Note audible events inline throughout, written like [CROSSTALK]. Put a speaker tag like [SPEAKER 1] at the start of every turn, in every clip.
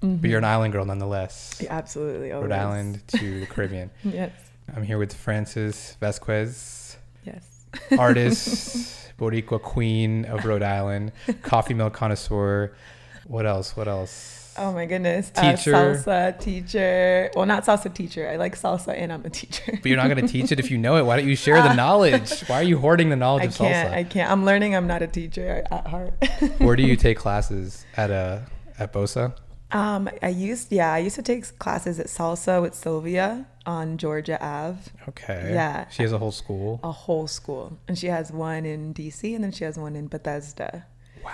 [SPEAKER 1] But you're an island girl nonetheless.
[SPEAKER 2] Absolutely. Always.
[SPEAKER 1] Rhode Island to
[SPEAKER 2] [LAUGHS]
[SPEAKER 1] the Caribbean.
[SPEAKER 2] Yes.
[SPEAKER 1] I'm here with Frances Vasquez, [LAUGHS]
[SPEAKER 2] Yes.
[SPEAKER 1] artist, Boricua queen of Rhode Island, coffee milk connoisseur. What else? What else?
[SPEAKER 2] [LAUGHS] Oh my goodness.
[SPEAKER 1] Teacher.
[SPEAKER 2] Uh, salsa teacher. Well, not salsa teacher. I like salsa and I'm a teacher.
[SPEAKER 1] But you're not going to teach it if you know it. Why don't you share
[SPEAKER 2] [LAUGHS]
[SPEAKER 1] the knowledge? Why are you hoarding the knowledge
[SPEAKER 2] I
[SPEAKER 1] of
[SPEAKER 2] can't. I
[SPEAKER 1] salsa?
[SPEAKER 2] can't. I'm learning. I'm not a teacher at heart. [LAUGHS]
[SPEAKER 1] Where do you take classes at a at Bosa?
[SPEAKER 2] um, I used, yeah, I used to take classes at salsa with Sylvia on Georgia Ave,
[SPEAKER 1] Okay.
[SPEAKER 2] Yeah. Oh,
[SPEAKER 1] She has a whole school.
[SPEAKER 2] a whole school. And she has one in DC and then she has one in Bethesda. Wow.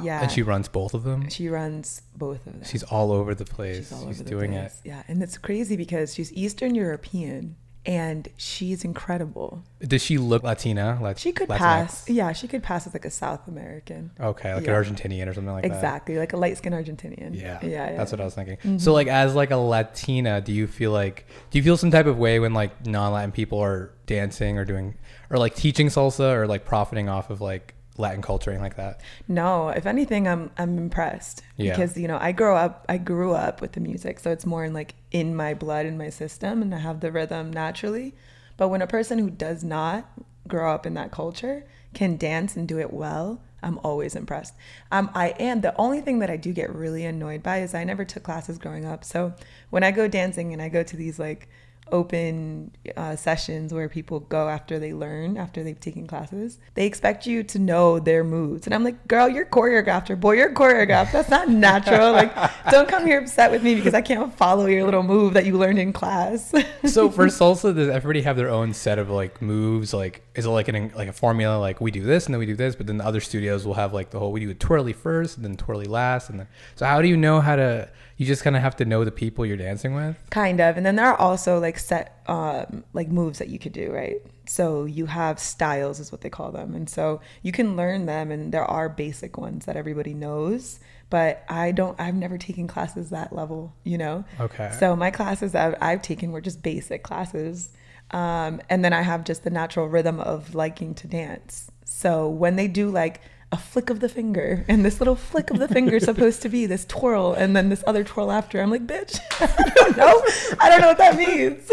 [SPEAKER 2] Yeah.
[SPEAKER 1] And she runs both of them.
[SPEAKER 2] she runs both of them.
[SPEAKER 1] She's all over the place. She's,
[SPEAKER 2] She's all over the
[SPEAKER 1] doing it.
[SPEAKER 2] place. Yeah, and it's crazy because she's Eastern European and she's incredible.
[SPEAKER 1] Does she look Latina? Lat-
[SPEAKER 2] She could
[SPEAKER 1] Latinx? Oh,
[SPEAKER 2] pass. Yeah, she could pass as like a South American.
[SPEAKER 1] Okay, like
[SPEAKER 2] Yeah.
[SPEAKER 1] an Argentinian or something like that.
[SPEAKER 2] exactly, like a light skinned Argentinian.
[SPEAKER 1] Yeah,
[SPEAKER 2] yeah, Mm-hmm. yeah.
[SPEAKER 1] That's what I was thinking. So, like, as like a Latina, do you feel like do you feel some type of way when like non-Latin people are dancing or doing or like teaching salsa or like profiting off of like Latin culture and like that?
[SPEAKER 2] No, if anything, I'm I'm impressed
[SPEAKER 1] Yeah.
[SPEAKER 2] because you know I grow up I grew up with the music, so it's more in like in my blood in my system, and I have the rhythm naturally. But when a person who does not grow up in that culture can dance and do it well, I'm always impressed. Um, I am the only thing that I do get really annoyed by is I never took classes growing up, so when I go dancing and I go to these like open uh, sessions where people go after they learn, after they've taken classes. They expect you to know their moves. And I'm like, girl, you're choreographed or boy, you're choreographed. That's not [LAUGHS] natural. like, don't come here upset with me because I can't follow your little move that you learned in class. [LAUGHS]
[SPEAKER 1] So for salsa, does everybody have their own set of like moves? Like, is it like an like a formula? Like we do this and then we do this, but then the other studios will have like the whole we do a twirly first and then twirly last, and then so how do you know how to? You just kind of have to know the people you're dancing with.
[SPEAKER 2] kind of and then there are also like set um like moves that you could do right so you have styles is what they call them and so you can learn them and there are basic ones that everybody knows but i don't i've never taken classes that level you know
[SPEAKER 1] Okay.
[SPEAKER 2] so my classes that I've- i've taken were just basic classes um and then i have just the natural rhythm of liking to dance so when they do like a flick of the finger and this little flick of the
[SPEAKER 1] [LAUGHS]
[SPEAKER 2] finger is supposed to be this twirl and then this other twirl after i'm like bitch [LAUGHS] no, I don't know what that means.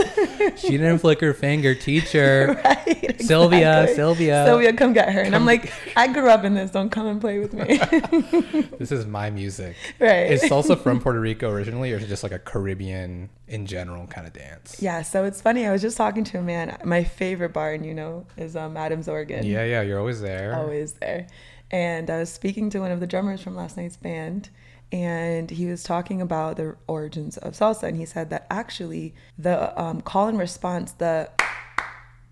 [SPEAKER 2] [LAUGHS]
[SPEAKER 1] She didn't [LAUGHS] flick her finger, teacher.
[SPEAKER 2] right?
[SPEAKER 1] [LAUGHS] Sylvia,
[SPEAKER 2] exactly.
[SPEAKER 1] Sylvia.
[SPEAKER 2] Sylvia, come get her. And I'm like, I grew up in this. Don't come and play
[SPEAKER 1] [LAUGHS]
[SPEAKER 2] with me. [LAUGHS]
[SPEAKER 1] This is my music.
[SPEAKER 2] right.
[SPEAKER 1] Is salsa
[SPEAKER 2] [LAUGHS]
[SPEAKER 1] from Puerto Rico originally, or is it just like a Caribbean in general kind of dance?
[SPEAKER 2] yeah. So it's funny. I was just talking to a man. My favorite bar, and you know, is um, Adam's Organ.
[SPEAKER 1] Yeah, yeah, you're always there.
[SPEAKER 2] always there. And I was speaking to one of the drummers from last night's band, and he was talking about the origins of salsa, and he said that actually the um, call and response, the [COUGHS]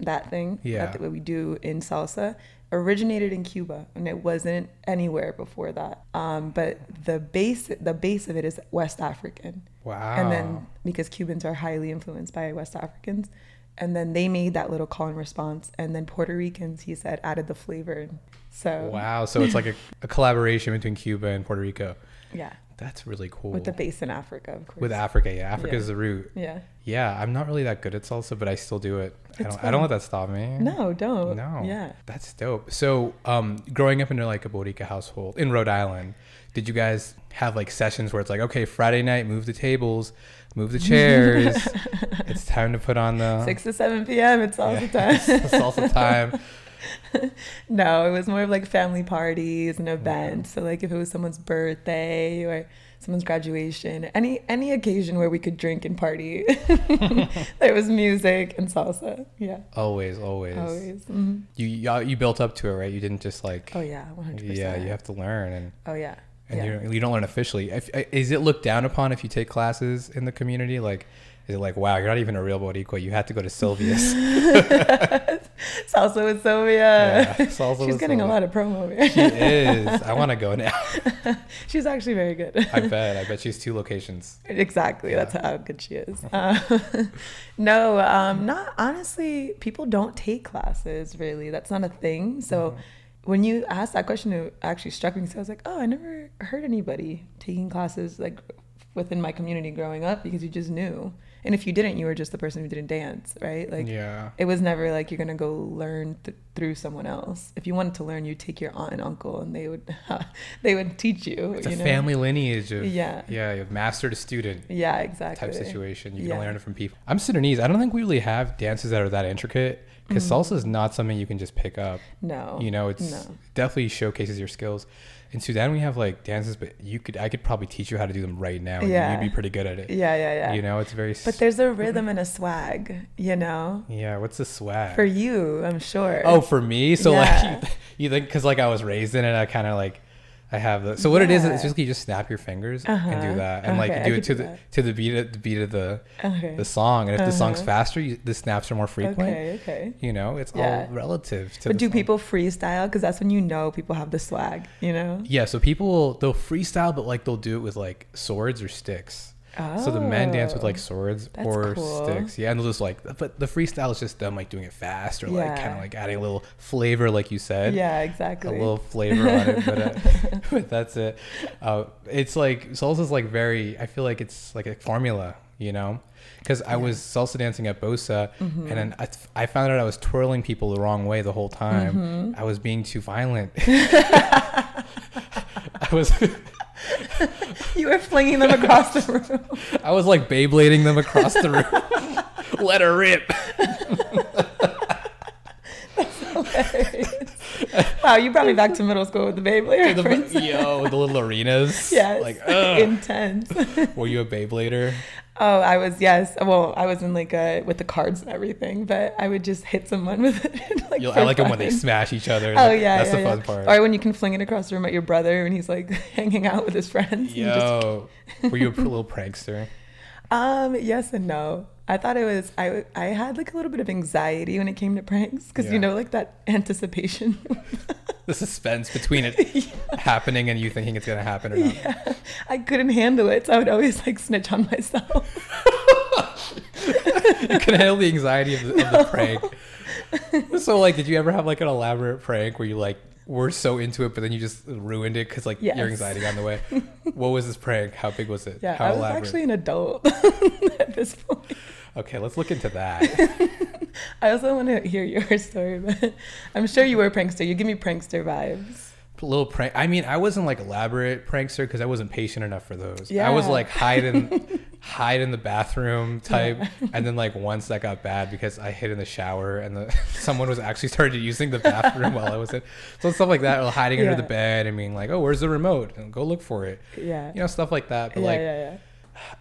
[SPEAKER 2] that thing
[SPEAKER 1] Yeah.
[SPEAKER 2] that, that we do in salsa originated in Cuba and it wasn't anywhere before that um, but the base the base of it is West African
[SPEAKER 1] Wow.
[SPEAKER 2] and then because Cubans are highly influenced by West Africans, and then they made that little call and response, and then Puerto Ricans, he said, added the flavor. So
[SPEAKER 1] Wow. So it's like a, a collaboration between Cuba and Puerto Rico.
[SPEAKER 2] yeah,
[SPEAKER 1] That's really cool.
[SPEAKER 2] with the base in Africa, of course.
[SPEAKER 1] With Africa, yeah. Africa
[SPEAKER 2] Yeah.
[SPEAKER 1] is the root.
[SPEAKER 2] yeah,
[SPEAKER 1] Yeah, I'm not really that good at salsa, but I still do it. I don't, I
[SPEAKER 2] fun.
[SPEAKER 1] don't let that stop me.
[SPEAKER 2] no, don't.
[SPEAKER 1] No.
[SPEAKER 2] Oh, yeah.
[SPEAKER 1] That's dope. So, um, growing up into like a Borica household in Rhode Island, did you guys have like sessions where it's like, okay, Friday night, move the tables, move the chairs.
[SPEAKER 2] [LAUGHS]
[SPEAKER 1] it's time to put on the [LAUGHS]
[SPEAKER 2] Six to seven p.m. It's all the time. [LAUGHS]
[SPEAKER 1] salsa time.
[SPEAKER 2] No, it was more of like family parties and events. So like if it was someone's birthday or someone's graduation, any any occasion where we could drink
[SPEAKER 1] [LAUGHS]
[SPEAKER 2] and party, [LAUGHS] there was music and salsa. Yeah,
[SPEAKER 1] Always, always.
[SPEAKER 2] always. Mhm.
[SPEAKER 1] You, you uh, you built up to it, right? You didn't just like,
[SPEAKER 2] Oh yeah, one hundred percent.
[SPEAKER 1] yeah, you have to learn, and
[SPEAKER 2] Oh yeah.
[SPEAKER 1] and
[SPEAKER 2] yeah.
[SPEAKER 1] you don't- you don't learn officially. If, uh, is it looked down upon if you take classes in the community? Like, is it like, wow, you're not even a real Boricua. You had to go to
[SPEAKER 2] [LAUGHS]
[SPEAKER 1] Sylvia's.
[SPEAKER 2] [LAUGHS] Salsa with Sylvia. [LAUGHS]
[SPEAKER 1] Yeah, uh, salsa
[SPEAKER 2] She's
[SPEAKER 1] with
[SPEAKER 2] getting
[SPEAKER 1] Sylvia.
[SPEAKER 2] a lot of promo here.
[SPEAKER 1] She is. I want to go now.
[SPEAKER 2] [LAUGHS]
[SPEAKER 1] [LAUGHS]
[SPEAKER 2] She's actually very good.
[SPEAKER 1] I bet. I bet she's two locations.
[SPEAKER 2] [LAUGHS] exactly. That's how good she is. [LAUGHS] Uh, no, um, not honestly. People don't take classes really. That's not a thing. So
[SPEAKER 1] Mm-hmm.
[SPEAKER 2] when you asked that question, it actually struck me. So I was like, oh, I never heard anybody taking classes like within my community growing up because you just knew. And if you didn't, you were just the person who didn't dance, right? Like
[SPEAKER 1] yeah.
[SPEAKER 2] it was never like you're gonna go learn th- through someone else. If you wanted to learn, you take your aunt and uncle, and they would [LAUGHS] they would teach you.
[SPEAKER 1] It's
[SPEAKER 2] you
[SPEAKER 1] a
[SPEAKER 2] know?
[SPEAKER 1] family lineage of
[SPEAKER 2] Yeah.
[SPEAKER 1] yeah, you have master to student
[SPEAKER 2] Yeah, exactly.
[SPEAKER 1] type situation. You can only
[SPEAKER 2] Yeah.
[SPEAKER 1] learn it from people. I'm Sudanese. I don't think we really have dances that are that intricate because salsa is not something you can just pick up.
[SPEAKER 2] Mm-hmm. No.
[SPEAKER 1] you know, it's
[SPEAKER 2] no.
[SPEAKER 1] definitely showcases your skills. In Sudan, we have like dances, but you could I could probably teach you how to do them right now, and
[SPEAKER 2] Yeah.
[SPEAKER 1] you'd be pretty good at it.
[SPEAKER 2] Yeah, yeah, yeah.
[SPEAKER 1] You know, it's very. s-
[SPEAKER 2] But there's
[SPEAKER 1] [LAUGHS]
[SPEAKER 2] a rhythm and a swag, you know,
[SPEAKER 1] yeah, what's the swag?
[SPEAKER 2] for you, I'm sure.
[SPEAKER 1] Oh, for me. So
[SPEAKER 2] Yeah.
[SPEAKER 1] like you, you think because like I was raised in it, I kind of like I have the. So what it is,
[SPEAKER 2] Yeah.
[SPEAKER 1] it's basically you just snap your fingers and do
[SPEAKER 2] Uh-huh.
[SPEAKER 1] that, and
[SPEAKER 2] Okay,
[SPEAKER 1] like
[SPEAKER 2] I
[SPEAKER 1] you do
[SPEAKER 2] could
[SPEAKER 1] it to
[SPEAKER 2] do
[SPEAKER 1] the
[SPEAKER 2] that.
[SPEAKER 1] to the beat of, the beat of the
[SPEAKER 2] okay.
[SPEAKER 1] the song, and if the song's
[SPEAKER 2] Uh-huh.
[SPEAKER 1] faster, you, the snaps are more frequent.
[SPEAKER 2] Okay, okay.
[SPEAKER 1] You know, it's
[SPEAKER 2] Yeah.
[SPEAKER 1] all relative to. the
[SPEAKER 2] But do
[SPEAKER 1] song.
[SPEAKER 2] people freestyle? Because that's when you know people have the swag, you know?
[SPEAKER 1] Yeah, so people will they'll freestyle, but like they'll do it with like swords or sticks. So the men dance with like
[SPEAKER 2] Oh,
[SPEAKER 1] swords
[SPEAKER 2] that's
[SPEAKER 1] or
[SPEAKER 2] cool.
[SPEAKER 1] sticks. Yeah, and they'll just like, but the freestyle is just them like doing it fast or like
[SPEAKER 2] Yeah.
[SPEAKER 1] kind of like adding a little flavor, like you said.
[SPEAKER 2] Yeah,
[SPEAKER 1] a
[SPEAKER 2] exactly.
[SPEAKER 1] little flavor on it, but, uh, [LAUGHS] but that's it. Uh, it's like salsa's like very. I feel like it's like a formula, you know, because I was salsa dancing at Bosa,
[SPEAKER 2] Mm-hmm.
[SPEAKER 1] and then I, I found out I was twirling people the wrong way the whole time.
[SPEAKER 2] Mm-hmm.
[SPEAKER 1] I was being too
[SPEAKER 2] [LAUGHS]
[SPEAKER 1] violent. [LAUGHS] I was
[SPEAKER 2] [LAUGHS] You were flinging them across the room.
[SPEAKER 1] [LAUGHS]
[SPEAKER 2] [LAUGHS]
[SPEAKER 1] I was like Beyblading them across the room.
[SPEAKER 2] [LAUGHS]
[SPEAKER 1] Let her rip.
[SPEAKER 2] wow, you brought me back to middle school with the
[SPEAKER 1] [LAUGHS]
[SPEAKER 2] Beyblade
[SPEAKER 1] The-
[SPEAKER 2] reference.
[SPEAKER 1] yo, the little arenas.
[SPEAKER 2] [LAUGHS] Yes,
[SPEAKER 1] Like, ugh.
[SPEAKER 2] intense.
[SPEAKER 1] were you a Beyblader?
[SPEAKER 2] Oh, I was yes. Well, I was in like a with the cards and everything, but I would just hit someone [LAUGHS] with it. like,
[SPEAKER 1] You,
[SPEAKER 2] for
[SPEAKER 1] I like it when they
[SPEAKER 2] fun.
[SPEAKER 1] smash each other.
[SPEAKER 2] Oh yeah,
[SPEAKER 1] that's
[SPEAKER 2] yeah,
[SPEAKER 1] the
[SPEAKER 2] yeah.
[SPEAKER 1] fun part.
[SPEAKER 2] Or when you can fling it across the room at your brother and he's like [LAUGHS] hanging out with his friends. and just-
[SPEAKER 1] Yo, were you a pr- little prankster?
[SPEAKER 2] um, yes and no. I thought it was I. I had like a little bit of anxiety when it came to pranks because
[SPEAKER 1] Yeah.
[SPEAKER 2] you know like that anticipation. [LAUGHS]
[SPEAKER 1] The suspense between it happening and you thinking it's gonna happen or not.
[SPEAKER 2] yeah, I couldn't handle it, so I would always like snitch on myself.
[SPEAKER 1] You can handle the anxiety of the,
[SPEAKER 2] [LAUGHS]
[SPEAKER 1] of the prank. So, like, did you ever have like an elaborate prank where you like were so into it, but then you just ruined it because like your
[SPEAKER 2] Yes.
[SPEAKER 1] anxiety got in the way? what was this prank? How big was it?
[SPEAKER 2] Yeah,
[SPEAKER 1] How
[SPEAKER 2] I was actually an adult [LAUGHS] at this point.
[SPEAKER 1] Okay, let's look into that.
[SPEAKER 2] I also want to hear your [LAUGHS] story, but I'm sure you were a prankster. You give me prankster vibes.
[SPEAKER 1] A little prank. I mean, I wasn't like elaborate prankster because I wasn't patient enough for those. I was
[SPEAKER 2] Yeah.
[SPEAKER 1] like hide
[SPEAKER 2] [LAUGHS]
[SPEAKER 1] in, hide in the bathroom type, and then like once that got bad because I hid in the shower and the, [LAUGHS] someone was actually started using the bathroom while I was in. So stuff like that, or hiding under the
[SPEAKER 2] Yeah.
[SPEAKER 1] bed and being like, "Oh, where's the remote? And go look for it."
[SPEAKER 2] Yeah.
[SPEAKER 1] You know, stuff like that. But
[SPEAKER 2] yeah,
[SPEAKER 1] like
[SPEAKER 2] yeah, yeah.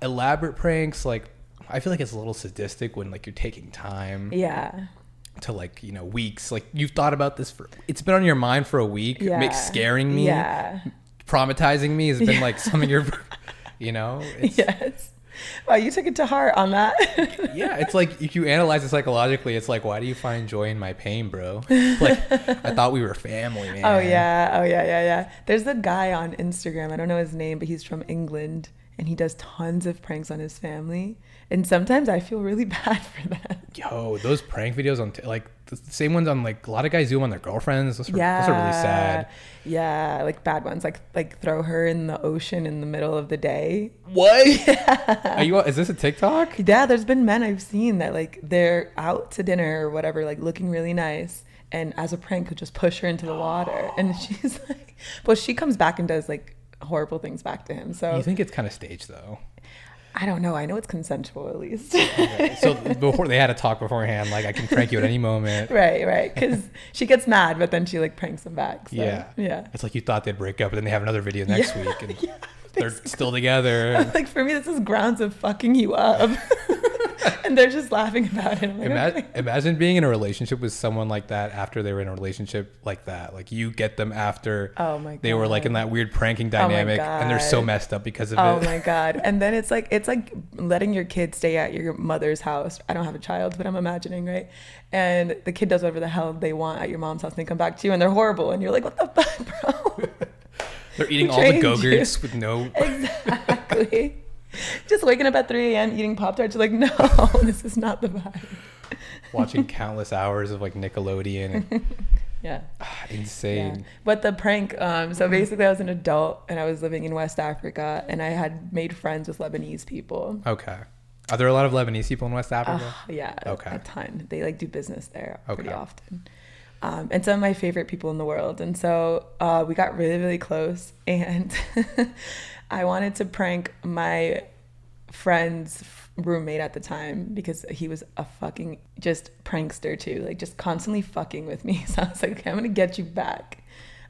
[SPEAKER 1] elaborate pranks, like I feel like it's a little sadistic when like you're taking time
[SPEAKER 2] Yeah.
[SPEAKER 1] to like you know weeks. Like you've thought about this for it's been on your mind for a week.
[SPEAKER 2] Yeah.
[SPEAKER 1] Make scaring me
[SPEAKER 2] Yeah. [LAUGHS]
[SPEAKER 1] traumatizing me has been
[SPEAKER 2] Yeah.
[SPEAKER 1] like some of
[SPEAKER 2] [LAUGHS]
[SPEAKER 1] your [LAUGHS] you know it's, yeah.
[SPEAKER 2] Yes. Wow, you took it to heart on that. [LAUGHS]
[SPEAKER 1] it's like if you analyze it psychologically it's like why do you find joy in my pain bro like i thought we were family man
[SPEAKER 2] [LAUGHS] Oh yeah, oh yeah, yeah, yeah. There's a guy on Instagram. I don't know his name, but he's from England and he does tons of pranks on his family. And sometimes I feel really [LAUGHS] bad for that.
[SPEAKER 1] yo those prank videos on t- like the same ones on like a lot of guys do them on their girlfriends those are, those are really sad
[SPEAKER 2] Yeah, like bad ones, like like throw her in the ocean in the middle of the day.
[SPEAKER 1] what are you is this a tiktok
[SPEAKER 2] Yeah, there's been men I've seen that like they're out to dinner or whatever, like looking really nice, and as a prank could just push her into the water,
[SPEAKER 1] [GASPS]
[SPEAKER 2] and she's like, well, she comes back and does like horrible things back to him.
[SPEAKER 1] you
[SPEAKER 2] So
[SPEAKER 1] think it's kind of staged though
[SPEAKER 2] I don't know. I know it's consensual at least. [LAUGHS]
[SPEAKER 1] so before they had a talk beforehand like i can prank you at any moment
[SPEAKER 2] [LAUGHS] right, right, because she gets mad, but then she like pranks him back. So,
[SPEAKER 1] yeah
[SPEAKER 2] yeah.
[SPEAKER 1] it's like you thought they'd break up and then they have another video next
[SPEAKER 2] [LAUGHS] Yeah,
[SPEAKER 1] week and
[SPEAKER 2] yeah,
[SPEAKER 1] they're still together
[SPEAKER 2] Like for me, this is grounds of fucking you up, [LAUGHS] and they're just laughing about
[SPEAKER 1] [LAUGHS]
[SPEAKER 2] it. I'm like, "Oh
[SPEAKER 1] Imagine,
[SPEAKER 2] okay.
[SPEAKER 1] imagine being in a relationship with someone like that after they were in a relationship like that. Like you get them after
[SPEAKER 2] Oh my god. Oh
[SPEAKER 1] they were like in that weird pranking dynamic and they're so
[SPEAKER 2] God.
[SPEAKER 1] messed up because of
[SPEAKER 2] Oh
[SPEAKER 1] it.
[SPEAKER 2] my god! And then it's like it's like letting your kid stay at your mother's house. I don't have a child, but I'm imagining, right? And the kid does whatever the hell they want at your mom's house. And they come back to you and they're horrible, and you're like, "What the fuck, [LAUGHS] bro?"
[SPEAKER 1] They're eating all
[SPEAKER 2] [LAUGHS]
[SPEAKER 1] the
[SPEAKER 2] trained you.
[SPEAKER 1] go-gurts with no
[SPEAKER 2] exactly. Just waking up at 3 a.m. eating pop tarts. You're like, "No, [LAUGHS] this is not the vibe." [LAUGHS]
[SPEAKER 1] watching countless hours of like Nickelodeon and [SIGHS]
[SPEAKER 2] Yeah.
[SPEAKER 1] Insane.
[SPEAKER 2] Yeah. But the prank, um, so basically I was an adult and I was living in West Africa and I had made friends with Lebanese people.
[SPEAKER 1] Okay. Are there a lot of Lebanese people in West Africa?
[SPEAKER 2] Ah, yeah.
[SPEAKER 1] Okay.
[SPEAKER 2] A ton. They like do business there pretty
[SPEAKER 1] Okay.
[SPEAKER 2] often. Um, and some of my favorite people in the world. And so uh, we got really, really close. [LAUGHS] And I wanted to prank my friend's roommate at the time because he was a fucking just prankster too, like just constantly fucking with me. [LAUGHS] So I was like, okay, I'm gonna get you back.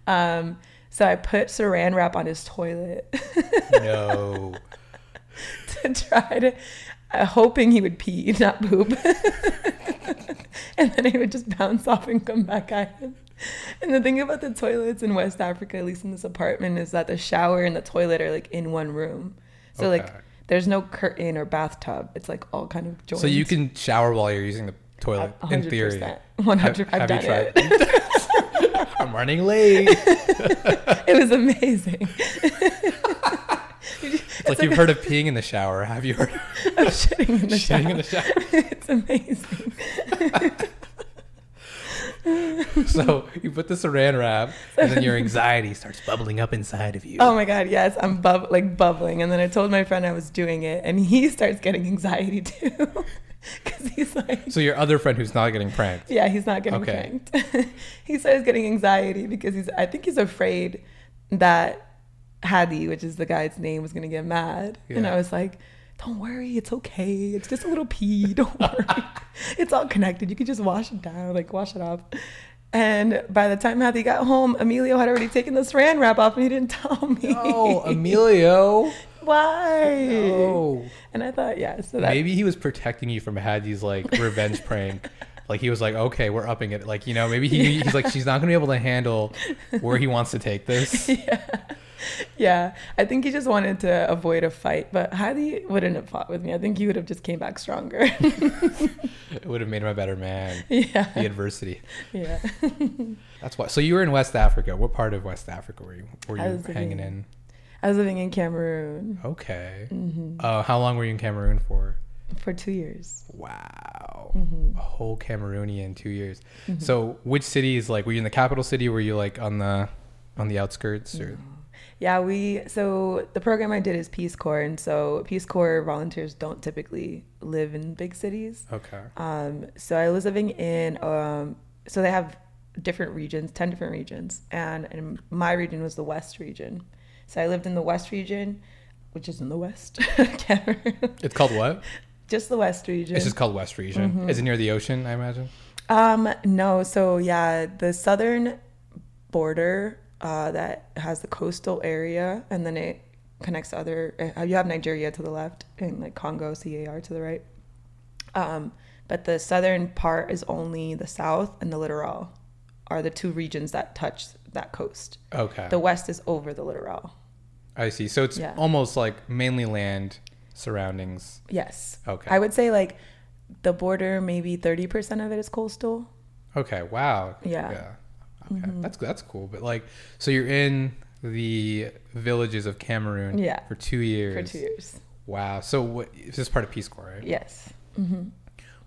[SPEAKER 2] Um, so I put saran wrap on his toilet
[SPEAKER 1] [LAUGHS]
[SPEAKER 2] [LAUGHS]
[SPEAKER 1] No.
[SPEAKER 2] to try to, uh, hoping he would pee, [LAUGHS] not poop. and then it would just bounce off and come back at him. And the thing about the toilets in West Africa, at least in this apartment, is that the shower and the toilet are like in one room. So like
[SPEAKER 1] Okay.
[SPEAKER 2] there's no curtain or bathtub. It's like all kind of joined.
[SPEAKER 1] So you can shower while you're using the toilet, in theory.
[SPEAKER 2] One
[SPEAKER 1] Have-
[SPEAKER 2] hundred.
[SPEAKER 1] have
[SPEAKER 2] I've done
[SPEAKER 1] you
[SPEAKER 2] it.
[SPEAKER 1] [LAUGHS] I'm running
[SPEAKER 2] [LAUGHS]
[SPEAKER 1] late. It's
[SPEAKER 2] [LAUGHS] It was amazing. [LAUGHS]
[SPEAKER 1] like you've heard of peeing in the shower. Have you heard of
[SPEAKER 2] I'm shitting in the
[SPEAKER 1] shitting
[SPEAKER 2] shower.
[SPEAKER 1] in the shower?
[SPEAKER 2] [LAUGHS] it's amazing.
[SPEAKER 1] [LAUGHS] So you put the saran wrap, and then your anxiety starts bubbling up inside of you.
[SPEAKER 2] Oh my god, yes, I'm bub- like bubbling. And then I told my friend I was doing it, and he starts getting anxiety too, [LAUGHS] because he's like,
[SPEAKER 1] So your other friend who's not getting
[SPEAKER 2] [LAUGHS]
[SPEAKER 1] pranked.
[SPEAKER 2] yeah, he's not getting
[SPEAKER 1] Okay.
[SPEAKER 2] pranked. [LAUGHS] he starts getting anxiety because he's, I think he's afraid that Hadi, which is the guy's name, was gonna get mad. And
[SPEAKER 1] Yeah.
[SPEAKER 2] I was like, don't worry, it's okay. It's just a little pee. [LAUGHS]
[SPEAKER 1] [LAUGHS]
[SPEAKER 2] Don't worry, it's all connected. You can just wash it down, like wash it off. And by the time Hadi got home, Emilio had already taken the saran wrap off, and he didn't tell me. [LAUGHS]
[SPEAKER 1] Oh, [LAUGHS] Emilio.
[SPEAKER 2] Why?
[SPEAKER 1] Oh.
[SPEAKER 2] And I thought, yeah, so that
[SPEAKER 1] [LAUGHS] Maybe he was protecting you from Hattie's like
[SPEAKER 2] [LAUGHS]
[SPEAKER 1] revenge prank. Like he was like, okay, we're upping it. Like you know, maybe he, he's like, she's not gonna be able to handle where he wants to take
[SPEAKER 2] [LAUGHS]
[SPEAKER 1] this.
[SPEAKER 2] yeah, I think he just wanted to avoid a fight, but Heidi wouldn't have fought with me. I think he would have just came back stronger. [LAUGHS]
[SPEAKER 1] It would have made him a better man.
[SPEAKER 2] yeah,
[SPEAKER 1] The adversity.
[SPEAKER 2] yeah.
[SPEAKER 1] That's why. So you were in West Africa. What part of West Africa were you were
[SPEAKER 2] I
[SPEAKER 1] you
[SPEAKER 2] was
[SPEAKER 1] hanging
[SPEAKER 2] in-
[SPEAKER 1] in?
[SPEAKER 2] I was living in Cameroon
[SPEAKER 1] Okay.
[SPEAKER 2] Mm-hmm.
[SPEAKER 1] Uh, how long were you in Cameroon for?
[SPEAKER 2] for two years.
[SPEAKER 1] Wow.
[SPEAKER 2] Mm-hmm.
[SPEAKER 1] A whole Cameroonian two years. So which cities like were you in the capital city? Were you like on the on the outskirts or
[SPEAKER 2] Yeah, we so the program I did is Peace Corps, and so Peace Corps volunteers don't typically live in big cities.
[SPEAKER 1] Okay.
[SPEAKER 2] Um, so I was living in, um, so they have different regions, 10 different regions. And, and my region was the West region. So I lived in the West region, which is in the West, [LAUGHS] Cameroon.
[SPEAKER 1] It's called what?
[SPEAKER 2] just the West region.
[SPEAKER 1] It's just called West Region.
[SPEAKER 2] Mm-hmm.
[SPEAKER 1] Is it near the ocean, I imagine?
[SPEAKER 2] um, no, so yeah, the southern border uh, that has the coastal area and then it connects to other, uh, you have Nigeria to the left and like Congo, CAR to the right. Um, but the southern part is only the south and the littoral are the two regions that touch that coast.
[SPEAKER 1] Okay.
[SPEAKER 2] The west is over the littoral.
[SPEAKER 1] I see. So it's
[SPEAKER 2] Yeah.
[SPEAKER 1] almost like mainly land surroundings.
[SPEAKER 2] Yes.
[SPEAKER 1] Okay.
[SPEAKER 2] I would say like the border, maybe 30% of it is coastal.
[SPEAKER 1] Okay. Wow.
[SPEAKER 2] Yeah. Mm-hmm.
[SPEAKER 1] Yeah. Okay. That's that's cool. But like, so you're in the villages of Cameroon
[SPEAKER 2] Yeah.
[SPEAKER 1] for two years.
[SPEAKER 2] For two years.
[SPEAKER 1] Wow. So what, this is part of Peace Corps, right?
[SPEAKER 2] Yes.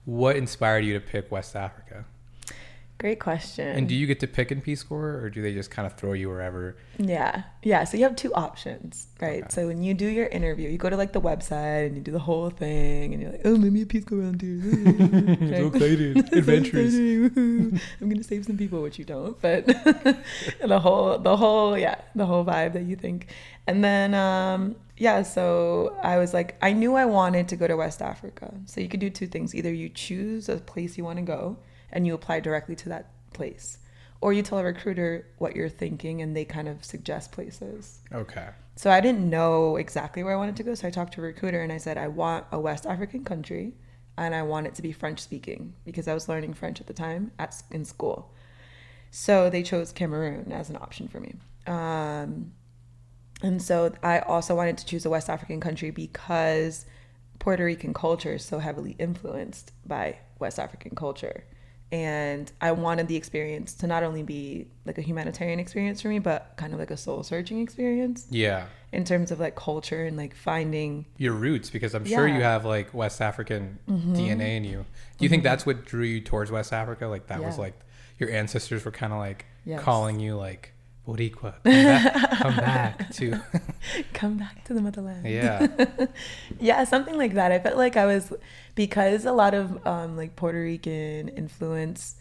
[SPEAKER 1] What inspired you to pick West Africa?
[SPEAKER 2] Great question.
[SPEAKER 1] And do you get to pick in Peace Corps, or do they just kind of throw you wherever?
[SPEAKER 2] Yeah. Yeah. So you have two options, right? So when you do your interview, you go to like the website and you do the whole thing and you're like, oh, let me a peace corps volunteer. [LAUGHS] Right? [LAUGHS]
[SPEAKER 1] excited, adventurous.
[SPEAKER 2] Woohoo. I'm gonna save some people, which you don't, but [LAUGHS] the whole the whole yeah, the whole vibe that you think. And then um yeah, so I was like I knew I wanted to go to West Africa. So you could do two things. Either you choose a place you want to go and you apply directly to that place. Or you tell a recruiter what you're thinking and they kind of suggest places.
[SPEAKER 1] Okay.
[SPEAKER 2] So I didn't know exactly where I wanted to go. So I talked to a recruiter and I said, I want a West African country and I want it to be French speaking because I was learning French at the time at, s- in school. So they chose Cameroon as an option for me. Um, and so I also wanted to choose a West African country because Puerto Rican culture is so heavily influenced by West African culture. And I wanted the experience to not only be like a humanitarian experience for me, but kind of like a soul searching experience
[SPEAKER 1] Yeah.
[SPEAKER 2] in terms of like culture and like finding
[SPEAKER 1] your roots because I'm sure
[SPEAKER 2] Yeah. Mm-hmm.
[SPEAKER 1] you have like West African DNA in you. Do you think that's what drew you towards West Africa? Like that was
[SPEAKER 2] Yeah.
[SPEAKER 1] like your ancestors were kind of like
[SPEAKER 2] Yes.
[SPEAKER 1] calling you like Boricua, come back, come
[SPEAKER 2] [LAUGHS]
[SPEAKER 1] back to
[SPEAKER 2] [LAUGHS]
[SPEAKER 1] [LAUGHS]
[SPEAKER 2] Come back to the motherland.
[SPEAKER 1] yeah,
[SPEAKER 2] Yeah, something like that. I felt like I was because a lot of um, like Puerto Rican influence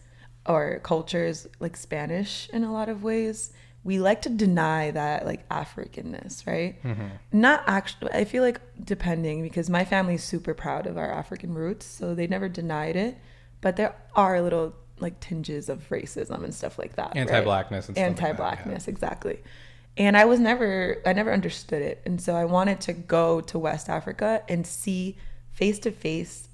[SPEAKER 2] or cultures like Spanish in a lot of ways. We like to deny that like Africanness, right?
[SPEAKER 1] Mm-hmm.
[SPEAKER 2] Not actually. I feel like depending because my family's super proud of our African roots, so they never denied it. But there are little like tinges of racism and stuff like that. right?
[SPEAKER 1] anti-blackness and stuff like that, yeah.
[SPEAKER 2] anti-blackness exactly and i was never i never understood it and so i wanted to go to west africa and see face to face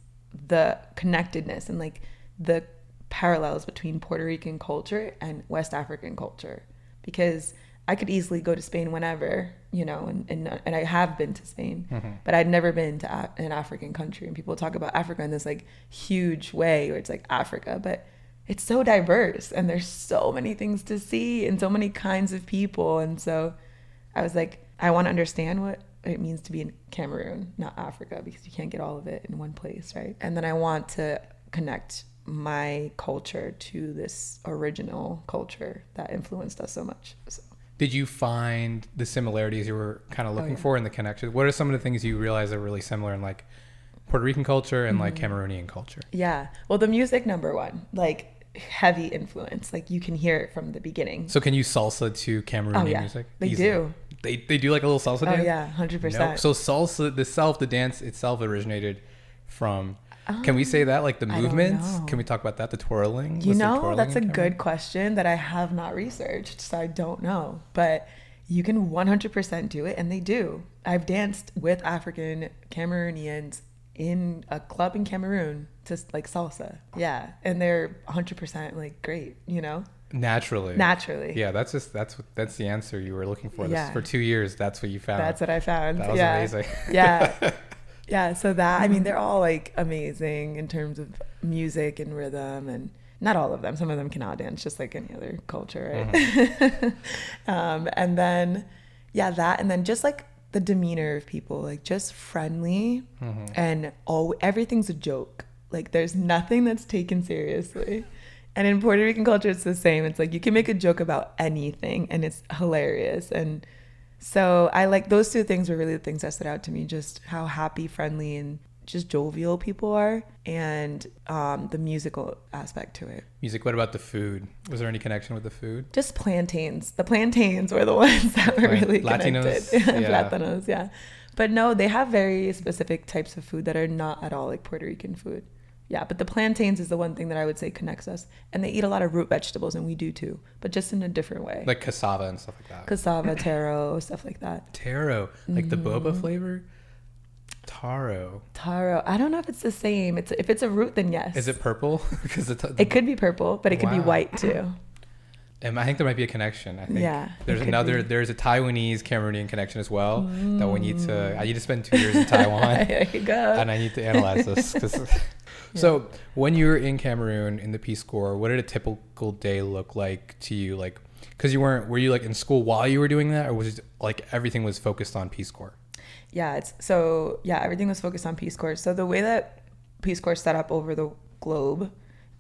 [SPEAKER 2] the connectedness and like the parallels between puerto rican culture and west african culture because i could easily go to spain whenever you know and, and, and i have been to spain but i'd never been to Af- an african country and people talk about africa in this like huge way where it's like africa but it's so diverse and there's so many things to see and so many kinds of people and so i was like i want to understand what it means to be in cameroon not africa because you can't get all of it in one place right and then i want to connect my culture to this original culture that influenced us so much so
[SPEAKER 1] Did you find the similarities you were kind of looking
[SPEAKER 2] Oh, yeah.
[SPEAKER 1] for in the connections? What are some of the things you realize are really similar in like Puerto Rican culture and
[SPEAKER 2] Mm.
[SPEAKER 1] like Cameroonian culture?
[SPEAKER 2] yeah well the music number one like heavy influence like you can hear it from the beginning
[SPEAKER 1] So can you salsa to Cameroonian
[SPEAKER 2] Oh, yeah.
[SPEAKER 1] music?
[SPEAKER 2] They do.
[SPEAKER 1] They, they do like a little salsa
[SPEAKER 2] oh
[SPEAKER 1] dance?
[SPEAKER 2] yeah 100%
[SPEAKER 1] No. So salsa, the self, the dance itself originated from. can we say that like the
[SPEAKER 2] Oh, don't
[SPEAKER 1] movements?
[SPEAKER 2] know.
[SPEAKER 1] Can we talk about that? The twirling.
[SPEAKER 2] You
[SPEAKER 1] Was there
[SPEAKER 2] know,
[SPEAKER 1] twirling
[SPEAKER 2] that's a
[SPEAKER 1] in Cameroon?
[SPEAKER 2] good question that I have not researched, so I don't know. But you can 100% do it, and they do. I've danced with African Cameroonians in a club in Cameroon to like salsa. Yeah. And they're 100% like great, you know,
[SPEAKER 1] naturally.
[SPEAKER 2] naturally.
[SPEAKER 1] Yeah, that's just that's what that's the answer you were looking for. This,
[SPEAKER 2] Yeah.
[SPEAKER 1] for two years, that's what you found.
[SPEAKER 2] That's what I found.
[SPEAKER 1] That was
[SPEAKER 2] yeah.
[SPEAKER 1] amazing. [LAUGHS]
[SPEAKER 2] yeah. Yeah. So that, I mean, they're all like amazing in terms of music and rhythm and not all of them. Some of them cannot dance just like any other culture, right?
[SPEAKER 1] Mm-hmm.
[SPEAKER 2] um, and then, yeah, that. And then just like the demeanor of people, like just friendly and all, everything's a joke. Like there's nothing that's taken seriously. And in Puerto Rican culture, it's the same. It's like you can make a joke about anything and it's hilarious. And so I like those two things were really the things that stood out to me just how happy, friendly, and just jovial people are, and um, the musical aspect to it.
[SPEAKER 1] Music. What about the food? Was there any connection with the food?
[SPEAKER 2] Just plantains. The plantains were the [LAUGHS] ones that were
[SPEAKER 1] Plant-
[SPEAKER 2] really
[SPEAKER 1] Latinos,
[SPEAKER 2] connected. [LAUGHS]
[SPEAKER 1] yeah.
[SPEAKER 2] Platanos, yeah. But no, they have very specific types of food that are not at all like Puerto Rican food. Yeah, but the plantains is the one thing that I would say connects us. And they eat a lot of root vegetables, and we do too, but just in a different way.
[SPEAKER 1] Like cassava and stuff like that. [CLEARS THROAT]
[SPEAKER 2] Cassava, taro, stuff like that.
[SPEAKER 1] taro, like the
[SPEAKER 2] Mm-hmm.
[SPEAKER 1] boba flavor. Taro.
[SPEAKER 2] Taro. I don't know if it's the same. It's if it's a root, then yes.
[SPEAKER 1] Is it purple? [LAUGHS] Because the, t-
[SPEAKER 2] It could be purple, but it could be
[SPEAKER 1] Wow.
[SPEAKER 2] white too.
[SPEAKER 1] and I think there might be a connection. I think
[SPEAKER 2] Yeah, it
[SPEAKER 1] there's
[SPEAKER 2] could
[SPEAKER 1] another.
[SPEAKER 2] be.
[SPEAKER 1] There's a Taiwanese Cameroonian connection as well that we need to.
[SPEAKER 2] Mm.
[SPEAKER 1] I need to spend two years
[SPEAKER 2] [LAUGHS]
[SPEAKER 1] in Taiwan.
[SPEAKER 2] there you go.
[SPEAKER 1] and I need to analyze this. 'cause- [LAUGHS] So, when you were in Cameroon in the Peace Corps, what did a typical day look like to you? Like, because you weren't, were you like in school while you were doing that, or was it like everything was focused on Peace Corps?
[SPEAKER 2] Yeah, it's so yeah, everything was focused on Peace Corps. So the way that Peace Corps set up over the globe,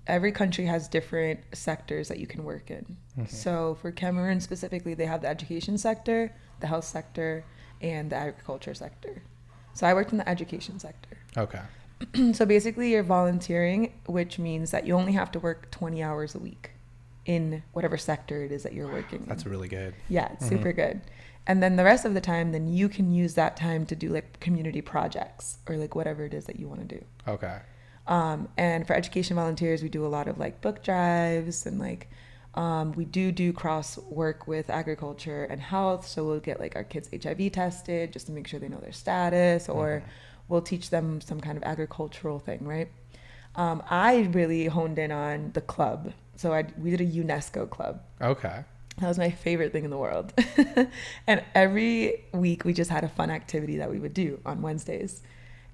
[SPEAKER 2] every country has different sectors that you can work in. So for Cameroon specifically, they have the education sector, the health sector, and the agriculture sector. So I worked in the education sector. [CLEARS THROAT]
[SPEAKER 1] Okay.
[SPEAKER 2] so basically you're volunteering which means that you only have to work 20 hours a week in whatever sector it is that you're working in.
[SPEAKER 1] That's really good.
[SPEAKER 2] yeah it's super good and then the rest of the time then you can use that time to do like community projects or like whatever it is that you want to do
[SPEAKER 1] Okay.
[SPEAKER 2] um, and for education volunteers, we do a lot of like book drives and like um, we do do cross work with agriculture and health. So we'll get like our kids HIV tested just to make sure they know their status, or we'll teach them some kind of agricultural thing, right? Um, I really honed in on the club. So I, we did a UNESCO club.
[SPEAKER 1] Okay.
[SPEAKER 2] That was my favorite thing in the world. [LAUGHS] and every week we just had a fun activity that we would do on Wednesdays.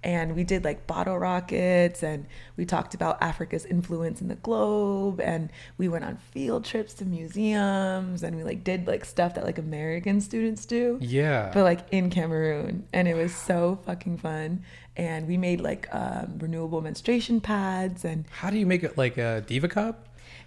[SPEAKER 2] and we did like bottle rockets and we talked about Africa's influence in the globe and we went on field trips to museums and we like did like stuff that like American students do
[SPEAKER 1] Yeah.
[SPEAKER 2] but like in Cameroon and it was so fucking fun and we made like um, renewable menstruation pads and
[SPEAKER 1] How do you make it like a diva cup?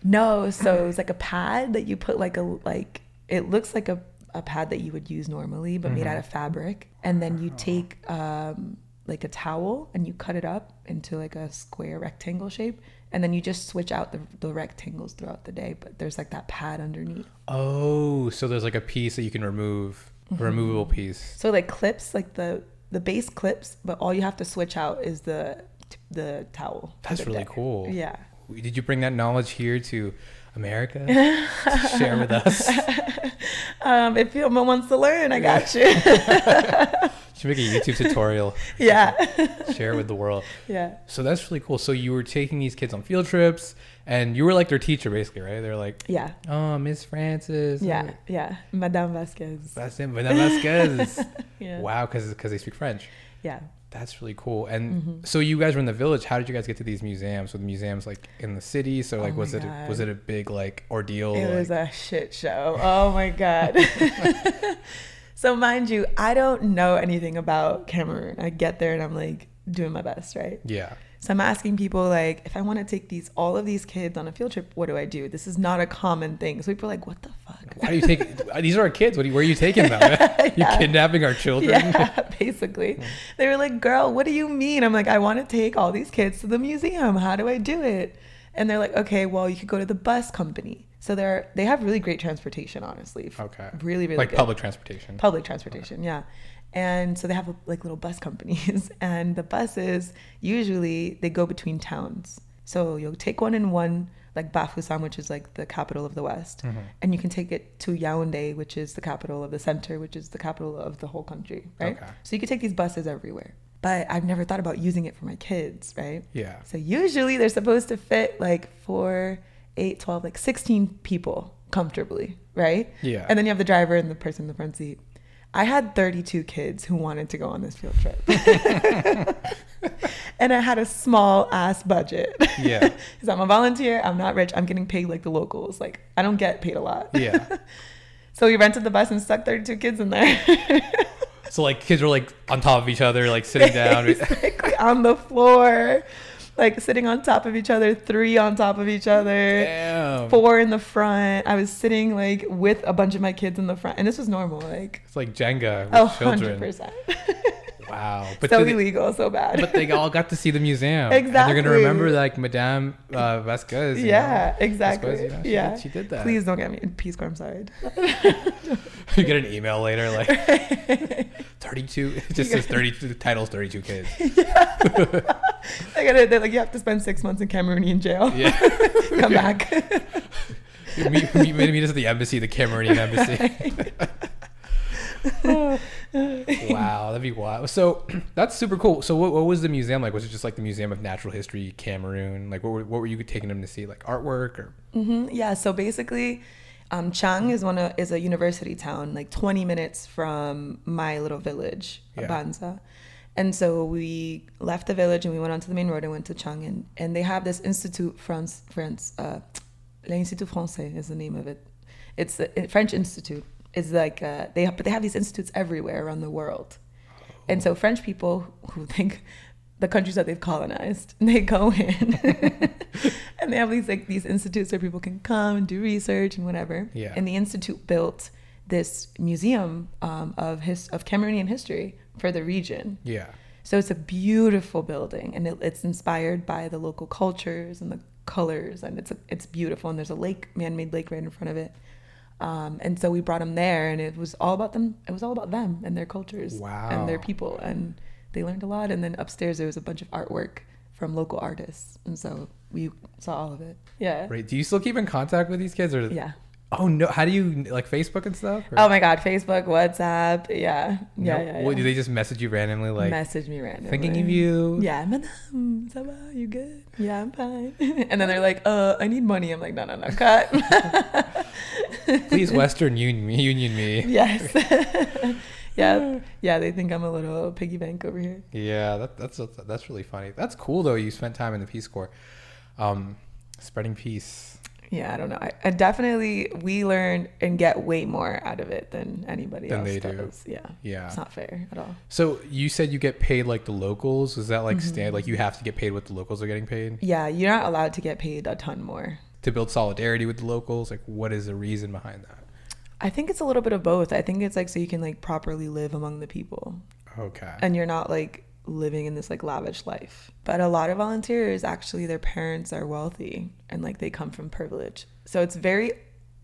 [SPEAKER 2] no so it was like a pad that you put like a like it looks like a, a pad that you would use normally but made
[SPEAKER 1] Mm-hmm.
[SPEAKER 2] out of fabric and then you take um, like a towel and you cut it up into like a square rectangle shape and then you just switch out the, the rectangles throughout the day but there's like that pad underneath
[SPEAKER 1] Oh, so there's like a piece that you can remove,
[SPEAKER 2] Mm-hmm.
[SPEAKER 1] a removable piece.
[SPEAKER 2] So like clips, like the the base clips, but all you have to switch out is the the towel. for
[SPEAKER 1] That's
[SPEAKER 2] the
[SPEAKER 1] really
[SPEAKER 2] day.
[SPEAKER 1] cool.
[SPEAKER 2] Yeah.
[SPEAKER 1] Did you bring that knowledge here to
[SPEAKER 2] [LAUGHS]
[SPEAKER 1] America to share with us? [LAUGHS]
[SPEAKER 2] Um, if Filma wants to learn, I got you. [LAUGHS]
[SPEAKER 1] Should make a YouTube tutorial, [LAUGHS]
[SPEAKER 2] yeah.
[SPEAKER 1] share with the world.
[SPEAKER 2] Yeah.
[SPEAKER 1] So that's really cool. So you were taking these kids on field trips, and you were like their teacher, basically, right? They're like,
[SPEAKER 2] Yeah.
[SPEAKER 1] "Oh, Miss Francis."
[SPEAKER 2] Yeah. Yeah. Madame Vasquez.
[SPEAKER 1] That's him, Madame Vasquez.
[SPEAKER 2] [LAUGHS] Yeah.
[SPEAKER 1] Wow, because because they speak French.
[SPEAKER 2] Yeah.
[SPEAKER 1] That's really cool. And
[SPEAKER 2] Mm-hmm.
[SPEAKER 1] so you guys were in the village. How did you guys get to these museums? Were the museums like in the city? So like,
[SPEAKER 2] Oh my
[SPEAKER 1] was it a,
[SPEAKER 2] God.
[SPEAKER 1] was it a big like ordeal?
[SPEAKER 2] It
[SPEAKER 1] Oh, like,
[SPEAKER 2] was a shit show. Oh my god.
[SPEAKER 1] [LAUGHS]
[SPEAKER 2] so mind you, I don't know anything about Cameroon. I get there and I'm like doing my best, right?
[SPEAKER 1] yeah.
[SPEAKER 2] So I'm asking people like, if I want to take these all of these kids on a field trip, what do I do? This is not a common thing. So people are like, what the fuck?
[SPEAKER 1] Why do you take these are our kids? What are you, where are you taking
[SPEAKER 2] [LAUGHS]
[SPEAKER 1] them? You're kidnapping our children.
[SPEAKER 2] Yeah, [LAUGHS] basically. They were like, girl, what do you mean? I'm like, I want to take all these kids to the museum. How do I do it? And they're like, okay, well, you could go to the bus company. So they're they have really great transportation, honestly. F-
[SPEAKER 1] Okay.
[SPEAKER 2] Really, really
[SPEAKER 1] like
[SPEAKER 2] good.
[SPEAKER 1] public transportation.
[SPEAKER 2] public transportation yeah and so they have like little bus [LAUGHS] companies and the buses usually they go between towns so you'll take one in one like Bafoussam, which is like the capital of the West,
[SPEAKER 1] Mm-hmm.
[SPEAKER 2] and you can take it to Yaoundé, which is the capital of the center, which is the capital of the whole country, right?
[SPEAKER 1] Okay.
[SPEAKER 2] So you can take these buses everywhere. But I've never thought about using it for my kids, right?
[SPEAKER 1] yeah.
[SPEAKER 2] So usually they're supposed to fit like four, eight, 12, like 16 people comfortably, right?
[SPEAKER 1] Yeah.
[SPEAKER 2] And then you have the driver and the person in the front seat. I had 32 kids who wanted to go on this field
[SPEAKER 1] [LAUGHS]
[SPEAKER 2] trip. and I had a small ass budget. [LAUGHS]
[SPEAKER 1] Yeah.
[SPEAKER 2] Because I'm a volunteer, I'm not rich, I'm getting paid like the locals. Like, I don't get paid a lot.
[SPEAKER 1] Yeah.
[SPEAKER 2] [LAUGHS] So we rented the bus and stuck 32 kids in there.
[SPEAKER 1] So like kids were like on top of each other, like sitting down.
[SPEAKER 2] [LAUGHS] Exactly, on the floor, like sitting on top of each other, three on top of each other.
[SPEAKER 1] Damn.
[SPEAKER 2] four in the front. I was sitting like with a bunch of my kids in the front, and this was normal. Like,
[SPEAKER 1] It's like Jenga with
[SPEAKER 2] oh,
[SPEAKER 1] children.
[SPEAKER 2] 100%.
[SPEAKER 1] Wow. But
[SPEAKER 2] so
[SPEAKER 1] did they,
[SPEAKER 2] illegal, so bad.
[SPEAKER 1] but they all got to see the museum. And they're gonna
[SPEAKER 2] Exactly.
[SPEAKER 1] remember like Madame uh, Vasquez. you know?
[SPEAKER 2] [LAUGHS] yeah,
[SPEAKER 1] I suppose,
[SPEAKER 2] exactly.
[SPEAKER 1] you know, she
[SPEAKER 2] yeah.
[SPEAKER 1] Did, she did that.
[SPEAKER 2] Please don't get me in Peace Corps. I'm sorry.
[SPEAKER 1] You get an email later like
[SPEAKER 2] [LAUGHS]
[SPEAKER 1] 32. It just says 32. The title's 32 kids.
[SPEAKER 2] I got it. They're like, you have to spend six months in Cameroonian jail. [LAUGHS]
[SPEAKER 1] Yeah.
[SPEAKER 2] Come back.
[SPEAKER 1] You meet, meet, meet us at the embassy, the Cameroonian
[SPEAKER 2] [LAUGHS]
[SPEAKER 1] embassy. [LAUGHS] wow, that'd be wild. So [CLEARS THROAT] that's super cool. So what, what was the museum like? Was it just like the Museum of Natural History, Cameroon? Like what were, what were you taking them to see? Like artwork or?
[SPEAKER 2] Mhm, Yeah. So basically, um, Chang is one of, is a university town, like 20 minutes from my little village,
[SPEAKER 1] Yeah.
[SPEAKER 2] Abanza. And so we left the village and we went onto the main road and went to Chang and, and they have this Institut France France uh, l'Institut Français is the name of it. It's the a French Institute. It's like uh, they have, but they have these institutes everywhere around the world. And so French people who think the countries that they've colonized, [LAUGHS] they go in and they have these like these institutes where people can come and do research and whatever.
[SPEAKER 1] Yeah.
[SPEAKER 2] And the institute built this museum um, of his of Cameroonian history for the region.
[SPEAKER 1] Yeah.
[SPEAKER 2] So it's a beautiful building, and it, it's inspired by the local cultures and the colors, and it's it's beautiful. And there's a lake, man-made lake, right in front of it. Um, and so we brought them there, and it was all about them. It was all about them and their cultures
[SPEAKER 1] Wow.
[SPEAKER 2] and their people, and they learned a lot. And then upstairs there was a bunch of artwork from local artists, and so we saw all of it. Yeah,
[SPEAKER 1] Right. Do you still keep in contact with these kids or?
[SPEAKER 2] yeah.
[SPEAKER 1] Oh no. How do you like Facebook and stuff? Or-
[SPEAKER 2] Oh my God, Facebook, WhatsApp, yeah, yeah,
[SPEAKER 1] No?
[SPEAKER 2] yeah.
[SPEAKER 1] What,
[SPEAKER 2] yeah.
[SPEAKER 1] do they just message you randomly like
[SPEAKER 2] Message me randomly.
[SPEAKER 1] thinking of you? [LAUGHS]
[SPEAKER 2] Yeah, [LAUGHS] madam, ça va? You good? Yeah, I'm fine. [LAUGHS] And then they're like, uh, I need money. I'm like, no, no, no, cut. [LAUGHS] [LAUGHS]
[SPEAKER 1] Please Western Union Union me.
[SPEAKER 2] yes. Yep. Yeah, they think I'm a little piggy bank over here.
[SPEAKER 1] Yeah, that, that's that's really funny. That's cool though. You spent time in the Peace Corps, um, spreading peace.
[SPEAKER 2] Yeah, I don't know. I, I definitely we learn and get way more out of it than anybody
[SPEAKER 1] Than
[SPEAKER 2] else
[SPEAKER 1] they do.
[SPEAKER 2] does. Yeah.
[SPEAKER 1] Yeah.
[SPEAKER 2] It's not fair at all.
[SPEAKER 1] So you said you get paid like the locals. Is that like
[SPEAKER 2] Mm-hmm.
[SPEAKER 1] stand like you have to get paid what the locals are getting paid
[SPEAKER 2] Yeah, you're not allowed to get paid a ton more.
[SPEAKER 1] to build solidarity with the locals? Like, what is the reason behind that?
[SPEAKER 2] I think it's a little bit of both. I think it's like so you can like properly live among the people
[SPEAKER 1] Okay.
[SPEAKER 2] and you're not like living in this like lavish life. But a lot of volunteers actually their parents are wealthy and like they come from privilege. So it's very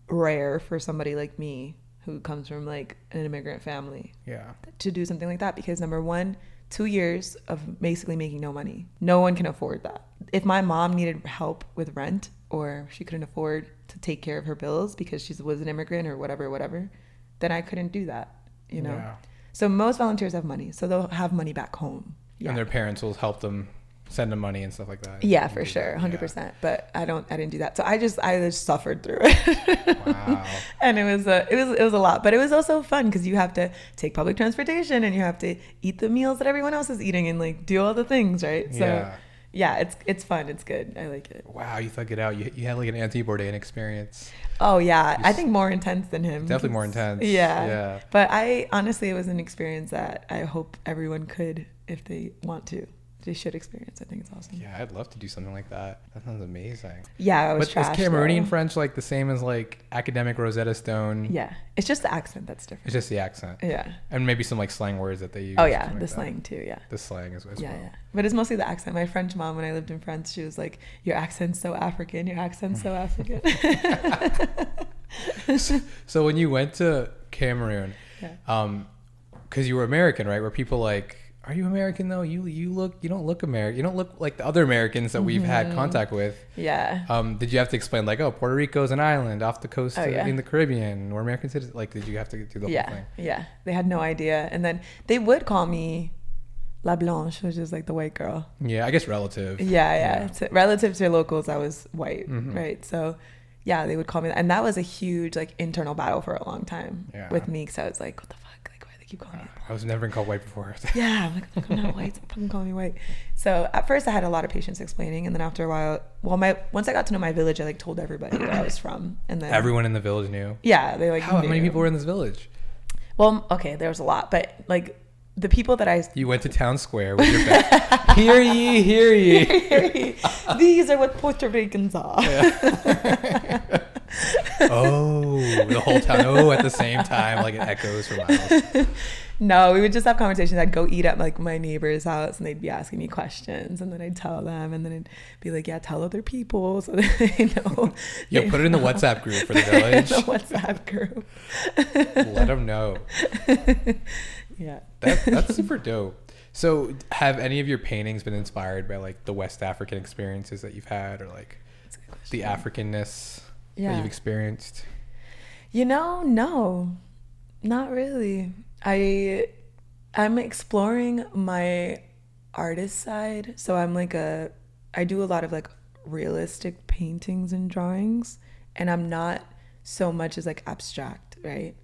[SPEAKER 2] rare for somebody like me who comes from like an immigrant family
[SPEAKER 1] yeah.
[SPEAKER 2] to do something like that because number one, two years of basically making no money. No one can afford that. If my mom needed help with rent or she couldn't afford to take care of her bills because she was an immigrant or whatever, whatever, then I couldn't do that, you know?
[SPEAKER 1] Yeah.
[SPEAKER 2] So most volunteers have money, so they'll have money back home. Yeah.
[SPEAKER 1] And their parents will help them send them money and stuff like that.
[SPEAKER 2] yeah,
[SPEAKER 1] And
[SPEAKER 2] for
[SPEAKER 1] do
[SPEAKER 2] sure,
[SPEAKER 1] that.
[SPEAKER 2] hundred percent. But I don't, I didn't do that. So I just, I just suffered through it. [LAUGHS]
[SPEAKER 1] Wow.
[SPEAKER 2] and it was a it was it was a lot, but it was also fun because you have to take public transportation and you have to eat the meals that everyone else is eating and like do all the things, right? So
[SPEAKER 1] Yeah.
[SPEAKER 2] yeah, it's it's fun, it's good, I like it.
[SPEAKER 1] Wow, you thug it out. You, you had like an Anthony Bourdain experience.
[SPEAKER 2] Oh yeah, I think more intense than him.
[SPEAKER 1] Definitely more intense.
[SPEAKER 2] [LAUGHS] Yeah,
[SPEAKER 1] Yeah.
[SPEAKER 2] But I honestly, it was an experience that I hope everyone could, if they want to, they should experience. I think it's awesome. Yeah,
[SPEAKER 1] Yeah, I'd love to do something like that. That sounds amazing.
[SPEAKER 2] I was
[SPEAKER 1] But
[SPEAKER 2] trash.
[SPEAKER 1] is Cameroonian
[SPEAKER 2] though.
[SPEAKER 1] French like the same as like academic Rosetta Stone?
[SPEAKER 2] Yeah, it's just the accent that's different.
[SPEAKER 1] It's just the accent.
[SPEAKER 2] Yeah.
[SPEAKER 1] And maybe some like slang words that they use.
[SPEAKER 2] Oh
[SPEAKER 1] or
[SPEAKER 2] yeah,
[SPEAKER 1] something like
[SPEAKER 2] the
[SPEAKER 1] that.
[SPEAKER 2] slang too. Yeah.
[SPEAKER 1] The slang as, as
[SPEAKER 2] yeah,
[SPEAKER 1] well.
[SPEAKER 2] yeah. But it's mostly the accent. My French mom, when I lived in France, she was like, "Your accent's so African. Your accent's
[SPEAKER 1] [LAUGHS]
[SPEAKER 2] so African." [LAUGHS]
[SPEAKER 1] So when you went to Cameroon,
[SPEAKER 2] Yeah.
[SPEAKER 1] um, because you were American, right? Were people like, "Are you American though? You you look you don't look American. You don't look like the other Americans that we've had
[SPEAKER 2] Mm-hmm.
[SPEAKER 1] contact with."
[SPEAKER 2] yeah.
[SPEAKER 1] Um, did you have to explain like, "Oh, Puerto Rico's an island off the coast
[SPEAKER 2] Oh,
[SPEAKER 1] of-
[SPEAKER 2] yeah.
[SPEAKER 1] in the Caribbean. We're American citizens." Like, did you have to do the whole
[SPEAKER 2] Yeah.
[SPEAKER 1] thing?
[SPEAKER 2] Yeah. They had no idea, and then they would call me La Blanche, which is like the white girl.
[SPEAKER 1] Yeah, I guess relative.
[SPEAKER 2] Yeah, yeah.
[SPEAKER 1] Yeah. Mm-hmm.
[SPEAKER 2] To- relative to locals, I was white, right? So, yeah, they would call me, that. and that was a huge like internal battle for a long time
[SPEAKER 1] Yeah.
[SPEAKER 2] with me, because I was like, "What the fuck? Like, why do they keep calling me?"
[SPEAKER 1] I was never called white before. [LAUGHS]
[SPEAKER 2] Yeah, I'm like, "Fuck, I'm not white. Stop fucking calling me white. So at first, I had a lot of patience explaining, and then after a while, well, my once I got to know my village, I like told everybody where I was from, and then
[SPEAKER 1] Everyone in the village knew.
[SPEAKER 2] yeah, they like
[SPEAKER 1] How many
[SPEAKER 2] knew.
[SPEAKER 1] people were in this village?
[SPEAKER 2] Well, okay, there was a lot, but like the people that I
[SPEAKER 1] [LAUGHS] You went to town square with your back. hear ye, hear ye.
[SPEAKER 2] [LAUGHS] these are what Puerto Ricans are.
[SPEAKER 1] Oh, the whole town. Oh, at the same time, like it echoes for miles.
[SPEAKER 2] No, we would just have conversations. I'd go eat at like my neighbor's house, and they'd be asking me questions, and then I'd tell them, and then I'd be like, "Yeah, tell other people," [LAUGHS] so they know.
[SPEAKER 1] You
[SPEAKER 2] they
[SPEAKER 1] put
[SPEAKER 2] [LAUGHS]
[SPEAKER 1] it in the
[SPEAKER 2] know.
[SPEAKER 1] WhatsApp group for the
[SPEAKER 2] In
[SPEAKER 1] village.
[SPEAKER 2] the WhatsApp group.
[SPEAKER 1] Let them know.
[SPEAKER 2] Yeah.
[SPEAKER 1] That, that's super dope. So, have any of your paintings been inspired by like the West African experiences that you've had, or like
[SPEAKER 2] That's a good
[SPEAKER 1] the Africanness that
[SPEAKER 2] Yeah.
[SPEAKER 1] you've experienced?
[SPEAKER 2] You know, no, not really. I I'm exploring my artist side, so I'm like a I do a lot of like realistic paintings and drawings, and I'm not so much as like abstract, right?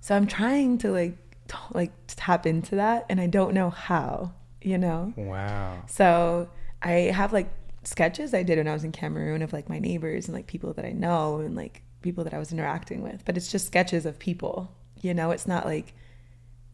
[SPEAKER 2] So I'm trying to like t- like tap into that, and I don't know how, you know.
[SPEAKER 1] Wow.
[SPEAKER 2] So I have like sketches I did when I was in Cameroon of like my neighbors and like people that I know and like people that I was interacting with. But it's just sketches of people, you know, it's not like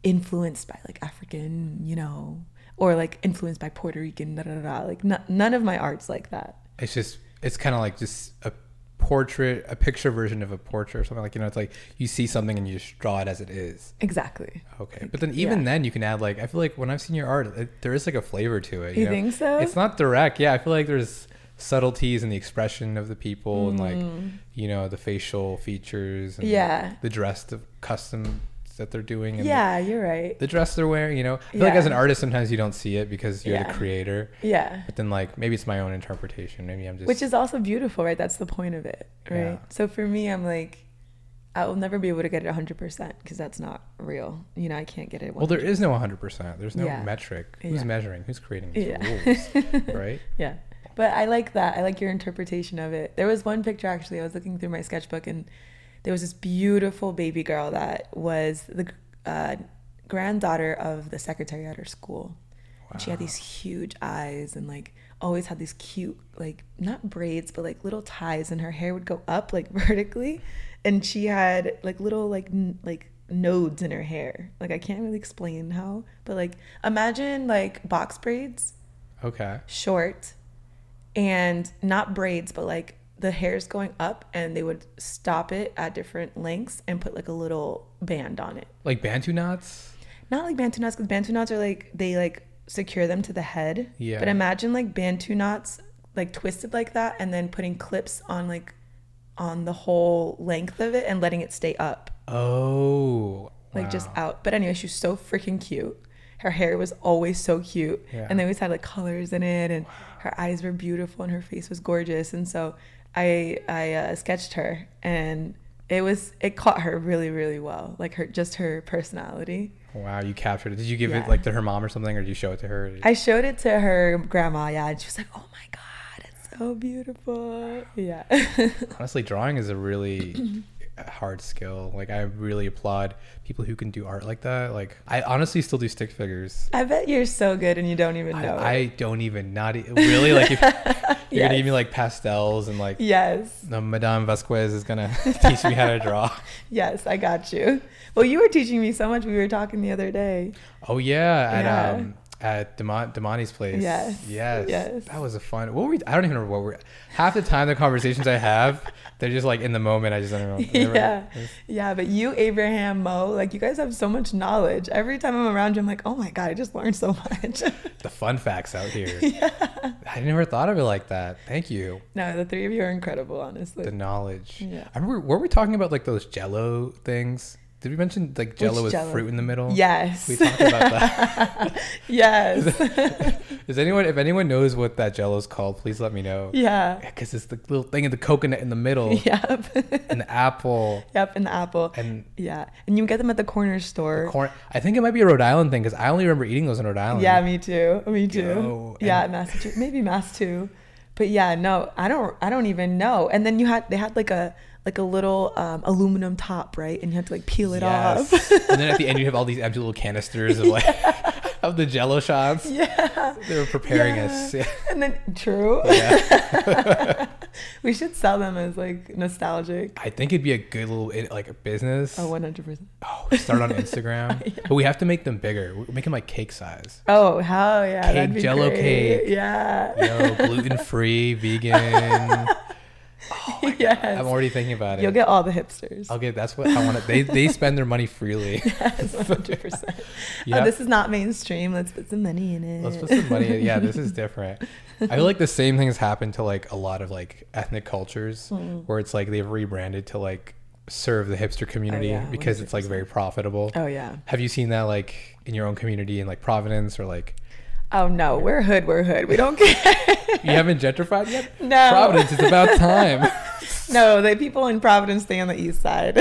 [SPEAKER 2] influenced by like African, you know, or like influenced by Puerto Rican, da da da. da. Like n- none of my art's like that.
[SPEAKER 1] It's just, it's kind of like just a portrait, a picture version of a portrait or something. Like, you know, it's like you see something and you just draw it as it is.
[SPEAKER 2] Exactly. [LAUGHS]
[SPEAKER 1] Okay, but then even
[SPEAKER 2] yeah.
[SPEAKER 1] then you can add like I feel like when I've seen your art, it, there is like a flavor to it. You,
[SPEAKER 2] You
[SPEAKER 1] know?
[SPEAKER 2] think so?
[SPEAKER 1] It's not direct. Yeah, I feel like there's subtleties in the expression of the people and like you know the facial features. And
[SPEAKER 2] Mm. Yeah.
[SPEAKER 1] The dress, the customs that they're doing. And
[SPEAKER 2] Yeah, you're right.
[SPEAKER 1] The, the dress they're wearing. You know, I feel like
[SPEAKER 2] Yeah.
[SPEAKER 1] as an artist sometimes you don't see it because you're the
[SPEAKER 2] Yeah.
[SPEAKER 1] creator.
[SPEAKER 2] Yeah.
[SPEAKER 1] But then like maybe it's my own interpretation. Maybe I'm just
[SPEAKER 2] Which is also beautiful, right? That's the point of it, right?
[SPEAKER 1] Yeah.
[SPEAKER 2] So for me, I'm like, I will never be able to get it 100% because that's not real. You know, I can't get it. 100%.
[SPEAKER 1] well, there is no 100. percent There's no
[SPEAKER 2] Yeah.
[SPEAKER 1] metric. Who's
[SPEAKER 2] Yeah.
[SPEAKER 1] measuring? Who's creating these
[SPEAKER 2] Yeah. [LAUGHS]
[SPEAKER 1] rules? Right.
[SPEAKER 2] Yeah. But I like that. I like your interpretation of it. There was one picture actually, I was looking through my sketchbook and there was this beautiful baby girl that was the uh, granddaughter of the secretary at her school. And she had these huge eyes and like always had these cute like not braids but like little ties and her hair would go up like [LAUGHS] vertically and she had like little like n- like nodes in her hair. Like I can't really explain how, but like imagine like box braids
[SPEAKER 1] Okay.
[SPEAKER 2] short and not braids but like the hair's going up and they would stop it at different lengths and put like a little band on it
[SPEAKER 1] Like Bantu knots.
[SPEAKER 2] not like bantu knots because bantu knots are like they like secure them to the head
[SPEAKER 1] Yeah.
[SPEAKER 2] but imagine like bantu knots like twisted like that and then putting clips on like on the whole length of it and letting it stay up
[SPEAKER 1] Oh.
[SPEAKER 2] like just out. But anyway, she was so freaking cute. Her hair was always so cute,
[SPEAKER 1] Yeah.
[SPEAKER 2] and they always had like colors in it, and her eyes were beautiful, and her face was gorgeous. And so I I uh, sketched her, and it was it caught her really really well, like her just her personality.
[SPEAKER 1] Wow, you captured it. Did you give
[SPEAKER 2] Yeah.
[SPEAKER 1] it like to her mom or something, or did you show it to her?
[SPEAKER 2] I showed it to her grandma, yeah, and she was like, "Oh my god, it's so beautiful!" Yeah, [LAUGHS]
[SPEAKER 1] Honestly, drawing is a really [CLEARS THROAT] hard skill. Like, I really applaud people who can do art like that. Like, I honestly still do stick figures.
[SPEAKER 2] I bet you're so good, and you don't even
[SPEAKER 1] I,
[SPEAKER 2] know. it.
[SPEAKER 1] I don't even not e- really like.
[SPEAKER 2] [LAUGHS]
[SPEAKER 1] If, you're gonna
[SPEAKER 2] Yes.
[SPEAKER 1] give me like pastels and like.
[SPEAKER 2] yes,
[SPEAKER 1] No, Madame Vasquez is gonna [LAUGHS] teach me how to draw.
[SPEAKER 2] yes, I got you. Well, you were teaching me so much. We were talking the other day.
[SPEAKER 1] Oh yeah, at
[SPEAKER 2] Yeah.
[SPEAKER 1] um at Demont Demoni's place.
[SPEAKER 2] Yes,
[SPEAKER 1] Yes.
[SPEAKER 2] yes.
[SPEAKER 1] That was a fun. What were we? I don't even remember what we're. Half the time, the conversations I have, they're just like in the moment. I just don't remember. I never-
[SPEAKER 2] yeah. Yeah, but you, Abraham, Mo, like you guys have so much knowledge. Every time I'm around you, I'm like, oh my God, I just learned so much. [LAUGHS]
[SPEAKER 1] The fun facts out here. I never thought of it like that. Thank you.
[SPEAKER 2] no, the three of you are incredible, honestly.
[SPEAKER 1] The knowledge.
[SPEAKER 2] Yeah.
[SPEAKER 1] I remember. Were we talking about like those Jello things? Did we mention like Jello with
[SPEAKER 2] Jell-O?
[SPEAKER 1] fruit in the middle?
[SPEAKER 2] yes.
[SPEAKER 1] We talked about that.
[SPEAKER 2] [LAUGHS] yes.
[SPEAKER 1] [LAUGHS]
[SPEAKER 2] [LAUGHS]
[SPEAKER 1] Does anyone? If anyone knows what that Jello is called, please let me know.
[SPEAKER 2] yeah.
[SPEAKER 1] Because it's the little thing of the coconut in the
[SPEAKER 2] [LAUGHS]
[SPEAKER 1] middle
[SPEAKER 2] Yep.
[SPEAKER 1] and the apple
[SPEAKER 2] [LAUGHS] yep. And the apple.
[SPEAKER 1] and
[SPEAKER 2] yeah. And you get them at the corner store.
[SPEAKER 1] corn. I think it might be a Rhode Island thing because I only remember eating those in Rhode Island.
[SPEAKER 2] yeah, me too. Me too.
[SPEAKER 1] Yo,
[SPEAKER 2] yeah,
[SPEAKER 1] and-
[SPEAKER 2] Massachusetts. Maybe Mass too. But yeah, no, I don't. I don't even know. And then you had they had like a like a little um, aluminum top, right? And you had to like peel it off. [LAUGHS]
[SPEAKER 1] Yes. and then at the end, you have all these empty little canisters of like of the Jello shots.
[SPEAKER 2] Yeah.
[SPEAKER 1] They were preparing us. [LAUGHS]
[SPEAKER 2] Yeah.
[SPEAKER 1] Yeah.
[SPEAKER 2] And then true.
[SPEAKER 1] Yeah.
[SPEAKER 2] [LAUGHS] we should sell them as like nostalgic.
[SPEAKER 1] I think it'd be a good little in- like a business.
[SPEAKER 2] Oh, 100%.
[SPEAKER 1] Oh, start on
[SPEAKER 2] [LAUGHS]
[SPEAKER 1] Instagram, but we have to make them bigger. We make them like cake size.
[SPEAKER 2] Oh, hell yeah.
[SPEAKER 1] Cake, Jell-O cake.
[SPEAKER 2] Yeah.
[SPEAKER 1] Yo, gluten free,
[SPEAKER 2] [LAUGHS]
[SPEAKER 1] vegan.
[SPEAKER 2] yes.
[SPEAKER 1] I'm already thinking about it.
[SPEAKER 2] You'll get all the
[SPEAKER 1] [LAUGHS]
[SPEAKER 2] hipsters. [LAUGHS]
[SPEAKER 1] okay, that's what I want. to They they spend their money freely.
[SPEAKER 2] Yes, 100%.
[SPEAKER 1] Yeah.
[SPEAKER 2] Oh, this is not mainstream. Let's put some money in it.
[SPEAKER 1] Let's put some money. in- Yeah,
[SPEAKER 2] [LAUGHS]
[SPEAKER 1] this is different. I feel like the same thing has happened to like a lot of like ethnic cultures
[SPEAKER 2] Hmm.
[SPEAKER 1] where it's like they've rebranded to like serve the hipster community
[SPEAKER 2] Oh, yeah,
[SPEAKER 1] because it's like very profitable.
[SPEAKER 2] Oh, yeah.
[SPEAKER 1] Have you seen that like in your own community in like Providence or
[SPEAKER 2] [LAUGHS]
[SPEAKER 1] like
[SPEAKER 2] Oh, no. We're hood. We're hood. We don't [LAUGHS] care.
[SPEAKER 1] you haven't gentrified yet?
[SPEAKER 2] No.
[SPEAKER 1] Providence, it's about
[SPEAKER 2] [LAUGHS]
[SPEAKER 1] time. [LAUGHS]
[SPEAKER 2] No, the people in Providence stay on the east side.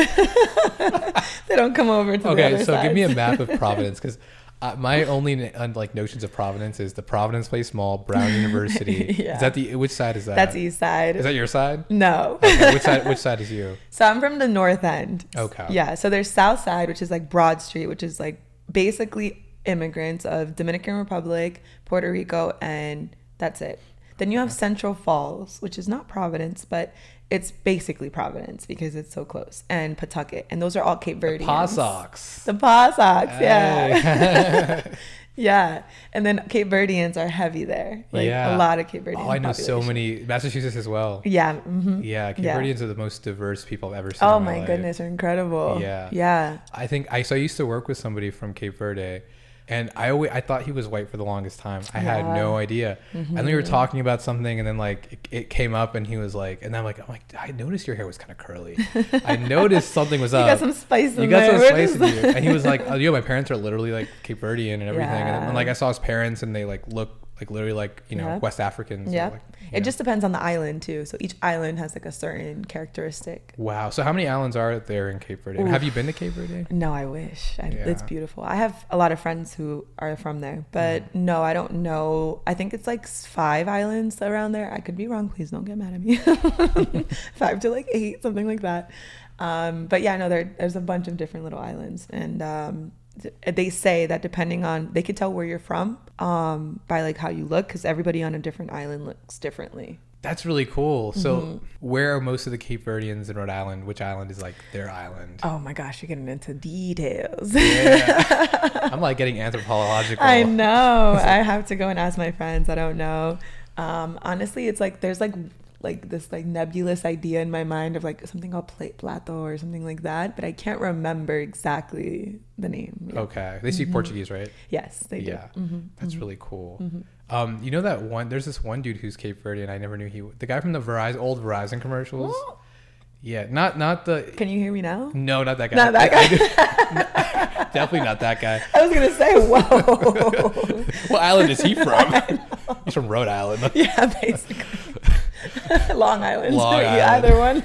[SPEAKER 2] [LAUGHS] they don't come over to the
[SPEAKER 1] okay,
[SPEAKER 2] other
[SPEAKER 1] so give me a
[SPEAKER 2] sides.
[SPEAKER 1] map
[SPEAKER 2] [LAUGHS]
[SPEAKER 1] of Providence because uh, my only uh, like notions of Providence is the Providence Place Mall,
[SPEAKER 2] [LAUGHS]
[SPEAKER 1] Brown University.
[SPEAKER 2] Yeah.
[SPEAKER 1] Is that the which side is that?
[SPEAKER 2] That's east side.
[SPEAKER 1] Is that your side?
[SPEAKER 2] [LAUGHS] no.
[SPEAKER 1] Okay, which side? Which side is you?
[SPEAKER 2] So I'm from the north end.
[SPEAKER 1] Okay.
[SPEAKER 2] Yeah. So there's South Side, which is like Broad Street, which is like basically immigrants of Dominican Republic, Puerto Rico, and that's it. Then you have Central Falls, which is not Providence, but it's basically Providence because it's so close, and Pawtucket, and those are all Cape Verdeans.
[SPEAKER 1] Paw socks.
[SPEAKER 2] The Paw Sox, yeah,
[SPEAKER 1] Hey.
[SPEAKER 2] [LAUGHS] yeah, and then Cape Verdeans are heavy there, like
[SPEAKER 1] Yeah.
[SPEAKER 2] a lot of Cape Verdeans.
[SPEAKER 1] oh, I know so
[SPEAKER 2] population.
[SPEAKER 1] many Massachusetts as well.
[SPEAKER 2] Yeah, hmm
[SPEAKER 1] Yeah, Cape
[SPEAKER 2] Yeah.
[SPEAKER 1] Verdeans are the most diverse people I've ever seen.
[SPEAKER 2] Oh
[SPEAKER 1] in
[SPEAKER 2] my
[SPEAKER 1] life.
[SPEAKER 2] goodness, they're incredible.
[SPEAKER 1] Yeah.
[SPEAKER 2] yeah.
[SPEAKER 1] I think I so I used to work with somebody from Cape Verde, and I always I thought he was white for the longest time. I had
[SPEAKER 2] Yeah. Mm-hmm.
[SPEAKER 1] no idea. And then we were talking about something, and then like it, it came up, and he was like, and I'm like, I'm like, I noticed your hair was kind of
[SPEAKER 2] [LAUGHS]
[SPEAKER 1] curly. I noticed something was
[SPEAKER 2] You
[SPEAKER 1] up.
[SPEAKER 2] got some spice in
[SPEAKER 1] Uh, you got
[SPEAKER 2] there.
[SPEAKER 1] some
[SPEAKER 2] What
[SPEAKER 1] spice
[SPEAKER 2] is
[SPEAKER 1] in you. And he was like, oh, yo, my parents are literally like Cape Verdean and everything. And,
[SPEAKER 2] Yeah.
[SPEAKER 1] and like I saw his parents, and they like look like literally like you know
[SPEAKER 2] Yep.
[SPEAKER 1] West Africans. or,
[SPEAKER 2] [LAUGHS] Yeah.
[SPEAKER 1] like, you
[SPEAKER 2] It
[SPEAKER 1] know.
[SPEAKER 2] just depends on the island too. So each island has like a certain characteristic.
[SPEAKER 1] Wow. So how many islands are there in Cape Verde? And have you been to Cape Verde?
[SPEAKER 2] No, I wish. I, It's
[SPEAKER 1] Yeah.
[SPEAKER 2] beautiful. I have a lot of friends who are from there, but no, I don't know. I think it's like s- five islands around there. I could be wrong. Please don't get mad at [LAUGHS] me. five to like eight, something like that. Um, but yeah, no, there, there's a bunch of different little islands, and um, they say that depending on they could tell where you're from um, by like how you look because everybody on a different island looks differently
[SPEAKER 1] That's really cool. So,
[SPEAKER 2] Mm-hmm.
[SPEAKER 1] where are most of the Cape Verdeans in Rhode Island? Which island is like their
[SPEAKER 2] [LAUGHS]
[SPEAKER 1] island?
[SPEAKER 2] oh my gosh you're getting into details
[SPEAKER 1] I'm like getting anthropological.
[SPEAKER 2] i know
[SPEAKER 1] [LAUGHS]
[SPEAKER 2] i have to go and ask my friends i don't know um, honestly it's like there's like like this like nebulous idea in my mind of like something called plate plato or something like that but i can't remember exactly the name
[SPEAKER 1] Okay, they speak Portuguese, right?
[SPEAKER 2] yes Mm-hmm. they do Mm-hmm.
[SPEAKER 1] Yeah, that's really cool. Um, you know that one? There's this one dude who's Cape Verdean. I never knew he. The guy from the Verizon old Verizon commercials. Yeah, not not the.
[SPEAKER 2] can you hear me now
[SPEAKER 1] No, not that guy.
[SPEAKER 2] Not that
[SPEAKER 1] guy. [LAUGHS] definitely not that guy.
[SPEAKER 2] i was gonna
[SPEAKER 1] [LAUGHS]
[SPEAKER 2] say whoa
[SPEAKER 1] What island is
[SPEAKER 2] [LAUGHS]
[SPEAKER 1] he from? He's from Rhode Island.
[SPEAKER 2] Yeah, basically. [LAUGHS] Long Island.
[SPEAKER 1] Long
[SPEAKER 2] Yeah,
[SPEAKER 1] Island.
[SPEAKER 2] Either
[SPEAKER 1] [LAUGHS]
[SPEAKER 2] one.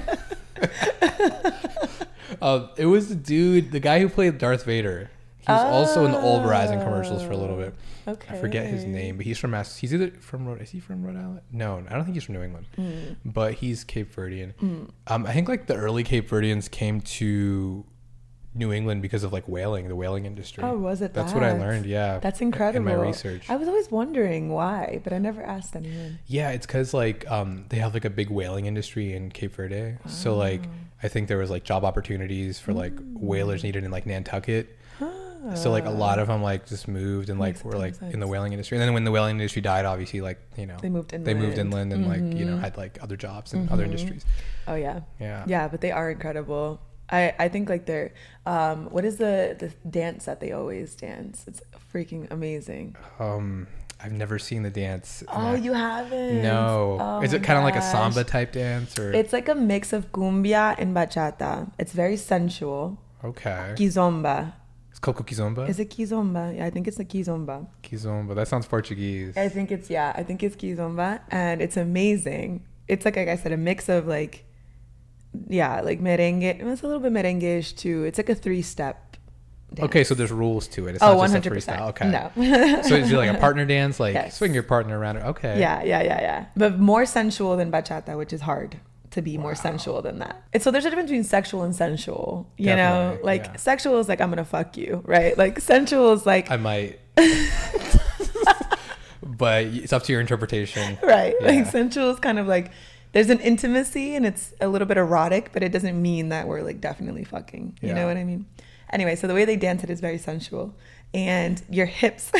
[SPEAKER 1] Uh, it was the dude, the guy who played Darth Vader. He was also in the old Verizon commercials for a little bit.
[SPEAKER 2] Okay.
[SPEAKER 1] I forget his name, but he's from Mass. He's either from Rhode. Is he from Rhode Island? No, I don't think he's from New England.
[SPEAKER 2] Mm.
[SPEAKER 1] But he's Cape Verdean. Um, I think like the early Cape Verdeans came to New England because of like whaling, the whaling industry.
[SPEAKER 2] Oh, was it
[SPEAKER 1] That's what I
[SPEAKER 2] that?
[SPEAKER 1] learned. Yeah,
[SPEAKER 2] That's
[SPEAKER 1] in-
[SPEAKER 2] incredible.
[SPEAKER 1] In my research,
[SPEAKER 2] I was always wondering why, but I never asked anyone.
[SPEAKER 1] yeah, it's because like um, they have like a big whaling industry in Cape Verde. So like
[SPEAKER 2] Ah.
[SPEAKER 1] I think there was like job opportunities for like
[SPEAKER 2] Mm.
[SPEAKER 1] whalers needed in like Nantucket. So like a lot of them like just moved and like
[SPEAKER 2] Makes a
[SPEAKER 1] were
[SPEAKER 2] ton
[SPEAKER 1] like
[SPEAKER 2] of
[SPEAKER 1] in the whaling industry. And then when the whaling industry died, obviously like you know
[SPEAKER 2] They moved
[SPEAKER 1] They moved
[SPEAKER 2] inland.
[SPEAKER 1] inland and like you know had like other jobs and other industries.
[SPEAKER 2] Oh yeah.
[SPEAKER 1] Yeah.
[SPEAKER 2] Yeah, but they are incredible. I, I think like they're um what is the the dance that they always dance? It's freaking amazing.
[SPEAKER 1] Um, I've never seen the dance. and
[SPEAKER 2] Oh,
[SPEAKER 1] I-
[SPEAKER 2] you haven't?
[SPEAKER 1] no.
[SPEAKER 2] Oh
[SPEAKER 1] Is it
[SPEAKER 2] my
[SPEAKER 1] kind of like a
[SPEAKER 2] gosh.
[SPEAKER 1] samba type dance or
[SPEAKER 2] It's like a mix of cumbia and bachata. It's very sensual.
[SPEAKER 1] okay?
[SPEAKER 2] Kizomba.
[SPEAKER 1] It's called Kizomba.
[SPEAKER 2] Is it Kizomba? Yeah, I think it's the Kizomba.
[SPEAKER 1] Kizomba. That sounds Portuguese.
[SPEAKER 2] I think it's yeah. I think it's kizomba, and it's amazing. It's like like I said, a mix of like, yeah, like merengue. It's a little bit merengue-ish too. It's like a three-step. Dance.
[SPEAKER 1] Okay, so there's rules to it. It's
[SPEAKER 2] Oh,
[SPEAKER 1] not
[SPEAKER 2] one
[SPEAKER 1] just a
[SPEAKER 2] hundred percent.
[SPEAKER 1] freestyle. Okay.
[SPEAKER 2] [LAUGHS] No.
[SPEAKER 1] so is it like a partner dance? Like
[SPEAKER 2] Yes.
[SPEAKER 1] swing your partner around. it. Okay.
[SPEAKER 2] yeah, yeah, yeah, yeah. But more sensual than bachata, which is hard to be more sensual than that. And so there's a difference between sexual and sensual. You know,
[SPEAKER 1] Definitely,
[SPEAKER 2] like
[SPEAKER 1] yeah.
[SPEAKER 2] sexual is like I'm gonna fuck you, right? Like sensual is like
[SPEAKER 1] I might. but it's up to your interpretation.
[SPEAKER 2] [LAUGHS] right
[SPEAKER 1] Yeah.
[SPEAKER 2] like sensual is kind of like there's an intimacy and it's a little bit erotic but it doesn't mean that we're like definitely fucking you
[SPEAKER 1] Yeah.
[SPEAKER 2] know what i mean anyway so the way they dance it is very sensual and your hips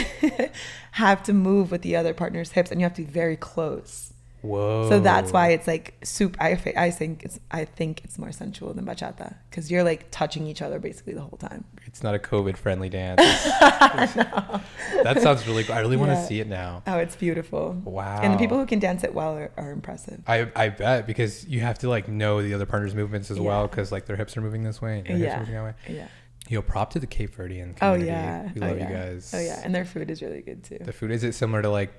[SPEAKER 2] [LAUGHS] have to move with the other partner's hips and you have to be very close
[SPEAKER 1] Whoa.
[SPEAKER 2] so that's why it's like soup i, fa- I think it's i think it's more sensual than bachata because you're like touching each other basically the whole time
[SPEAKER 1] it's not a COVID friendly dance.
[SPEAKER 2] [LAUGHS]
[SPEAKER 1] [LAUGHS] That sounds really cool. I really want to
[SPEAKER 2] Yeah.
[SPEAKER 1] see it now.
[SPEAKER 2] oh it's beautiful
[SPEAKER 1] Wow.
[SPEAKER 2] and the people who can dance it well are, are impressive
[SPEAKER 1] I, I bet because you have to like know the other partner's movements as
[SPEAKER 2] Yeah.
[SPEAKER 1] well because like their hips are moving this way and their hips are moving that way.
[SPEAKER 2] yeah
[SPEAKER 1] Yo, prop to the Cape Verdean community.
[SPEAKER 2] Oh yeah.
[SPEAKER 1] We
[SPEAKER 2] Oh,
[SPEAKER 1] love
[SPEAKER 2] yeah.
[SPEAKER 1] you guys.
[SPEAKER 2] Oh yeah, and their food is really good too.
[SPEAKER 1] The food is it similar to like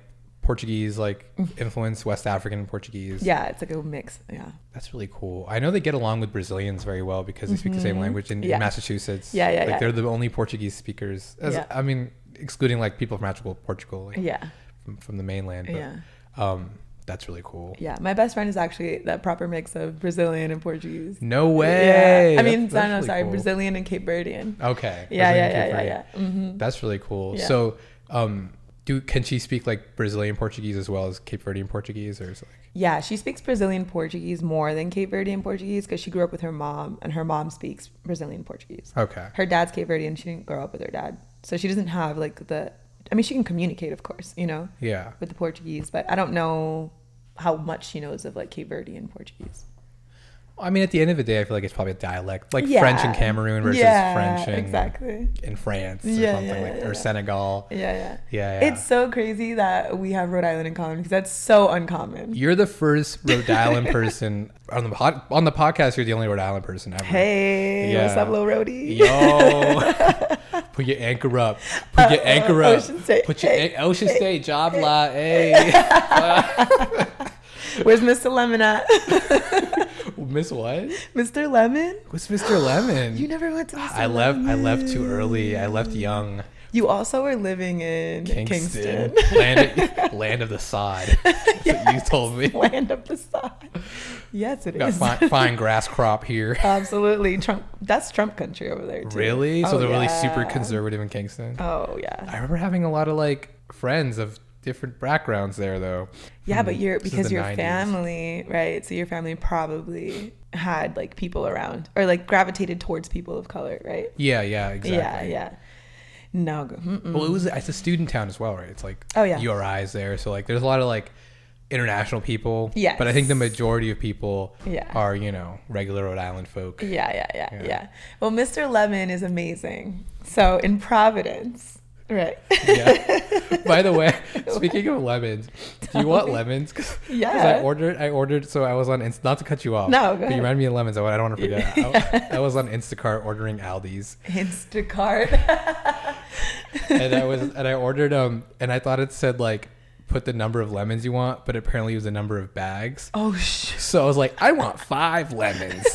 [SPEAKER 1] Portuguese like influence, West African Portuguese?
[SPEAKER 2] Mm-hmm. yeah, it's like a mix. Yeah.
[SPEAKER 1] That's really cool. I know they get along with Brazilians very well because they speak the same language in, in
[SPEAKER 2] Mm-hmm. Yeah.
[SPEAKER 1] Massachusetts.
[SPEAKER 2] Yeah, yeah,
[SPEAKER 1] Like
[SPEAKER 2] yeah.
[SPEAKER 1] they're the only Portuguese speakers. As,
[SPEAKER 2] Yeah.
[SPEAKER 1] I mean, excluding like people from actual Portugal, like,
[SPEAKER 2] Yeah.
[SPEAKER 1] from, from the mainland. But,
[SPEAKER 2] Yeah.
[SPEAKER 1] Um, that's really cool.
[SPEAKER 2] Yeah. My best friend is actually that proper mix of Brazilian and Portuguese.
[SPEAKER 1] No way.
[SPEAKER 2] Yeah. I mean,
[SPEAKER 1] That's- that's
[SPEAKER 2] no, no,
[SPEAKER 1] really
[SPEAKER 2] sorry,
[SPEAKER 1] cool.
[SPEAKER 2] Brazilian and Cape Verdean.
[SPEAKER 1] Okay.
[SPEAKER 2] Yeah,
[SPEAKER 1] Brazilian
[SPEAKER 2] yeah,
[SPEAKER 1] Cape
[SPEAKER 2] yeah,
[SPEAKER 1] Verde.
[SPEAKER 2] yeah, yeah. hmm
[SPEAKER 1] That's really cool.
[SPEAKER 2] Yeah.
[SPEAKER 1] So, um, do can she speak like Brazilian Portuguese as well as Cape Verdean Portuguese, or is it like
[SPEAKER 2] Yeah, she speaks Brazilian Portuguese more than Cape Verdean Portuguese because she grew up with her mom, and her mom speaks Brazilian Portuguese.
[SPEAKER 1] okay?
[SPEAKER 2] Her dad's Cape Verdean. She didn't grow up with her dad, so she doesn't have like the. I mean, she can communicate, of course, you know,
[SPEAKER 1] Yeah.
[SPEAKER 2] with the Portuguese, but I don't know how much she knows of like Cape Verdean Portuguese.
[SPEAKER 1] I mean, at the end of the day, I feel like it's probably a dialect, like French in
[SPEAKER 2] Yeah.
[SPEAKER 1] Cameroon versus
[SPEAKER 2] Yeah,
[SPEAKER 1] French in,
[SPEAKER 2] exactly.
[SPEAKER 1] in France or
[SPEAKER 2] Yeah,
[SPEAKER 1] something
[SPEAKER 2] yeah,
[SPEAKER 1] like,
[SPEAKER 2] yeah,
[SPEAKER 1] or
[SPEAKER 2] yeah.
[SPEAKER 1] Senegal.
[SPEAKER 2] Yeah, yeah.
[SPEAKER 1] Yeah, yeah.
[SPEAKER 2] It's so crazy that we have Rhode Island in common because that's so uncommon.
[SPEAKER 1] You're the first Rhode
[SPEAKER 2] [LAUGHS]
[SPEAKER 1] Island person on the pod, on the podcast. You're the only Rhode Island person ever.
[SPEAKER 2] Hey, what's
[SPEAKER 1] Yeah.
[SPEAKER 2] up, little roadie? [LAUGHS]
[SPEAKER 1] Yo, put your anchor up. Put your anchor up.
[SPEAKER 2] Ocean State.
[SPEAKER 1] Put your
[SPEAKER 2] Hey,
[SPEAKER 1] an- Ocean State job lot.
[SPEAKER 2] [LAUGHS]
[SPEAKER 1] Hey,
[SPEAKER 2] Where's Mr. Lemon at? [LAUGHS]
[SPEAKER 1] Miss what?
[SPEAKER 2] Mr. Lemon?
[SPEAKER 1] Who's Mr. Lemon?
[SPEAKER 2] You never went to Mr.
[SPEAKER 1] I left. I left too early. I left young.
[SPEAKER 2] You also were living in Kingston, [LAUGHS]
[SPEAKER 1] Kingston, land, land of [LAUGHS] the sod. That's what you told me.
[SPEAKER 2] land of the sod. Yes, it is.
[SPEAKER 1] Got fine, fine grass crop here.
[SPEAKER 2] [LAUGHS] Absolutely, Trump. That's Trump country over there. Too.
[SPEAKER 1] Really? So
[SPEAKER 2] Oh,
[SPEAKER 1] they're really super Mm,
[SPEAKER 2] yeah.
[SPEAKER 1] conservative in Kingston.
[SPEAKER 2] Oh yeah,
[SPEAKER 1] I remember having a lot of like friends of different backgrounds there though.
[SPEAKER 2] yeah. But you're
[SPEAKER 1] This is
[SPEAKER 2] because
[SPEAKER 1] the
[SPEAKER 2] your
[SPEAKER 1] 90s.
[SPEAKER 2] family, right? So your family probably had like people around or like gravitated towards people of color, right?
[SPEAKER 1] Yeah, yeah, exactly.
[SPEAKER 2] Yeah, yeah. No. go- mm-mm.
[SPEAKER 1] Well, it was it's a student town as well, right? It's like
[SPEAKER 2] Oh, yeah.
[SPEAKER 1] URIs there, so like there's a lot of like international people.
[SPEAKER 2] Yes.
[SPEAKER 1] But I think the majority of people
[SPEAKER 2] Yeah.
[SPEAKER 1] are you know regular Rhode Island folk.
[SPEAKER 2] Yeah, yeah, yeah,
[SPEAKER 1] Yeah.
[SPEAKER 2] yeah, Well, Mr. Lemon is amazing. So in Providence, right? [LAUGHS]
[SPEAKER 1] Yeah. By the way, speaking of lemons, do you want lemons? 'Cause- 'cause
[SPEAKER 2] Yeah.
[SPEAKER 1] I ordered. I ordered. So I was on. Inst- Not to cut you off.
[SPEAKER 2] No, go
[SPEAKER 1] but
[SPEAKER 2] ahead.
[SPEAKER 1] you reminded me of lemons. I, I don't want to forget. I, I was on Instacart ordering Aldi's,
[SPEAKER 2] Instacart.
[SPEAKER 1] and I was and I ordered um and I thought it said like put the number of lemons you want, but apparently it was the number of bags.
[SPEAKER 2] Oh sh.
[SPEAKER 1] [LAUGHS] So I was like, I want five lemons.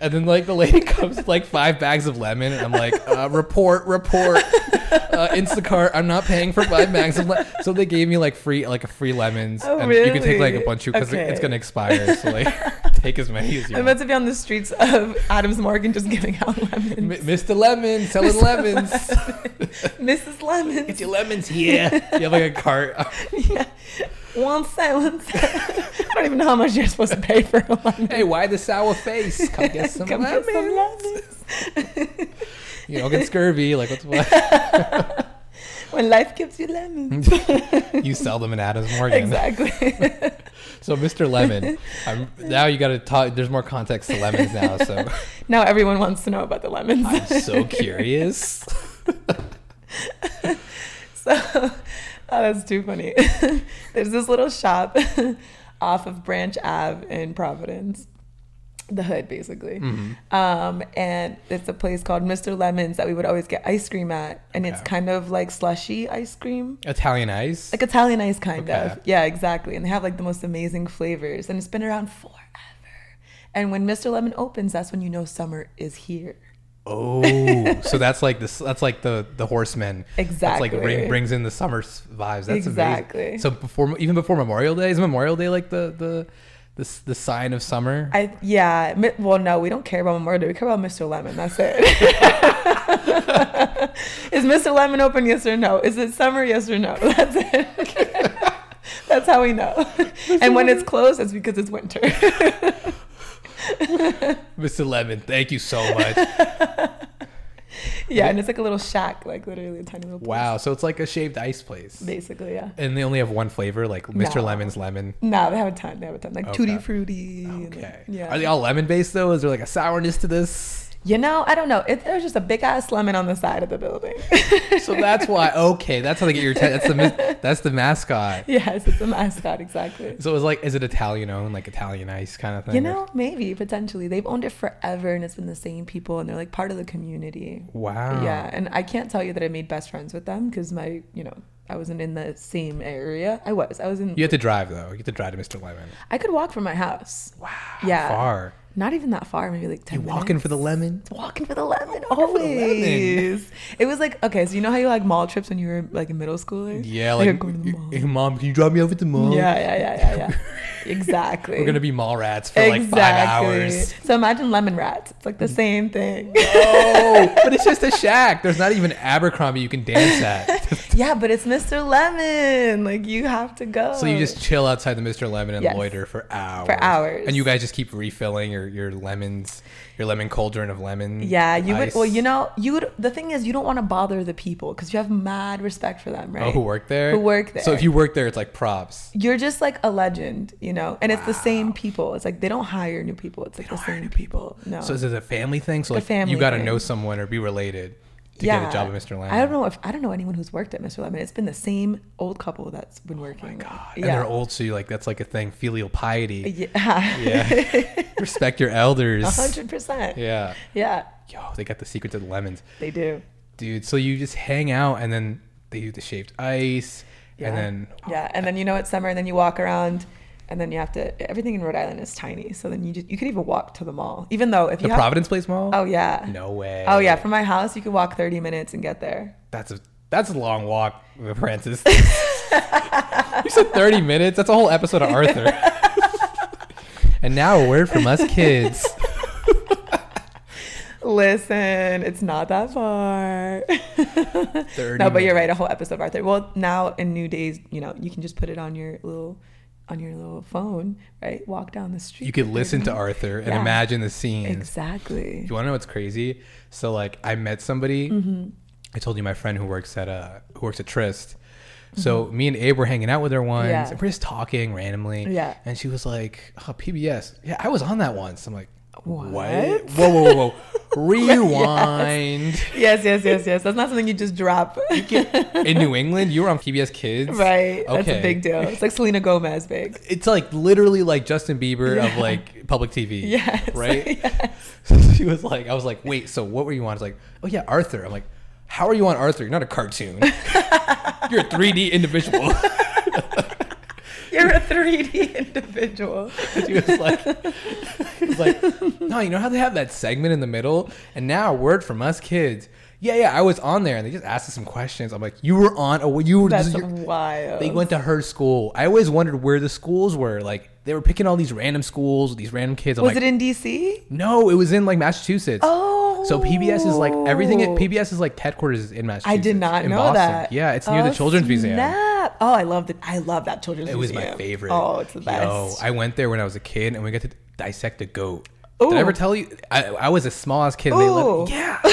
[SPEAKER 1] and then like the lady [LAUGHS] comes with, like five bags of lemon, and I'm like, uh, report, report, uh, Instacart. I'm not paying for five bags of lemon. So they gave me like free, like a free lemons,
[SPEAKER 2] Oh,
[SPEAKER 1] and you can take like a
[SPEAKER 2] really?
[SPEAKER 1] bunch because
[SPEAKER 2] Okay.
[SPEAKER 1] it's gonna expire. So
[SPEAKER 2] [LAUGHS]
[SPEAKER 1] like, take as many as you
[SPEAKER 2] I'm
[SPEAKER 1] want.
[SPEAKER 2] about to be on the streets of Adams Morgan just giving out
[SPEAKER 1] M-
[SPEAKER 2] lemons.
[SPEAKER 1] Mr. Lemon, selling lemons. [LAUGHS]
[SPEAKER 2] Mrs. Lemons.
[SPEAKER 1] your lemons here. You have like a cart. [LAUGHS]
[SPEAKER 2] Yeah. One cent, one cent. [LAUGHS] I don't even know how much you're supposed to pay for a lemon.
[SPEAKER 1] hey, why the sour face? Come
[SPEAKER 2] [LAUGHS]
[SPEAKER 1] get some
[SPEAKER 2] Come
[SPEAKER 1] lemons.
[SPEAKER 2] get some lemons.
[SPEAKER 1] You don't get scurvy. Like what's
[SPEAKER 2] [LAUGHS]
[SPEAKER 1] what?
[SPEAKER 2] When life gives you lemons.
[SPEAKER 1] you sell them in Adams Morgan.
[SPEAKER 2] Exactly. [LAUGHS]
[SPEAKER 1] So, Mr. Lemon, I'm, now you got to talk. There's more context to lemons now,
[SPEAKER 2] [LAUGHS]
[SPEAKER 1] so
[SPEAKER 2] now everyone wants to know about the lemons.
[SPEAKER 1] I'm so curious.
[SPEAKER 2] [LAUGHS] So oh, that's too funny. [LAUGHS] There's this little shop [LAUGHS] off of Branch Ave in Providence, the hood basically.
[SPEAKER 1] Mm-hmm.
[SPEAKER 2] Um, and it's a place called Mr. Lemons that we would always get ice cream at. And it's
[SPEAKER 1] Okay.
[SPEAKER 2] kind of like slushy ice cream,
[SPEAKER 1] Italian ice.
[SPEAKER 2] like Italian ice kind
[SPEAKER 1] Okay.
[SPEAKER 2] of. Yeah, exactly. And they have like the most amazing flavors. And it's been around forever. And when Mr. Lemon opens, that's when you know summer is here. [LAUGHS]
[SPEAKER 1] Oh, so that's like this. That's like the the horsemen. That's like bring,
[SPEAKER 2] Exactly.
[SPEAKER 1] brings in the summer s- vibes. That's
[SPEAKER 2] Exactly.
[SPEAKER 1] Amazing. So before even before Memorial Day is Memorial Day like the the the, s- the sign of summer.
[SPEAKER 2] I yeah. mi- Well, no, we don't care about Memorial Day. We care about Mr. Lemon.
[SPEAKER 1] [LAUGHS]
[SPEAKER 2] That's it. Is Mr. Lemon open? Yes or no? Is it summer? Yes or no? [LAUGHS] That's it. [LAUGHS] That's how
[SPEAKER 1] [LAUGHS]
[SPEAKER 2] we know. And when it's closed, it's because it's winter. [LAUGHS]
[SPEAKER 1] Mr. Lemon, thank you so much.
[SPEAKER 2] [LAUGHS] yeah, and it's like a little shack, like literally a tiny little. Place,
[SPEAKER 1] wow. So it's like a shaved ice place,
[SPEAKER 2] Basically, yeah.
[SPEAKER 1] and they only have one flavor, like Mr.
[SPEAKER 2] No.
[SPEAKER 1] Lemon's lemon.
[SPEAKER 2] No, they have a ton. They have a ton, like
[SPEAKER 1] Okay.
[SPEAKER 2] tutti frutti. and, like,
[SPEAKER 1] Okay.
[SPEAKER 2] yeah.
[SPEAKER 1] Are they all lemon based though? Is there like a sourness to this?
[SPEAKER 2] you know, I don't know. It, there's just a big ass lemon on the side of the building. [LAUGHS]
[SPEAKER 1] So that's why. Okay, that's how they get your. Te- that's the
[SPEAKER 2] [LAUGHS]
[SPEAKER 1] mis- that's the mascot.
[SPEAKER 2] yes, it's a mascot exactly.
[SPEAKER 1] So it's like, is it Italian owned, like Italian ice kind of thing?
[SPEAKER 2] You know, maybe potentially they've owned it forever, and it's been the same people, and they're like part of the community.
[SPEAKER 1] Wow.
[SPEAKER 2] Yeah, and I can't tell you that I made best friends with them because my, you know, I wasn't in the same area. I was. I was in.
[SPEAKER 1] You have to drive though. You have to drive to Mr. Lemon.
[SPEAKER 2] I could walk from my house.
[SPEAKER 1] Wow.
[SPEAKER 2] Yeah.
[SPEAKER 1] Far.
[SPEAKER 2] Not even that far. Maybe like ten.
[SPEAKER 1] You walking for the lemon?
[SPEAKER 2] minutes. Walking for the lemon.
[SPEAKER 1] Walking for the lemon.
[SPEAKER 2] Always. It was like okay, so you know how you like mall trips when you were like a middle schooler.
[SPEAKER 1] Yeah.
[SPEAKER 2] Like,
[SPEAKER 1] Like,
[SPEAKER 2] going to the mall.
[SPEAKER 1] hey mom, can you drive me over to the mall?
[SPEAKER 2] Yeah, yeah, yeah, yeah, yeah.
[SPEAKER 1] [LAUGHS]
[SPEAKER 2] exactly.
[SPEAKER 1] We're gonna be mall rats for like five
[SPEAKER 2] [LAUGHS]
[SPEAKER 1] hours. Mm.
[SPEAKER 2] So imagine lemon rats. It's like the same thing.
[SPEAKER 1] Oh, but it's just a shack. There's not even Abercrombie you can dance
[SPEAKER 2] [LAUGHS]
[SPEAKER 1] at.
[SPEAKER 2] Yeah, but it's Mr. Lemon. Like you have to go.
[SPEAKER 1] So you just chill outside the Mr. Lemon and
[SPEAKER 2] Oh. Yes.
[SPEAKER 1] loiter for hours.
[SPEAKER 2] hours.
[SPEAKER 1] And you guys just keep refilling your, your lemons, your lemon cauldron of lemon.
[SPEAKER 2] yeah, you would.
[SPEAKER 1] ice.
[SPEAKER 2] Well, you know, you would. The thing is, you don't want to bother the people because you have mad respect for them, right?
[SPEAKER 1] Oh, who work there?
[SPEAKER 2] Who work there?
[SPEAKER 1] So if you work there, it's like props.
[SPEAKER 2] you're just like a legend, you know. And it's the same people. It's like they don't hire new people. It's like the same people. No.
[SPEAKER 1] So is it a family thing? So like
[SPEAKER 2] It's a family
[SPEAKER 1] you got to
[SPEAKER 2] thing.
[SPEAKER 1] know someone or be related to get a job at Mr. Lemon.
[SPEAKER 2] I don't know if I don't know anyone who's worked at Mr. Lemon. It's been the same old couple that's been working.
[SPEAKER 1] Oh God,
[SPEAKER 2] yeah.
[SPEAKER 1] And they're old, so you like that's like a thing. Filial piety.
[SPEAKER 2] [LAUGHS] Yeah.
[SPEAKER 1] Yeah. Respect your elders.
[SPEAKER 2] [LAUGHS] A hundred percent.
[SPEAKER 1] Yeah.
[SPEAKER 2] Yeah.
[SPEAKER 1] Yo, they got the secrets of the lemons,
[SPEAKER 2] They do.
[SPEAKER 1] dude. So you just hang out, and then they do the shaved ice,
[SPEAKER 2] Yeah.
[SPEAKER 1] and then
[SPEAKER 2] yeah, and then you know it's summer, and then you walk around, and then you have to. Everything in Rhode Island is tiny, so then you just, you could even walk to the mall, even though if
[SPEAKER 1] the
[SPEAKER 2] you have,
[SPEAKER 1] Providence Place Mall.
[SPEAKER 2] oh yeah,
[SPEAKER 1] No way.
[SPEAKER 2] oh yeah, from my house you could walk thirty minutes and get there.
[SPEAKER 1] That's a That's a long walk, [LAUGHS] Francis. you said 30 minutes. That's a whole episode of [LAUGHS] Arthur. and now a word from us [LAUGHS] kids.
[SPEAKER 2] Listen, it's not that far. [LAUGHS]
[SPEAKER 1] 30
[SPEAKER 2] no, but you're
[SPEAKER 1] minutes.
[SPEAKER 2] right. A whole episode of Arthur. Well, now in new days, you know, you can just put it on your little, on your little phone, right? Walk down the street.
[SPEAKER 1] You could listen to Arthur and
[SPEAKER 2] Yeah.
[SPEAKER 1] imagine the scenes.
[SPEAKER 2] Exactly.
[SPEAKER 1] You want to know what's crazy? So like, I met somebody.
[SPEAKER 2] Mm-hmm.
[SPEAKER 1] I told you my friend who works at uh who works at Trist. So me and Abe were hanging out with her once,
[SPEAKER 2] Mm-hmm. Yeah.
[SPEAKER 1] and we're just talking randomly.
[SPEAKER 2] Yeah.
[SPEAKER 1] And she was like, "Oh, PBS. Yeah, I was on that once." I'm like, "What?
[SPEAKER 2] What?
[SPEAKER 1] Whoa, whoa,
[SPEAKER 2] [LAUGHS]
[SPEAKER 1] whoa, whoa! Rewind."
[SPEAKER 2] Yes, yes, yes, yes. That's not something you just drop.
[SPEAKER 1] In New England, you were on PBS Kids,
[SPEAKER 2] [LAUGHS] right. That's
[SPEAKER 1] Okay.
[SPEAKER 2] a big deal. It's like Selena Gomez big.
[SPEAKER 1] It's like literally like Justin Bieber of like public TV.
[SPEAKER 2] [LAUGHS] Yes.
[SPEAKER 1] Right? [LAUGHS]
[SPEAKER 2] yes.
[SPEAKER 1] she was like, I was like, wait, so what were you on? It's like, oh yeah, Arthur. I'm like, how are you on Arthur? You're not a
[SPEAKER 2] [LAUGHS]
[SPEAKER 1] cartoon. You're a 3D individual. [LAUGHS]
[SPEAKER 2] You're a
[SPEAKER 1] [LAUGHS]
[SPEAKER 2] 3D individual.
[SPEAKER 1] she was like, she was like, no, you know how they have that segment in the middle? And now, word from us kids. Yeah, yeah, I was on there and they just asked us some questions. I'm like, you were on, oh, you were,
[SPEAKER 2] That's
[SPEAKER 1] this is your-
[SPEAKER 2] wild.
[SPEAKER 1] they went to her school. I always wondered where the schools were. Like, they were picking all these random schools, with these random kids. I'm
[SPEAKER 2] was
[SPEAKER 1] like,
[SPEAKER 2] it in DC?
[SPEAKER 1] no, it was in like Massachusetts.
[SPEAKER 2] Oh.
[SPEAKER 1] So PBS is like everything. At,
[SPEAKER 2] Oh.
[SPEAKER 1] PBS is like headquarters is in Massachusetts.
[SPEAKER 2] I did not
[SPEAKER 1] in
[SPEAKER 2] know
[SPEAKER 1] Boston.
[SPEAKER 2] that.
[SPEAKER 1] Yeah, it's near the
[SPEAKER 2] Oh,
[SPEAKER 1] Children's Museum.
[SPEAKER 2] snap. Oh, I love that. I love that Children's
[SPEAKER 1] It was
[SPEAKER 2] Museum.
[SPEAKER 1] my favorite.
[SPEAKER 2] Oh, it's the best.
[SPEAKER 1] Yo, I went there when I was a kid, and we got to dissect a goat. Did I
[SPEAKER 2] Ooh.
[SPEAKER 1] ever tell you? I, I was a small ass kid. And they
[SPEAKER 2] Ooh.
[SPEAKER 1] let, yeah,
[SPEAKER 2] [LAUGHS]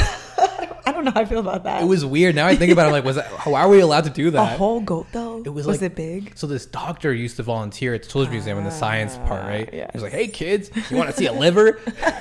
[SPEAKER 2] I don't know how I feel about that.
[SPEAKER 1] it was weird. Now I think about it, I'm like, was that, why were we allowed to do
[SPEAKER 2] a
[SPEAKER 1] that?
[SPEAKER 2] whole goat though.
[SPEAKER 1] It was
[SPEAKER 2] was
[SPEAKER 1] like-
[SPEAKER 2] it big?
[SPEAKER 1] [LAUGHS] So this doctor used to volunteer at the Children's Museum in the science part, right?
[SPEAKER 2] Ah, yes.
[SPEAKER 1] He was like, "Hey kids, you want to see a liver?" [LAUGHS]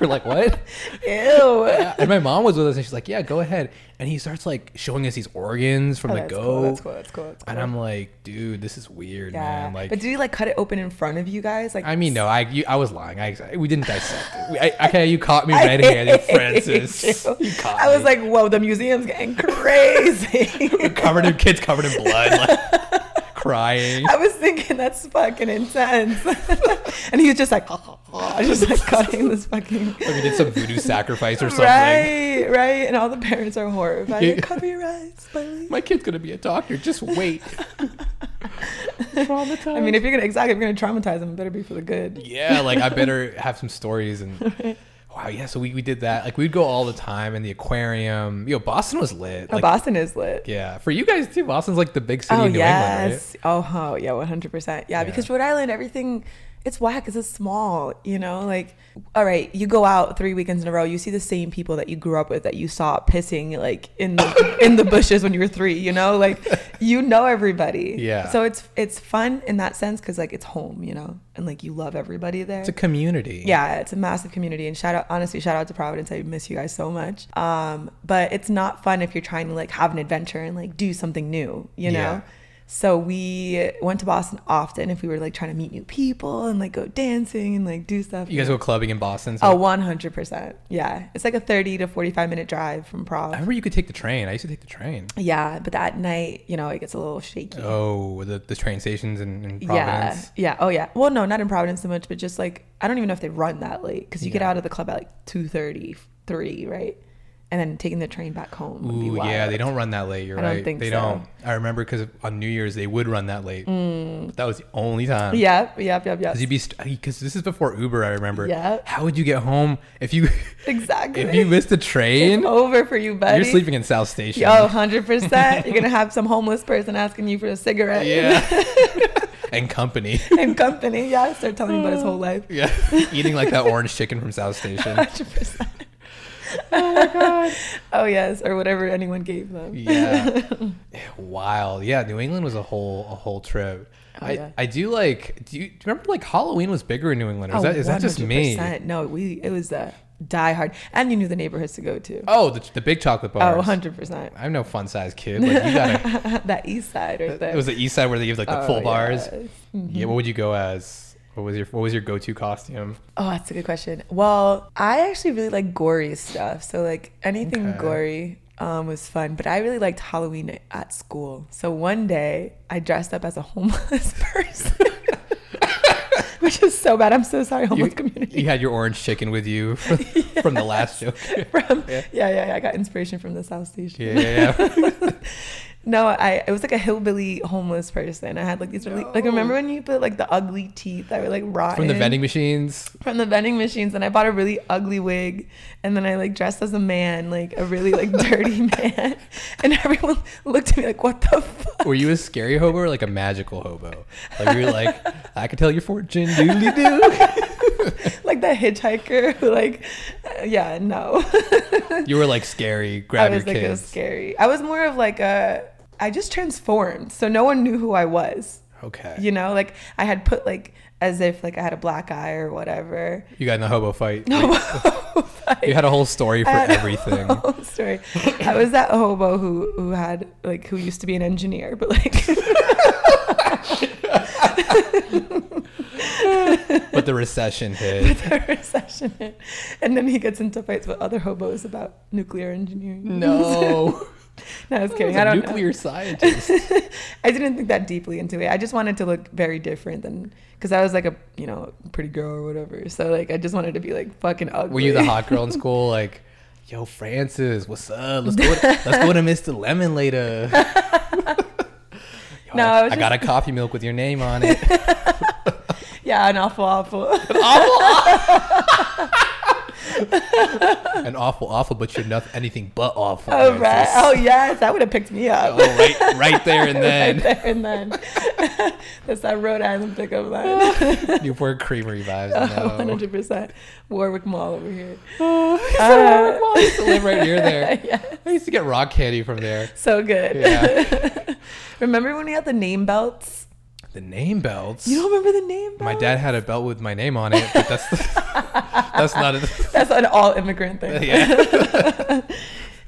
[SPEAKER 1] We're like,
[SPEAKER 2] [LAUGHS]
[SPEAKER 1] "What?"
[SPEAKER 2] Ew.
[SPEAKER 1] [LAUGHS] and my mom was with us, and she's like, "Yeah, go ahead." And he starts like showing us these organs from
[SPEAKER 2] Oh,
[SPEAKER 1] the
[SPEAKER 2] that's
[SPEAKER 1] goat.
[SPEAKER 2] cool. That's cool. That's cool. That's cool.
[SPEAKER 1] And I'm like, dude, this is weird,
[SPEAKER 2] yeah.
[SPEAKER 1] man. Like,
[SPEAKER 2] but did you like cut it open in front of you guys? Like
[SPEAKER 1] I mean, no, I you, I was lying. I we didn't dissect it. We,
[SPEAKER 2] [LAUGHS]
[SPEAKER 1] I, okay, you caught me red-handed, Francis.
[SPEAKER 2] you.
[SPEAKER 1] You caught
[SPEAKER 2] I was
[SPEAKER 1] me.
[SPEAKER 2] like, whoa, the museum's getting crazy. [LAUGHS]
[SPEAKER 1] covered in kids, covered in blood, like
[SPEAKER 2] [LAUGHS]
[SPEAKER 1] crying.
[SPEAKER 2] I was thinking that's fucking intense. [LAUGHS] and he was just like, [LAUGHS] just like cutting this fucking.
[SPEAKER 1] Like we did some voodoo sacrifice or something.
[SPEAKER 2] Right, right. And all the parents are horrified.
[SPEAKER 1] Yeah.
[SPEAKER 2] Cover your eyes,
[SPEAKER 1] [LAUGHS]
[SPEAKER 2] please.
[SPEAKER 1] My kid's gonna be a doctor. Just
[SPEAKER 2] [LAUGHS]
[SPEAKER 1] wait. Traumatized.
[SPEAKER 2] I mean, if you're gonna exactly, if you're gonna traumatize them, it better be for the good.
[SPEAKER 1] yeah, like I
[SPEAKER 2] [LAUGHS]
[SPEAKER 1] better have some stories and. Wow, yeah, so we, we did that. Like, we'd go all the time in the aquarium. Yo, Boston was lit.
[SPEAKER 2] Oh,
[SPEAKER 1] Like,
[SPEAKER 2] Boston is lit.
[SPEAKER 1] yeah, for you guys too, Boston's like the big city
[SPEAKER 2] oh
[SPEAKER 1] in New England, right?
[SPEAKER 2] yes. Oh huh. Yeah, one hundred percent. Yeah, because Rhode Island, everything, it's whack. 'cause It's small. You know, like all right, you go out three weekends in a row, you see the same people that you grew up with that you saw pissing like in the [LAUGHS] in the bushes when you were three. You
[SPEAKER 1] [LAUGHS]
[SPEAKER 2] know, like you know everybody.
[SPEAKER 1] Yeah.
[SPEAKER 2] So it's it's fun in that sense because like it's home. You know, and like you love everybody there.
[SPEAKER 1] It's a community.
[SPEAKER 2] yeah, it's a massive community, and shout out honestly, shout out to Providence. I miss you guys so much. Um, but it's not fun if you're trying to like have an adventure and like do something new, you know.
[SPEAKER 1] Yeah.
[SPEAKER 2] So we went to Boston often if we were like trying to meet new people and like go dancing and like do stuff.
[SPEAKER 1] You guys go clubbing in Boston. So
[SPEAKER 2] Oh, 100%. Yeah. It's like a 30 to 45 minute drive from
[SPEAKER 1] I
[SPEAKER 2] Prague.
[SPEAKER 1] remember you could take the train. I used to take the train.
[SPEAKER 2] Yeah. But at night, you know, it gets a little shaky.
[SPEAKER 1] Oh, the, the train stations in, in
[SPEAKER 2] Yeah.
[SPEAKER 1] Providence.
[SPEAKER 2] Yeah. Oh, yeah. Well, no, not in Providence so much, but just like I don't even know if they run that late because you get
[SPEAKER 1] Yeah.
[SPEAKER 2] out of the club at like two thirty, three, right? And then taking the train back home would be
[SPEAKER 1] Ooh,
[SPEAKER 2] wild.
[SPEAKER 1] yeah, they don't run that late. You're
[SPEAKER 2] I don't
[SPEAKER 1] right.
[SPEAKER 2] think
[SPEAKER 1] they
[SPEAKER 2] so.
[SPEAKER 1] don't. I remember because on New Year's they would run that late.
[SPEAKER 2] Mm.
[SPEAKER 1] But that was the only time.
[SPEAKER 2] [LAUGHS] Yep. Yep. Yep. Yep.
[SPEAKER 1] Because you'd be because this is before Uber. I remember.
[SPEAKER 2] Yeah.
[SPEAKER 1] How would you get home if you
[SPEAKER 2] exactly.
[SPEAKER 1] if you missed the train?
[SPEAKER 2] [LAUGHS] it's over for you, buddy.
[SPEAKER 1] You're sleeping in South Station.
[SPEAKER 2] Yo, hundred percent. You're gonna have some homeless person asking you for a cigarette.
[SPEAKER 1] Yeah. and company.
[SPEAKER 2] [LAUGHS] and company. Yeah. Start telling me
[SPEAKER 1] [LAUGHS]
[SPEAKER 2] about his whole life. [LAUGHS]
[SPEAKER 1] Yeah. Eating like that orange chicken from South Station.
[SPEAKER 2] Hundred percent. [LAUGHS] Oh yes, or whatever anyone gave them. [LAUGHS]
[SPEAKER 1] yeah Eh, wild yeah new england was a whole a whole trip I,
[SPEAKER 2] Oh, yeah.
[SPEAKER 1] I do like do you, do you remember like halloween was bigger in new england or
[SPEAKER 2] Oh,
[SPEAKER 1] is that is that just me
[SPEAKER 2] 100%. No, we it was a die hard, and you knew the neighborhoods to go to.
[SPEAKER 1] oh the, the big chocolate
[SPEAKER 2] Oh,
[SPEAKER 1] bars
[SPEAKER 2] 100 percent. [LAUGHS]
[SPEAKER 1] i'm no fun sized kid like you gotta
[SPEAKER 2] That east side right [LAUGHS] there.
[SPEAKER 1] it was the east side where they give like the
[SPEAKER 2] Oh,
[SPEAKER 1] full bars
[SPEAKER 2] yes. Mm-hmm.
[SPEAKER 1] yeah what would you go as what was your what was your go-to costume
[SPEAKER 2] Oh, that's a good question. Well, I actually really like gory stuff, so like anything
[SPEAKER 1] Okay.
[SPEAKER 2] gory um, was fun. But I really liked Halloween
[SPEAKER 1] [LAUGHS]
[SPEAKER 2] at [LAUGHS] school. So one day I dressed up as a homeless person. Which which is so bad. I'm so sorry,
[SPEAKER 1] [LAUGHS]
[SPEAKER 2] homeless community.
[SPEAKER 1] You had your orange chicken with
[SPEAKER 2] [LAUGHS]
[SPEAKER 1] you from, from the last joke.
[SPEAKER 2] From yeah. yeah, yeah, I got inspiration from the South Station.
[SPEAKER 1] Yeah,
[SPEAKER 2] [LAUGHS]
[SPEAKER 1] yeah, yeah.
[SPEAKER 2] No, I it was like a hillbilly homeless person. I had like these really like remember when you put like the ugly teeth that were like rotten
[SPEAKER 1] From the vending machines.
[SPEAKER 2] from the vending machines and I bought a really ugly wig and then I like dressed as a man, like a
[SPEAKER 1] [LAUGHS]
[SPEAKER 2] really like dirty man. And everyone looked at me like, What the fuck?
[SPEAKER 1] Were you a scary hobo or like a magical hobo? Like you were like, I could tell your fortune, doodly
[SPEAKER 2] [LAUGHS]
[SPEAKER 1] doo.
[SPEAKER 2] Like that hitchhiker who like uh, yeah, no. [LAUGHS]
[SPEAKER 1] You were like scary,
[SPEAKER 2] I
[SPEAKER 1] grab your
[SPEAKER 2] was like it was
[SPEAKER 1] kids.
[SPEAKER 2] scary. I was more of like a I just transformed. So no one knew who I was.
[SPEAKER 1] Okay.
[SPEAKER 2] You know, like I had put like as if like I had a black eye or whatever.
[SPEAKER 1] You got in a hobo fight.
[SPEAKER 2] [LAUGHS]
[SPEAKER 1] [LAUGHS] You had a whole story for
[SPEAKER 2] I had a
[SPEAKER 1] everything.
[SPEAKER 2] whole story. Oh, I was that hobo who who had like who used to be an engineer, but like [LAUGHS]
[SPEAKER 1] But the recession
[SPEAKER 2] [LAUGHS]
[SPEAKER 1] hit. [LAUGHS]
[SPEAKER 2] the recession, hit. and then he gets into fights with other hobos about nuclear engineering.
[SPEAKER 1] No.
[SPEAKER 2] [LAUGHS] no, I was
[SPEAKER 1] I
[SPEAKER 2] kidding.
[SPEAKER 1] was
[SPEAKER 2] I
[SPEAKER 1] a
[SPEAKER 2] don't
[SPEAKER 1] nuclear scientist.
[SPEAKER 2] know. [LAUGHS] I didn't think that deeply into it. I just wanted to look very different than because I was like a you know pretty girl or whatever. So like I just wanted to be like fucking ugly.
[SPEAKER 1] Were you the hot girl in school? Like, yo, Francis, what's up? Let's
[SPEAKER 2] [LAUGHS]
[SPEAKER 1] go. To, let's go to Mr. Lemon later. Yo,
[SPEAKER 2] No,
[SPEAKER 1] I,
[SPEAKER 2] I was
[SPEAKER 1] I got a coffee milk with your name on it.
[SPEAKER 2] [LAUGHS] [LAUGHS] Yeah, an awful awful.
[SPEAKER 1] An awful, awful, but you're nothing, anything but awful.
[SPEAKER 2] Oh right.
[SPEAKER 1] Francis.
[SPEAKER 2] [LAUGHS] Oh yes, that would have picked me up.
[SPEAKER 1] Oh, [LAUGHS] right, right there and then.
[SPEAKER 2] [LAUGHS] right there and then. [LAUGHS] That's that Rhode Island pickup [LAUGHS] line.
[SPEAKER 1] Newport Creamery
[SPEAKER 2] Oh,
[SPEAKER 1] vibes. No.
[SPEAKER 2] 100% Warwick Mall over here. Oh. [LAUGHS]
[SPEAKER 1] Uh, I used to live right near there.
[SPEAKER 2] yeah,
[SPEAKER 1] I used to get rock candy from
[SPEAKER 2] [LAUGHS]
[SPEAKER 1] there.
[SPEAKER 2] so good.
[SPEAKER 1] Yeah.
[SPEAKER 2] remember when we had the name belts?
[SPEAKER 1] The name belts.
[SPEAKER 2] You don't remember the name belts?
[SPEAKER 1] my dad had a belt with my name on it, but that's [LAUGHS] that's
[SPEAKER 2] [LAUGHS]
[SPEAKER 1] not it.
[SPEAKER 2] That's an all immigrant
[SPEAKER 1] [LAUGHS]
[SPEAKER 2] thing.
[SPEAKER 1] yeah.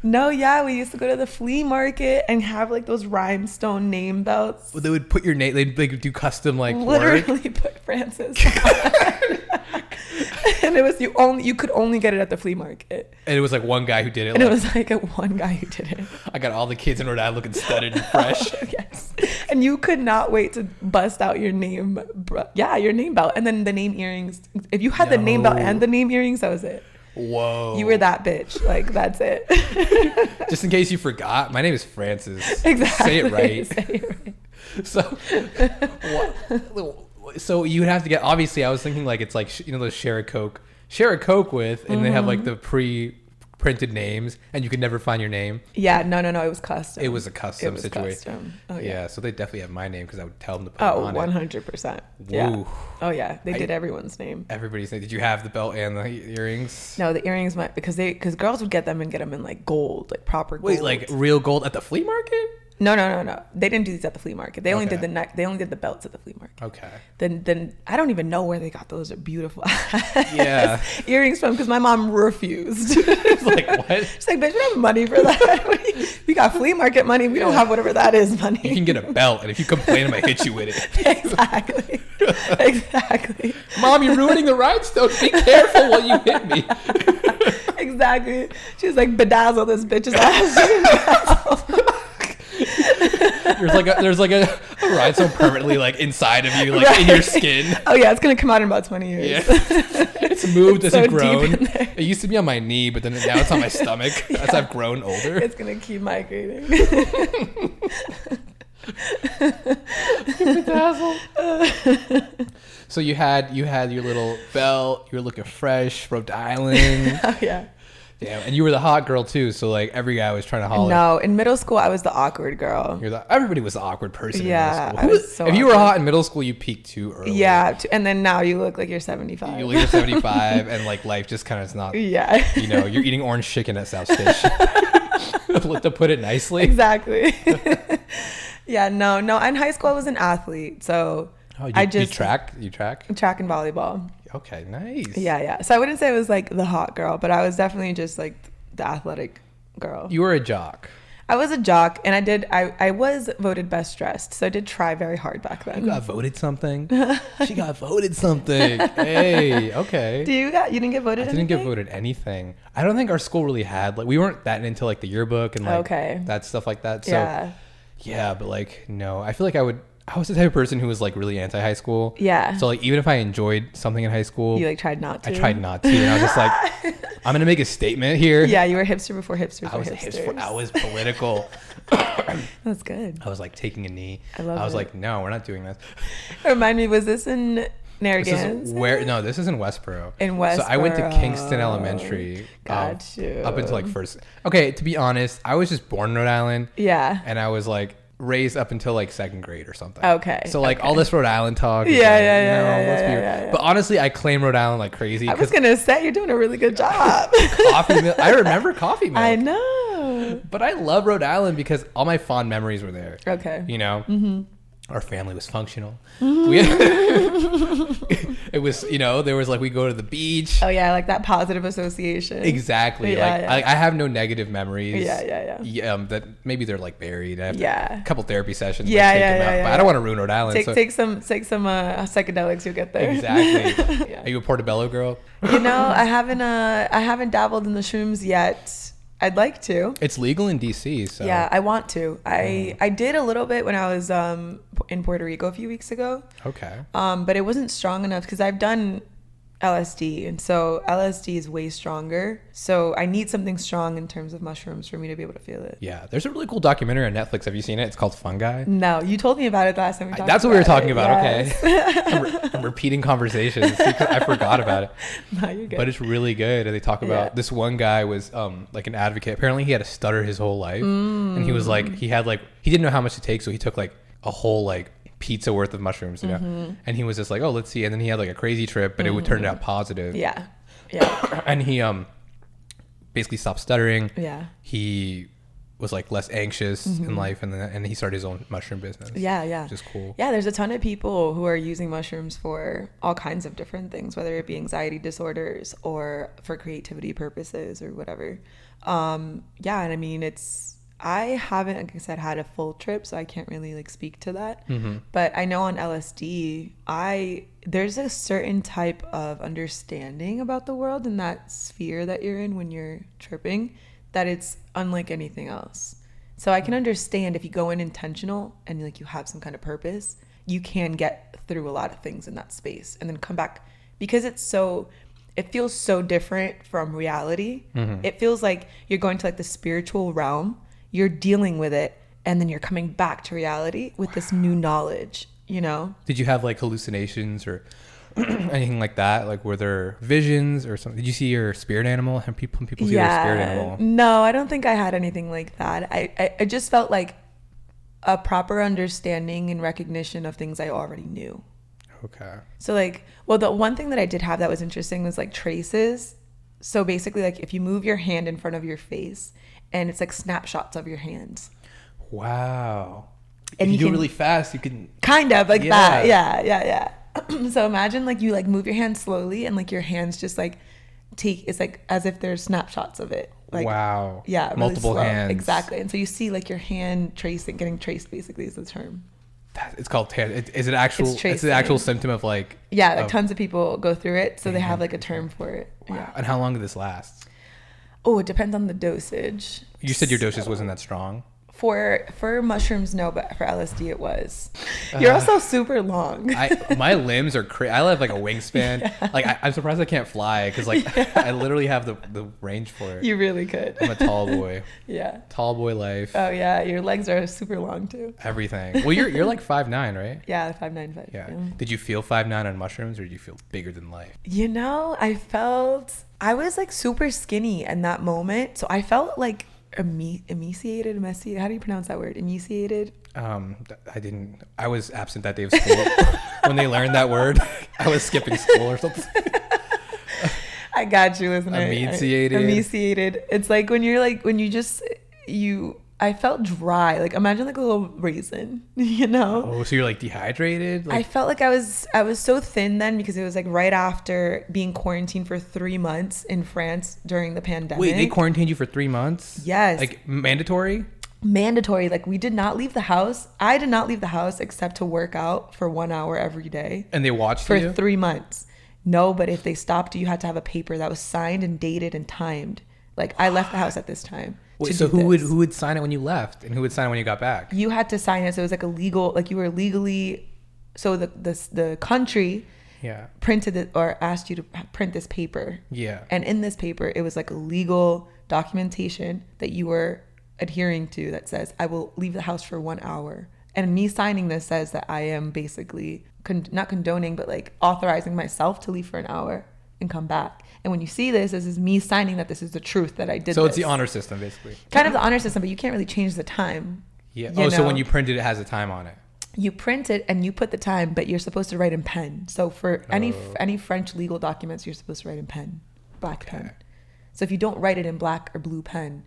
[SPEAKER 2] No, yeah, we used to go to the flea market and have like those rlimestone name belts.
[SPEAKER 1] Well, they would put your name. They'd like do custom like work.
[SPEAKER 2] Literally put Francis. on. [LAUGHS] and it was you only you could only get it at the flea market.
[SPEAKER 1] And it was like one guy who did it.
[SPEAKER 2] [LAUGHS] And it
[SPEAKER 1] Like,
[SPEAKER 2] was like a one guy who did it.
[SPEAKER 1] I got all the kids in Rhode Island looking studded and fresh.
[SPEAKER 2] yes. And you could not wait to bust out your name, br- yeah, your name belt, and then the name earrings. If you had the name belt
[SPEAKER 1] No.
[SPEAKER 2] and the name earrings, that was it.
[SPEAKER 1] Whoa.
[SPEAKER 2] [LAUGHS] You were that bitch. Like that's it. [LAUGHS]
[SPEAKER 1] Just in case you forgot, my name is
[SPEAKER 2] [LAUGHS]
[SPEAKER 1] Francis.
[SPEAKER 2] exactly.
[SPEAKER 1] Say it right.
[SPEAKER 2] [LAUGHS] Say it right.
[SPEAKER 1] So, [LAUGHS] wha- so you would have to get. Obviously, I was thinking like it's like sh- you know those share a coke, share a coke with, and they have
[SPEAKER 2] Mm-hmm.
[SPEAKER 1] like the pre-printed names, and you could never find your name.
[SPEAKER 2] Yeah. No. No. No. It was custom.
[SPEAKER 1] It was a custom
[SPEAKER 2] was
[SPEAKER 1] situation.
[SPEAKER 2] custom. Oh
[SPEAKER 1] yeah.
[SPEAKER 2] yeah.
[SPEAKER 1] so they definitely have my name because I would tell them to put it
[SPEAKER 2] Oh,
[SPEAKER 1] on
[SPEAKER 2] one
[SPEAKER 1] it.
[SPEAKER 2] hundred percent. Yeah.
[SPEAKER 1] Woo.
[SPEAKER 2] Oh yeah. They
[SPEAKER 1] I-
[SPEAKER 2] did everyone's name.
[SPEAKER 1] Everybody's name. Did you have the belt and the earrings?
[SPEAKER 2] No, the earrings might because they because girls would get them and get them in like gold, like proper gold.
[SPEAKER 1] Wait, like real gold at the flea
[SPEAKER 2] [LAUGHS]
[SPEAKER 1] market?
[SPEAKER 2] no, no, no, no. They didn't do these at the flea market. They only
[SPEAKER 1] Okay.
[SPEAKER 2] did the neck. They only did the belts at the flea market.
[SPEAKER 1] Okay.
[SPEAKER 2] then then I don't even know where they got those beautiful [LAUGHS]
[SPEAKER 1] Yeah.
[SPEAKER 2] earrings from because my mom
[SPEAKER 1] [LAUGHS]
[SPEAKER 2] refused.
[SPEAKER 1] It's
[SPEAKER 2] [LAUGHS]
[SPEAKER 1] like what?
[SPEAKER 2] She's like, bitch, we don't have money for that. [LAUGHS] we got flea market money. We don't have whatever that is money.
[SPEAKER 1] You can get a belt, and if you complain, I might hit you with it. [LAUGHS]
[SPEAKER 2] [LAUGHS] exactly, exactly,
[SPEAKER 1] Mom, you're ruining the rhinestone. Be careful while you hit me.
[SPEAKER 2] exactly. She's like, bedazzle this bitch's ass. [LAUGHS]
[SPEAKER 1] There's like a there's like a, a rhinestone permanently like inside of you, like in your skin.
[SPEAKER 2] oh yeah, it's gonna come out in about twenty years.
[SPEAKER 1] Yeah. It's moved as
[SPEAKER 2] so
[SPEAKER 1] it
[SPEAKER 2] deep
[SPEAKER 1] grown.
[SPEAKER 2] in there.
[SPEAKER 1] It used to be on my knee, but then now it's on my
[SPEAKER 2] [LAUGHS]
[SPEAKER 1] stomach as I've grown older.
[SPEAKER 2] [LAUGHS] It's gonna keep migrating. [LAUGHS]
[SPEAKER 1] So you had you had your little belt. You were looking fresh, Rhode
[SPEAKER 2] [LAUGHS]
[SPEAKER 1] Island.
[SPEAKER 2] oh yeah.
[SPEAKER 1] Damn, and you were the hot girl too. So like every guy was trying to holler.
[SPEAKER 2] No, in middle school I was the awkward girl.
[SPEAKER 1] You're the, everybody was the awkward person.
[SPEAKER 2] Yeah,
[SPEAKER 1] in middle
[SPEAKER 2] I
[SPEAKER 1] school. Who
[SPEAKER 2] was
[SPEAKER 1] was-
[SPEAKER 2] so
[SPEAKER 1] if you were
[SPEAKER 2] awkward.
[SPEAKER 1] hot in middle school, you peaked too early.
[SPEAKER 2] Yeah, t- and then now you look like you're 75.
[SPEAKER 1] you leave at 75, and like life just kind of is not.
[SPEAKER 2] [LAUGHS] yeah,
[SPEAKER 1] You know, you're eating orange chicken at South
[SPEAKER 2] [LAUGHS]
[SPEAKER 1] Station. to put it nicely. [LAUGHS]
[SPEAKER 2] exactly. [LAUGHS] yeah, no, no. In high school, I was an athlete, so
[SPEAKER 1] Oh, you,
[SPEAKER 2] I
[SPEAKER 1] you
[SPEAKER 2] just
[SPEAKER 1] track. You track.
[SPEAKER 2] track and volleyball.
[SPEAKER 1] Okay, nice.
[SPEAKER 2] Yeah, yeah. So I wouldn't say I was like the hot girl, but I was definitely just like the athletic girl.
[SPEAKER 1] You were a jock.
[SPEAKER 2] I was a jock, and I did. I I was voted best dressed, so I did try very hard back
[SPEAKER 1] You
[SPEAKER 2] then.
[SPEAKER 1] got voted
[SPEAKER 2] [LAUGHS]
[SPEAKER 1] something. she got voted something. Hey, okay.
[SPEAKER 2] Do you got? You didn't get voted.
[SPEAKER 1] I didn't get
[SPEAKER 2] anything?
[SPEAKER 1] voted anything. I don't think our school really had like we weren't that into like the yearbook and like
[SPEAKER 2] Okay.
[SPEAKER 1] that stuff like that. So yeah.
[SPEAKER 2] Yeah.
[SPEAKER 1] but like no, I feel like I would I was the type of person who was like really anti high school.
[SPEAKER 2] Yeah.
[SPEAKER 1] So like even if I enjoyed something in high school,
[SPEAKER 2] you like tried not
[SPEAKER 1] I
[SPEAKER 2] to.
[SPEAKER 1] tried not to. And I was just like,
[SPEAKER 2] [LAUGHS]
[SPEAKER 1] I'm gonna make a statement here.
[SPEAKER 2] Yeah, you were hipster before hipsters
[SPEAKER 1] I
[SPEAKER 2] were
[SPEAKER 1] was a
[SPEAKER 2] hipsters.
[SPEAKER 1] hipster. I was political.
[SPEAKER 2] That's good.
[SPEAKER 1] I was like taking a knee.
[SPEAKER 2] I love
[SPEAKER 1] was
[SPEAKER 2] it.
[SPEAKER 1] like, no, we're not doing this.
[SPEAKER 2] Remind me, was this in
[SPEAKER 1] This
[SPEAKER 2] Narragansett?
[SPEAKER 1] is where no, this is in Westboro.
[SPEAKER 2] In
[SPEAKER 1] So I went to
[SPEAKER 2] Westboro.
[SPEAKER 1] Kingston Elementary. um,
[SPEAKER 2] Got you.
[SPEAKER 1] Up until like first. Okay, to be honest, I was just born in Rhode Island,
[SPEAKER 2] yeah.
[SPEAKER 1] and I was like raised up until like second grade or something.
[SPEAKER 2] Okay,
[SPEAKER 1] So like all this Rhode Island talk. is,
[SPEAKER 2] Yeah,
[SPEAKER 1] like,
[SPEAKER 2] yeah,
[SPEAKER 1] no,
[SPEAKER 2] yeah, yeah,
[SPEAKER 1] let's
[SPEAKER 2] yeah,
[SPEAKER 1] be-
[SPEAKER 2] yeah, yeah.
[SPEAKER 1] But honestly, I claim Rhode Island like crazy
[SPEAKER 2] I
[SPEAKER 1] because
[SPEAKER 2] was gonna say you're doing a
[SPEAKER 1] [LAUGHS]
[SPEAKER 2] really good job. [LAUGHS]
[SPEAKER 1] coffee. Milk, I remember coffee milk.
[SPEAKER 2] I know.
[SPEAKER 1] But I love Rhode Island because all my fond memories were there.
[SPEAKER 2] Okay.
[SPEAKER 1] You know, mm-hmm. our family was functional. We-
[SPEAKER 2] [LAUGHS]
[SPEAKER 1] [LAUGHS] it was, you know, there was like we go to the beach.
[SPEAKER 2] Mm-hmm. Oh yeah, I like that positive association.
[SPEAKER 1] Exactly.
[SPEAKER 2] Yeah,
[SPEAKER 1] like
[SPEAKER 2] yeah.
[SPEAKER 1] I, I have no negative memories.
[SPEAKER 2] Yeah, yeah, yeah.
[SPEAKER 1] um, that maybe they're like buried. I have to-
[SPEAKER 2] Yeah.
[SPEAKER 1] a couple therapy sessions.
[SPEAKER 2] Yeah,
[SPEAKER 1] Yeah, take
[SPEAKER 2] yeah,
[SPEAKER 1] them
[SPEAKER 2] yeah,
[SPEAKER 1] out,
[SPEAKER 2] yeah,
[SPEAKER 1] But I
[SPEAKER 2] yeah.
[SPEAKER 1] don't want to ruin Rhode Island.
[SPEAKER 2] Take
[SPEAKER 1] so
[SPEAKER 2] take some take some uh, psychedelics, you'll get there. [LAUGHS]
[SPEAKER 1] exactly.
[SPEAKER 2] Yeah.
[SPEAKER 1] Are you a Portobello girl?
[SPEAKER 2] you know, I haven't uh I haven't dabbled in the shrooms yet. I'd like to.
[SPEAKER 1] It's legal in DC. So
[SPEAKER 2] Yeah, I want to. I I did a little bit when I was um in Puerto Rico a few weeks ago.
[SPEAKER 1] Okay.
[SPEAKER 2] Um but it wasn't strong enough cuz I've done LSD and so LSD is way stronger. So I need something strong in terms of mushrooms for me to be able to feel it.
[SPEAKER 1] Yeah. There's a really cool documentary on Netflix. Have you seen it? It's called Fungi.
[SPEAKER 2] No, you told me about it last time we talked.
[SPEAKER 1] That's what we were
[SPEAKER 2] about
[SPEAKER 1] talking
[SPEAKER 2] it.
[SPEAKER 1] about.
[SPEAKER 2] Yes.
[SPEAKER 1] Okay. [LAUGHS] I'm, re- I'm repeating conversations because I forgot
[SPEAKER 2] [LAUGHS]
[SPEAKER 1] about it.
[SPEAKER 2] No, you're good.
[SPEAKER 1] But it's really good. And they talk about
[SPEAKER 2] Yeah.
[SPEAKER 1] this one guy was um, like an advocate. Apparently, he had a stutter his whole life. And he was
[SPEAKER 2] Mm.
[SPEAKER 1] like, he had like, he didn't know how much to take. So he took like a whole like pizza worth of mushrooms, you
[SPEAKER 2] Mm-hmm.
[SPEAKER 1] know? And he was just like, oh, let's see. And then he had like a crazy trip, but it would turn out positive.
[SPEAKER 2] yeah. Yeah.
[SPEAKER 1] And he um basically stopped stuttering.
[SPEAKER 2] Yeah. Mm-hmm.
[SPEAKER 1] He was like less anxious in life. And then and he started his own mushroom business.
[SPEAKER 2] Yeah, yeah.
[SPEAKER 1] Which is cool.
[SPEAKER 2] Yeah, there's a ton of people who are using mushrooms for all kinds of different things, whether it be anxiety disorders or for creativity purposes or whatever. Um, yeah, and I mean, it's I haven't, like I said, had a full trip, so I can't really like speak to that.
[SPEAKER 1] Mm-hmm.
[SPEAKER 2] But I know on LSD, I there's a certain type of understanding about the world and that sphere that you're in when you're tripping that it's unlike anything else. So I can understand if you go in intentional and like you have some kind of purpose, you can get through a lot of things in that space and then come back because it's so it feels so different from reality. It feels like you're going to like the spiritual realm, you're dealing with it and then you're coming back to reality with this new knowledge, you know?
[SPEAKER 1] Did you have like hallucinations or [CLEARS THROAT] anything like that? Like were there visions or something? Did you see your spirit animal? Have people when people see their spirit animal?
[SPEAKER 2] No, I don't think I had anything like that. I, I, I just felt like a proper understanding and recognition of things I already knew.
[SPEAKER 1] Okay.
[SPEAKER 2] So like, well, the one thing that I did have that was interesting was like traces. So basically, like if you move your hand in front of your face, and it's like snapshots of your hands,
[SPEAKER 1] Wow. if
[SPEAKER 2] And
[SPEAKER 1] you,
[SPEAKER 2] you
[SPEAKER 1] do it
[SPEAKER 2] can-
[SPEAKER 1] really fast, you can
[SPEAKER 2] kind of like that.
[SPEAKER 1] Yeah.
[SPEAKER 2] Yeah, yeah, yeah. [CLEARS THROAT] so imagine like you like move your hand slowly, and like your hands just like take. It's like as if there's snapshots of it. Like,
[SPEAKER 1] wow.
[SPEAKER 2] Yeah, really
[SPEAKER 1] Multiple
[SPEAKER 2] slow.
[SPEAKER 1] hands.
[SPEAKER 2] Exactly, and so you see like your hand tracing, getting traced. Basically, is the term.
[SPEAKER 1] That- it's called tan. It, is it actual? It's,
[SPEAKER 2] tracing.
[SPEAKER 1] an actual symptom of like.
[SPEAKER 2] Yeah, like
[SPEAKER 1] of-
[SPEAKER 2] tons of people go through it, so they have like a term for it.
[SPEAKER 1] Oh. wow.
[SPEAKER 2] Yeah.
[SPEAKER 1] And how long did this last?
[SPEAKER 2] Oh, it depends on the dosage.
[SPEAKER 1] You said your dosage
[SPEAKER 2] So-
[SPEAKER 1] wasn't that strong.
[SPEAKER 2] For for mushrooms, no, but for LSD, it was. You're also super long.
[SPEAKER 1] Uh, I my limbs are crazy. I have like a wingspan. Like I, I'm surprised I can't fly because
[SPEAKER 2] [LAUGHS]
[SPEAKER 1] like I literally have the the range for it.
[SPEAKER 2] [LAUGHS] you really could.
[SPEAKER 1] I'm a tall boy.
[SPEAKER 2] [LAUGHS] yeah.
[SPEAKER 1] Tall boy life.
[SPEAKER 2] Oh yeah, your legs are super long too.
[SPEAKER 1] Everything. Well, you're
[SPEAKER 2] [LAUGHS]
[SPEAKER 1] you're like five nine, right?
[SPEAKER 2] Yeah, five nine five.
[SPEAKER 1] Yeah. Did you feel five nine on mushrooms, or did you feel bigger than life?
[SPEAKER 2] You know, I felt I was like super skinny in that moment, so I felt like eme- emaciated, messy. How do you pronounce that word? Emaciated.
[SPEAKER 1] Um, th- I didn't. I was absent that day of [LAUGHS] school. when they learned that word, [LAUGHS] I was skipping school or something.
[SPEAKER 2] I got you, listener. I-
[SPEAKER 1] Emaciated.
[SPEAKER 2] Emaciated. It's like when you're like when you just you. I felt dry. Like imagine like a little raisin. [LAUGHS] You know.
[SPEAKER 1] [LAUGHS] Oh, so you're like dehydrated?
[SPEAKER 2] I
[SPEAKER 1] Like,
[SPEAKER 2] felt like I was I was so thin then because it was like right after being quarantined for three months in France during the pandemic.
[SPEAKER 1] wait, they quarantined you for three months?
[SPEAKER 2] Yes.
[SPEAKER 1] Like mandatory?
[SPEAKER 2] mandatory. Like we did not leave the house. I did not leave the house except to work out for one hour every day
[SPEAKER 1] And they watched
[SPEAKER 2] for
[SPEAKER 1] you?
[SPEAKER 2] three months. No, but if they stopped you, you had to have a paper that was signed and dated and timed. Like I left the house at this time.
[SPEAKER 1] Wait,
[SPEAKER 2] to
[SPEAKER 1] so
[SPEAKER 2] do
[SPEAKER 1] who would
[SPEAKER 2] this.
[SPEAKER 1] who would sign it when you left, and who would sign it when you got back?
[SPEAKER 2] you had to sign it. So it was like a legal, like you were legally. So the the the country
[SPEAKER 1] Yeah,
[SPEAKER 2] printed it or asked you to print this paper,
[SPEAKER 1] yeah,
[SPEAKER 2] and in this paper it was like a legal documentation that you were adhering to that says I will leave the house for one hour. And me signing this says that I am basically con- not condoning, but like authorizing myself to leave for an hour and come back. And when you see this, this is me signing that this is the truth that I did.
[SPEAKER 1] so it's the
[SPEAKER 2] this.
[SPEAKER 1] honor system basically.
[SPEAKER 2] kind of the honor system, but you can't really change the time.
[SPEAKER 1] Yeah.
[SPEAKER 2] You
[SPEAKER 1] Oh, so when
[SPEAKER 2] know.
[SPEAKER 1] you print it, it has a time on it.
[SPEAKER 2] you print it and you put the time, but you're supposed to write in pen. So for any any French legal documents, you're supposed to write in pen, black pen. So if you don't write it in black or blue pen,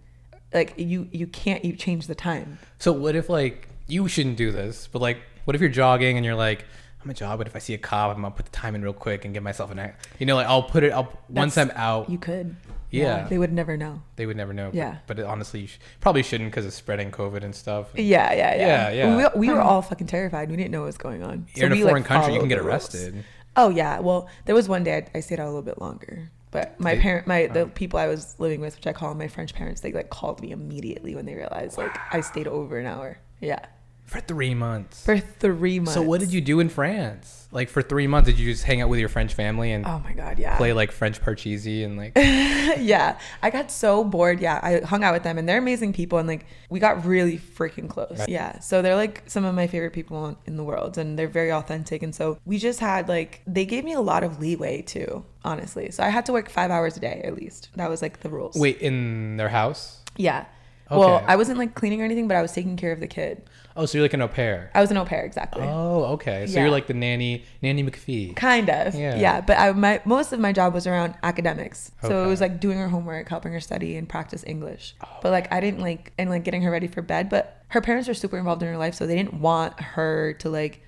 [SPEAKER 2] like you you can't you change the time.
[SPEAKER 1] So what if like you shouldn't do this, but like what if you're jogging and you're like, I'm a jog, but if I see a cop, I'm gonna put the time in real quick and get myself an, act- you know, like I'll put it up once I'm
[SPEAKER 2] That's-
[SPEAKER 1] out.
[SPEAKER 2] You could.
[SPEAKER 1] Yeah.
[SPEAKER 2] They would never know.
[SPEAKER 1] they would never know. but-
[SPEAKER 2] Yeah.
[SPEAKER 1] But, it, honestly, you sh- probably shouldn't because it's spreading COVID and stuff.
[SPEAKER 2] Yeah, yeah, yeah.
[SPEAKER 1] Yeah, yeah.
[SPEAKER 2] We, we were all fucking terrified. We didn't know what was going on.
[SPEAKER 1] You're in a
[SPEAKER 2] we,
[SPEAKER 1] foreign country, you
[SPEAKER 2] followed
[SPEAKER 1] can get
[SPEAKER 2] the rules.
[SPEAKER 1] arrested.
[SPEAKER 2] Oh yeah. Well, there was one day I, I stayed out a little bit longer, but my
[SPEAKER 1] Did- Oh.
[SPEAKER 2] parent, my the people I was living with, which I call my French parents, they like called me immediately when they realized like I stayed over an hour. Yeah,
[SPEAKER 1] For three months.
[SPEAKER 2] for three months.
[SPEAKER 1] so what did you do in France? Like for three months, did you just hang out with your French family and
[SPEAKER 2] Oh my god, yeah.
[SPEAKER 1] play like French parcheesi and
[SPEAKER 2] [LAUGHS]
[SPEAKER 1] like?
[SPEAKER 2] yeah. I got so bored. Yeah. I hung out with them and they're amazing people and like we got really freaking close.
[SPEAKER 1] Right.
[SPEAKER 2] Yeah. So they're like some of my favorite people in- in the world and they're very authentic. And so we just had like, they gave me a lot of leeway too, honestly. So I had to work five hours a day at least. That was like the rules.
[SPEAKER 1] Wait, in their house?
[SPEAKER 2] Yeah. Well,
[SPEAKER 1] Okay.
[SPEAKER 2] I wasn't like cleaning or anything, but I was taking care of the kid.
[SPEAKER 1] Oh, so you're like an au pair.
[SPEAKER 2] I was an au pair, exactly.
[SPEAKER 1] Oh, okay. So
[SPEAKER 2] Yeah.
[SPEAKER 1] you're like the nanny, nanny McPhee.
[SPEAKER 2] Kind of. Yeah.
[SPEAKER 1] Yeah.
[SPEAKER 2] But I, my most of my job was around academics. So it
[SPEAKER 1] Okay. Oh,
[SPEAKER 2] was like doing her homework, helping her study and practice English. But like I didn't like and like getting her ready for bed. But her parents were super involved in her life, so they didn't want her to like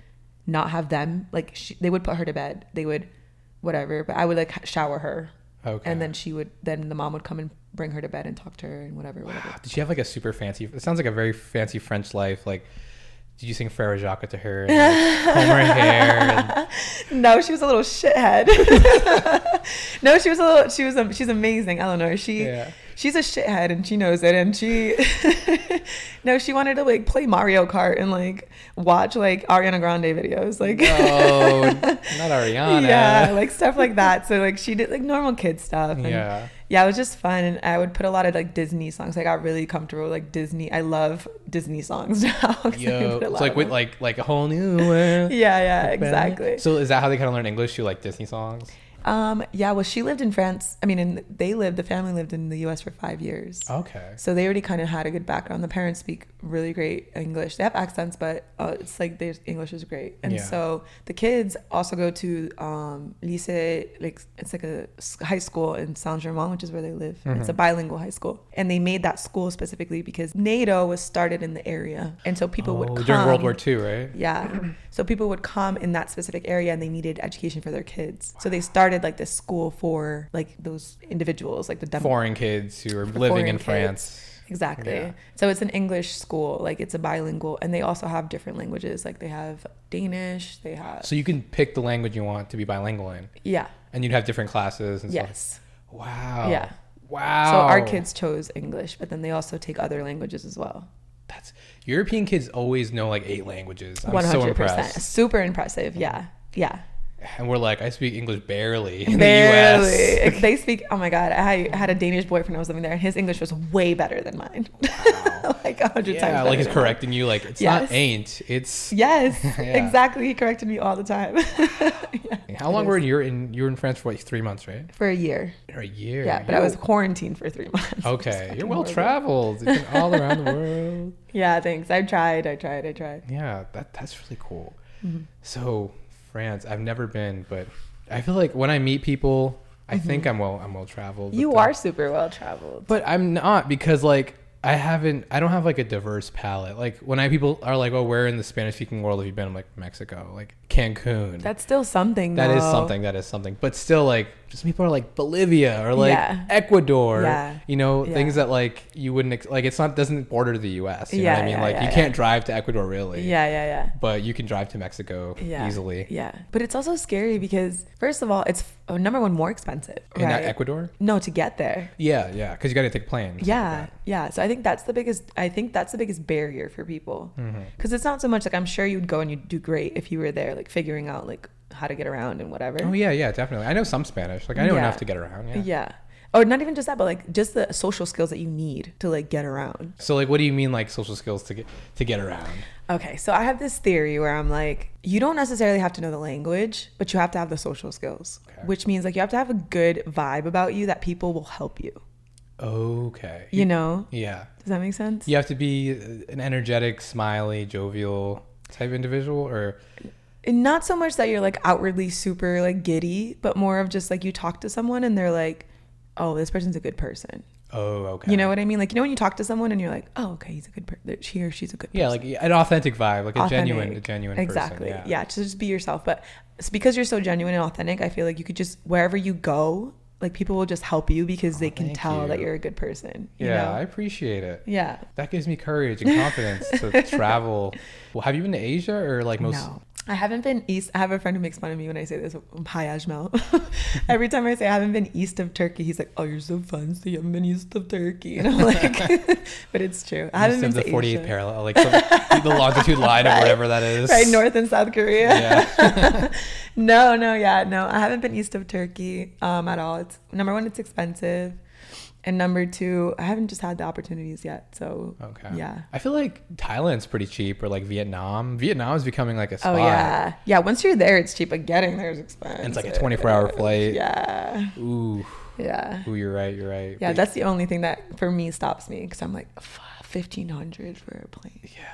[SPEAKER 2] not have them. Like she, they would put her to bed. They would whatever. But I would like shower her,
[SPEAKER 1] Okay.
[SPEAKER 2] and then she would. Then the mom would come and bring her to bed and talk to her and whatever, whatever.
[SPEAKER 1] Did she have like a super fancy? It sounds like a very fancy French life. Like, did you sing Frere Jacques to her? And,
[SPEAKER 2] [LAUGHS]
[SPEAKER 1] like, comb her hair. And,
[SPEAKER 2] No, she was a
[SPEAKER 1] [LAUGHS]
[SPEAKER 2] little shithead. no, she was a little. She was. A, she's amazing, Eleanor. She.
[SPEAKER 1] Yeah.
[SPEAKER 2] She's a shithead, and she knows it. And she. [LAUGHS] no, she wanted to like play Mario Kart and like watch like Ariana Grande videos, like
[SPEAKER 1] no, Oh, not Ariana.
[SPEAKER 2] [LAUGHS] yeah, like stuff like
[SPEAKER 1] [LAUGHS]
[SPEAKER 2] that. So like she did like normal kid stuff. And
[SPEAKER 1] Yeah.
[SPEAKER 2] Yeah, it was just fun, and I would put a lot of like Disney songs. I got really comfortable with, like Disney. I love Disney songs [LAUGHS] now. 'cause I can
[SPEAKER 1] Yo,
[SPEAKER 2] put a
[SPEAKER 1] it's
[SPEAKER 2] lot
[SPEAKER 1] like
[SPEAKER 2] of
[SPEAKER 1] with
[SPEAKER 2] them.
[SPEAKER 1] like like a whole new world.
[SPEAKER 2] [LAUGHS] Yeah, yeah, exactly.
[SPEAKER 1] So is that how they kind of learn English through like Disney songs?
[SPEAKER 2] Um, yeah, well, she lived in France. I mean, and they lived, the family lived in the US for five years.
[SPEAKER 1] Oh, Okay.
[SPEAKER 2] So they already kind of had a good background. The parents speak really great English. They have accents, but uh, it's like their English is great. And
[SPEAKER 1] Yeah.
[SPEAKER 2] so the kids also go to um, lycée, like it's like a s- high school in Saint Germain, which is where they live. It's
[SPEAKER 1] Mm-hmm.
[SPEAKER 2] a bilingual high school, and they made that school specifically because NATO was started in the area, and so people would
[SPEAKER 1] Oh,
[SPEAKER 2] come
[SPEAKER 1] during World War II, right? [CLEARS THROAT]
[SPEAKER 2] yeah. So people would come in that specific area and they needed education for their kids. So they started like this school for like those individuals, like the dumb-
[SPEAKER 1] Foreign kids who are living
[SPEAKER 2] foreign
[SPEAKER 1] in
[SPEAKER 2] kids.
[SPEAKER 1] France.
[SPEAKER 2] Exactly.
[SPEAKER 1] Yeah.
[SPEAKER 2] So it's an English school, like it's a bilingual, and they also have different languages. Like they have Danish, they have
[SPEAKER 1] So you can pick the language you want to be bilingual in,
[SPEAKER 2] yeah,
[SPEAKER 1] and you'd have different classes. And Stuff.
[SPEAKER 2] yes.
[SPEAKER 1] Wow.
[SPEAKER 2] Yeah.
[SPEAKER 1] Wow.
[SPEAKER 2] So
[SPEAKER 1] Oh.
[SPEAKER 2] our kids chose English, but then they also take other languages as well.
[SPEAKER 1] That's European kids always know like eight languages. I'm
[SPEAKER 2] One
[SPEAKER 1] so
[SPEAKER 2] hundred percent,
[SPEAKER 1] impressed.
[SPEAKER 2] super impressive. Yeah, yeah.
[SPEAKER 1] And we're like, I speak English barely in
[SPEAKER 2] Barely.
[SPEAKER 1] the U.S. [LAUGHS]
[SPEAKER 2] If they speak. Oh my god, I had- I had a Danish boyfriend I was living there, and his English was way better than mine. [LAUGHS] like a hundred times.
[SPEAKER 1] Yeah,
[SPEAKER 2] better
[SPEAKER 1] like it's
[SPEAKER 2] than
[SPEAKER 1] correcting you. Like it's
[SPEAKER 2] Yes.
[SPEAKER 1] not ain't. It's
[SPEAKER 2] mine. Yes,
[SPEAKER 1] [LAUGHS] Yeah.
[SPEAKER 2] exactly. He corrected me all the time. [LAUGHS] Yeah,
[SPEAKER 1] how
[SPEAKER 2] it
[SPEAKER 1] long
[SPEAKER 2] is.
[SPEAKER 1] were you were in? You were in France for like three months, right?
[SPEAKER 2] for a year?
[SPEAKER 1] Or a year.
[SPEAKER 2] Yeah, but I
[SPEAKER 1] You're-
[SPEAKER 2] was quarantined for three [LAUGHS] months. It was
[SPEAKER 1] okay. You're
[SPEAKER 2] fucking
[SPEAKER 1] well
[SPEAKER 2] horrible.
[SPEAKER 1] traveled. You've been all around
[SPEAKER 2] [LAUGHS]
[SPEAKER 1] the world.
[SPEAKER 2] Yeah, thanks. I tried. I tried. I tried.
[SPEAKER 1] Yeah, that that's really cool.
[SPEAKER 2] Mm-hmm.
[SPEAKER 1] So France, I've never been, but I feel like when I meet people, I think I'm well. I'm well traveled. but
[SPEAKER 2] Mm-hmm. You
[SPEAKER 1] then-
[SPEAKER 2] are super well traveled.
[SPEAKER 1] But I'm not because like I haven't I don't have like a diverse palette. Like when I people are like, "Oh, where in the Spanish speaking world have you been?" I'm like, "Mexico, like Cancun."
[SPEAKER 2] That's still something.
[SPEAKER 1] that is
[SPEAKER 2] though.
[SPEAKER 1] something. That is something. But still, like, just people are like Bolivia or like
[SPEAKER 2] Yeah.
[SPEAKER 1] Ecuador.
[SPEAKER 2] Yeah.
[SPEAKER 1] You know,
[SPEAKER 2] Yeah.
[SPEAKER 1] things that like you wouldn't ex- like. It's not doesn't border the U.S. You
[SPEAKER 2] Yeah,
[SPEAKER 1] know what I mean?
[SPEAKER 2] yeah,
[SPEAKER 1] like
[SPEAKER 2] yeah,
[SPEAKER 1] you
[SPEAKER 2] yeah.
[SPEAKER 1] can't drive to Ecuador really.
[SPEAKER 2] Yeah, yeah, yeah.
[SPEAKER 1] But you can drive to Mexico
[SPEAKER 2] yeah,
[SPEAKER 1] easily.
[SPEAKER 2] Yeah, but it's also scary because first of all, it's uh, number one more expensive.
[SPEAKER 1] In
[SPEAKER 2] right?
[SPEAKER 1] Ecuador.
[SPEAKER 2] no, to get there.
[SPEAKER 1] Yeah, yeah, because you got to take planes.
[SPEAKER 2] Yeah, yeah. So I think that's the biggest. I think that's the biggest barrier for people,
[SPEAKER 1] Mm-hmm.
[SPEAKER 2] because it's not so much like I'm sure you'd go and you'd do great if you were there, like figuring out like how to get around and whatever.
[SPEAKER 1] Oh yeah, yeah, definitely. I know some Spanish. Like I know
[SPEAKER 2] Yeah.
[SPEAKER 1] enough to get around. Yeah.
[SPEAKER 2] yeah. Or not even just that, but like just the social skills that you need to like get around.
[SPEAKER 1] So like, what do you mean like social skills to get to get around?
[SPEAKER 2] Okay, so I have this theory where I'm like, you don't necessarily have to know the language, but you have to have the social skills,
[SPEAKER 1] Okay.
[SPEAKER 2] which means like you have to have a good vibe about you that people will help you.
[SPEAKER 1] Okay.
[SPEAKER 2] You know?
[SPEAKER 1] yeah.
[SPEAKER 2] Does that make sense?
[SPEAKER 1] You have to be uh, an energetic, smiley, jovial type individual, or
[SPEAKER 2] And not so much that you're like outwardly super like giddy, but more of just like you talk to someone and they're like, oh, this person's a good person.
[SPEAKER 1] oh, okay.
[SPEAKER 2] You know what I mean? Like, you know, when you talk to someone and you're like, oh, okay, he's a good person. She or she's a good person.
[SPEAKER 1] Yeah, like an authentic vibe, like a genuine, a
[SPEAKER 2] Authentic.
[SPEAKER 1] genuine
[SPEAKER 2] exactly.
[SPEAKER 1] person.
[SPEAKER 2] yeah. to just be yourself. But it's because you're so genuine and authentic, I feel like you could just, wherever you go, like people will just help you because they can
[SPEAKER 1] thank
[SPEAKER 2] tell that
[SPEAKER 1] you.
[SPEAKER 2] you're a good person. You
[SPEAKER 1] Yeah,
[SPEAKER 2] Know?
[SPEAKER 1] I appreciate it.
[SPEAKER 2] yeah.
[SPEAKER 1] That gives me courage
[SPEAKER 2] [LAUGHS]
[SPEAKER 1] and confidence to travel. Well, have you been to Asia or like most?
[SPEAKER 2] No. I haven't been east. I have a friend who makes fun of me when I say this.
[SPEAKER 1] [LAUGHS]
[SPEAKER 2] Hi, Ajmal. Every time I say I haven't been east of Turkey, he's like, "Oh, you're so fancy. I've been east of
[SPEAKER 1] [LAUGHS]
[SPEAKER 2] Turkey," and I'm like, [LAUGHS] "But it's true. I haven't
[SPEAKER 1] East
[SPEAKER 2] been
[SPEAKER 1] of
[SPEAKER 2] to
[SPEAKER 1] the 48th
[SPEAKER 2] Asia.
[SPEAKER 1] parallel, like
[SPEAKER 2] [LAUGHS]
[SPEAKER 1] some, the longitude line or
[SPEAKER 2] Right.
[SPEAKER 1] whatever that is.
[SPEAKER 2] Right, North and South Korea.
[SPEAKER 1] Yeah.
[SPEAKER 2] [LAUGHS] no, no, yeah, no. I haven't been east of Turkey um, at all. It's number one, it's expensive, and number two, I haven't just had the opportunities yet. So
[SPEAKER 1] Okay.
[SPEAKER 2] yeah.
[SPEAKER 1] I feel like Thailand's pretty cheap, or like Vietnam. Vietnam is becoming like a spot.
[SPEAKER 2] Oh yeah, yeah. Once you're there, it's cheap, but getting there is expensive.
[SPEAKER 1] And it's like a 24-hour flight.
[SPEAKER 2] Yeah,
[SPEAKER 1] Ooh,
[SPEAKER 2] yeah,
[SPEAKER 1] ooh, you're right. You're right.
[SPEAKER 2] yeah.
[SPEAKER 1] But-
[SPEAKER 2] That's the only thing that for me stops me because I'm like fifteen hundred for a plane.
[SPEAKER 1] Yeah.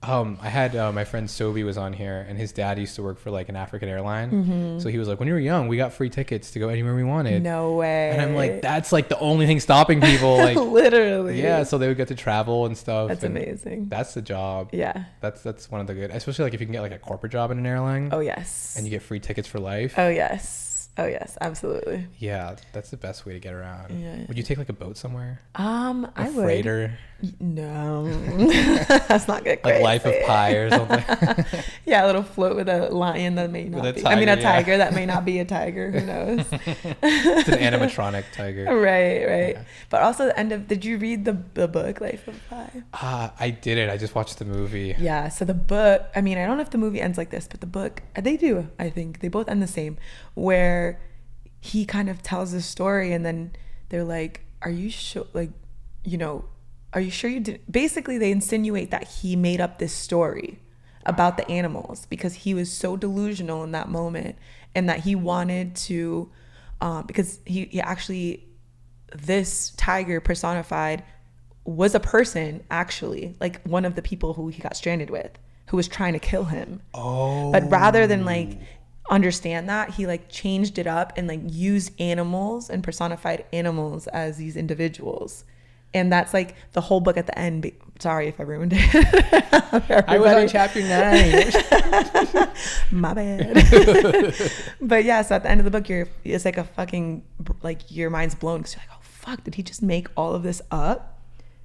[SPEAKER 1] Um, I had uh, my friend Sobi was on here, and his dad used to work for like an African airline. So he was like, "When you were young, we got free tickets to go anywhere we wanted."
[SPEAKER 2] Mm-hmm. No way.
[SPEAKER 1] And I'm like,
[SPEAKER 2] [LAUGHS]
[SPEAKER 1] "That's like the only thing stopping people." Like,
[SPEAKER 2] literally.
[SPEAKER 1] yeah. So they would get to travel and stuff.
[SPEAKER 2] that's
[SPEAKER 1] and
[SPEAKER 2] amazing.
[SPEAKER 1] That's the job.
[SPEAKER 2] yeah.
[SPEAKER 1] That's that's one of the good, especially like if you can get like a corporate job in an airline
[SPEAKER 2] Oh yes.
[SPEAKER 1] and you get free tickets for life.
[SPEAKER 2] Oh yes. Oh yes, absolutely.
[SPEAKER 1] yeah, that's the best way to get around.
[SPEAKER 2] Yeah.
[SPEAKER 1] Would you take like a boat somewhere?
[SPEAKER 2] Um,
[SPEAKER 1] A
[SPEAKER 2] I would. [LAUGHS]
[SPEAKER 1] freighter,
[SPEAKER 2] Y-
[SPEAKER 1] [LAUGHS]
[SPEAKER 2] No, [LAUGHS] that's not good.
[SPEAKER 1] like Life of Pi or something.
[SPEAKER 2] [LAUGHS] Yeah, a little float with a lion that may not
[SPEAKER 1] With a
[SPEAKER 2] be. I mean, a
[SPEAKER 1] tiger, yeah.
[SPEAKER 2] tiger that may not be a
[SPEAKER 1] [LAUGHS]
[SPEAKER 2] tiger. Who knows?
[SPEAKER 1] it's an animatronic tiger.
[SPEAKER 2] [LAUGHS] right, right.
[SPEAKER 1] Yeah.
[SPEAKER 2] But also, the end of. Did you read the the book Life of Pi?
[SPEAKER 1] Ah, I did it. I just watched the movie.
[SPEAKER 2] Yeah. So the book. I mean, I don't know if the movie ends like this, but the book uh, they do. I think they both end the same, where he kind of tells the story, and then they're like, "Are you sure? Like, you know, are you sure you did?" Basically, they insinuate that he made up this story about the animals because he was so delusional in that moment, and that he wanted to, um, because he, he actually this tiger personified was a person actually like one of the people who he got stranded with who was trying to kill him
[SPEAKER 1] Oh,
[SPEAKER 2] but rather than like understand that he like changed it up and like used animals and personified animals as these individuals and that's like the whole book at the end be- sorry if i ruined it [LAUGHS]
[SPEAKER 1] I was on chapter nine.
[SPEAKER 2] [LAUGHS] my bad.
[SPEAKER 1] [LAUGHS]
[SPEAKER 2] but yeah, so at the end of the book, you're it's like a fucking like your mind's blown because you're like, oh fuck, did he just make all of this up?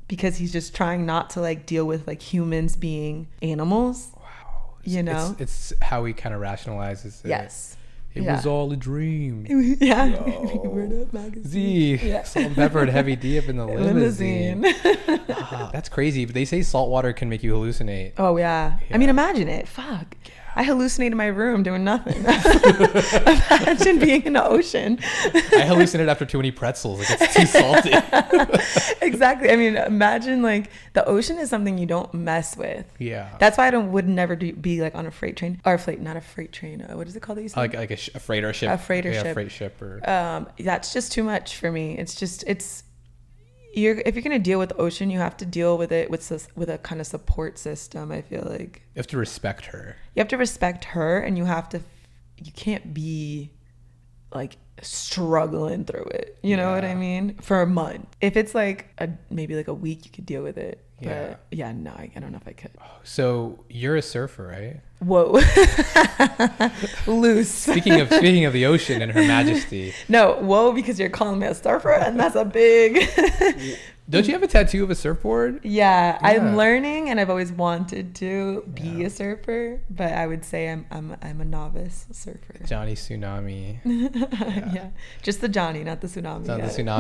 [SPEAKER 2] Because he's just trying not to like deal with like humans being animals.
[SPEAKER 1] Oh, wow,
[SPEAKER 2] You know?
[SPEAKER 1] it's, it's how he kind of rationalizes it.
[SPEAKER 2] Yes. [LAUGHS]
[SPEAKER 1] it
[SPEAKER 2] Yeah.
[SPEAKER 1] was all a dream.
[SPEAKER 2] yeah.
[SPEAKER 1] Yo.
[SPEAKER 2] Word up magazine.
[SPEAKER 1] Z,
[SPEAKER 2] [LAUGHS] Yeah.
[SPEAKER 1] salt and pepper and heavy D up in
[SPEAKER 2] [LAUGHS]
[SPEAKER 1] the limousine.
[SPEAKER 2] Limousine.
[SPEAKER 1] Ah, that's crazy. But they say salt water can make you hallucinate.
[SPEAKER 2] [LAUGHS] Oh yeah. I mean,
[SPEAKER 1] Yeah.
[SPEAKER 2] imagine it. Fuck. I hallucinate in my room
[SPEAKER 1] [LAUGHS]
[SPEAKER 2] doing nothing. [LAUGHS] imagine being in the ocean. [LAUGHS]
[SPEAKER 1] I hallucinated after too many pretzels. Like it's too salty.
[SPEAKER 2] exactly. I mean, imagine like the ocean is something you don't mess with.
[SPEAKER 1] Yeah.
[SPEAKER 2] That's why I don't would never do, be like on a freight train or a freight, not a freight train. Uh, what is it called? That you said?
[SPEAKER 1] like like a, sh- a freighter ship.
[SPEAKER 2] A freighter
[SPEAKER 1] yeah,
[SPEAKER 2] ship.
[SPEAKER 1] freight ship or
[SPEAKER 2] um, that's just too much for me. It's just it's you're if you're gonna deal with the ocean, you have to deal with it with sus- with a kind of support system. I feel like
[SPEAKER 1] you have to respect her.
[SPEAKER 2] you have to respect her, and you have to you can't be like struggling through it. You know what I
[SPEAKER 1] Yeah.
[SPEAKER 2] mean? For a month, if it's like a maybe like a week, you could deal with it.
[SPEAKER 1] Yeah.
[SPEAKER 2] But yeah, no, I, I don't know if I could.
[SPEAKER 1] So you're a surfer, right?
[SPEAKER 2] Whoa. [LAUGHS]
[SPEAKER 1] [LAUGHS]
[SPEAKER 2] Loose.
[SPEAKER 1] Speaking of speaking of the ocean and Her Majesty,
[SPEAKER 2] No, whoa, because you're calling me a surfer, and that's a big. [LAUGHS]
[SPEAKER 1] don't you have a tattoo of a surfboard?
[SPEAKER 2] yeah,
[SPEAKER 1] Yeah.
[SPEAKER 2] I'm learning, and I've always wanted to be a surfer, but I would say I'm I'm I'm a novice surfer. [LAUGHS]
[SPEAKER 1] Johnny Tsunami.
[SPEAKER 2] yeah. just the Johnny, not the tsunami.
[SPEAKER 1] It's not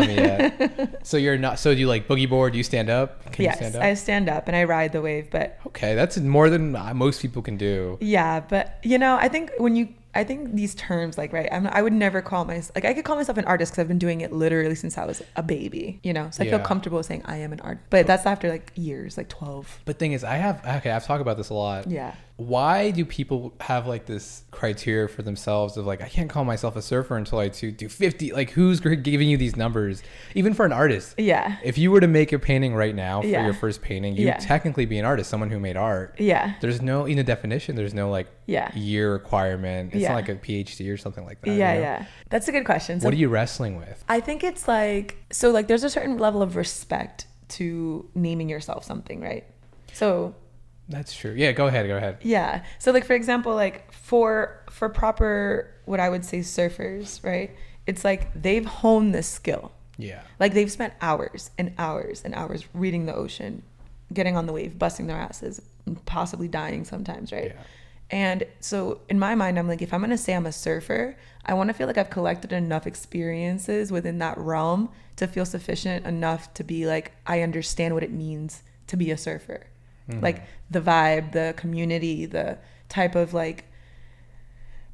[SPEAKER 2] yet.
[SPEAKER 1] the tsunami
[SPEAKER 2] [LAUGHS]
[SPEAKER 1] yet. so you're not. So do you like boogie board? Do you stand up? Can
[SPEAKER 2] yes,
[SPEAKER 1] you stand up?
[SPEAKER 2] I stand up and I ride the wave, but
[SPEAKER 1] okay, that's more than uh, most people can do.
[SPEAKER 2] yeah, but you know, I think when you. I think these terms, like, right, I'm, I would never call myself, like, I could call myself an artist because I've been doing it literally since I was a baby, you know? So I
[SPEAKER 1] Yeah.
[SPEAKER 2] feel comfortable saying I am an artist. But that's after, like, years, like 12.
[SPEAKER 1] But thing is, I have okay. I've talked about this a lot.
[SPEAKER 2] Yeah.
[SPEAKER 1] Why do people have like this criteria for themselves of like I can't call myself a surfer until I do do fifty? Like who's gr- giving you these numbers? Even for an artist,
[SPEAKER 2] Yeah.
[SPEAKER 1] if you were to make a painting right now for
[SPEAKER 2] Yeah.
[SPEAKER 1] your first painting, you would
[SPEAKER 2] Yeah.
[SPEAKER 1] technically be an artist, someone who made art.
[SPEAKER 2] Yeah.
[SPEAKER 1] There's no in the definition. There's no like
[SPEAKER 2] Yeah.
[SPEAKER 1] year requirement. It's
[SPEAKER 2] Yeah.
[SPEAKER 1] not like a PhD or something like that. you
[SPEAKER 2] yeah,
[SPEAKER 1] know?
[SPEAKER 2] yeah. That's a good question. So
[SPEAKER 1] What are you wrestling with?
[SPEAKER 2] I think it's like so like there's a certain level of respect to naming yourself something, right? So
[SPEAKER 1] That's true. Yeah, go ahead. Go ahead.
[SPEAKER 2] yeah. So like for example, like for for proper what I would say surfers, right? It's like they've honed this skill.
[SPEAKER 1] Yeah.
[SPEAKER 2] Like they've spent hours and hours and hours reading the ocean, getting on the wave, busting their asses, and possibly dying sometimes, right?
[SPEAKER 1] Yeah.
[SPEAKER 2] And so in my mind, I'm like, if I'm gonna say I'm a surfer, I wanna feel like I've collected enough experiences within that realm to feel sufficient enough to be like, I understand what it means to be a surfer.
[SPEAKER 1] Mm-hmm.
[SPEAKER 2] Like the vibe, the community, the type of like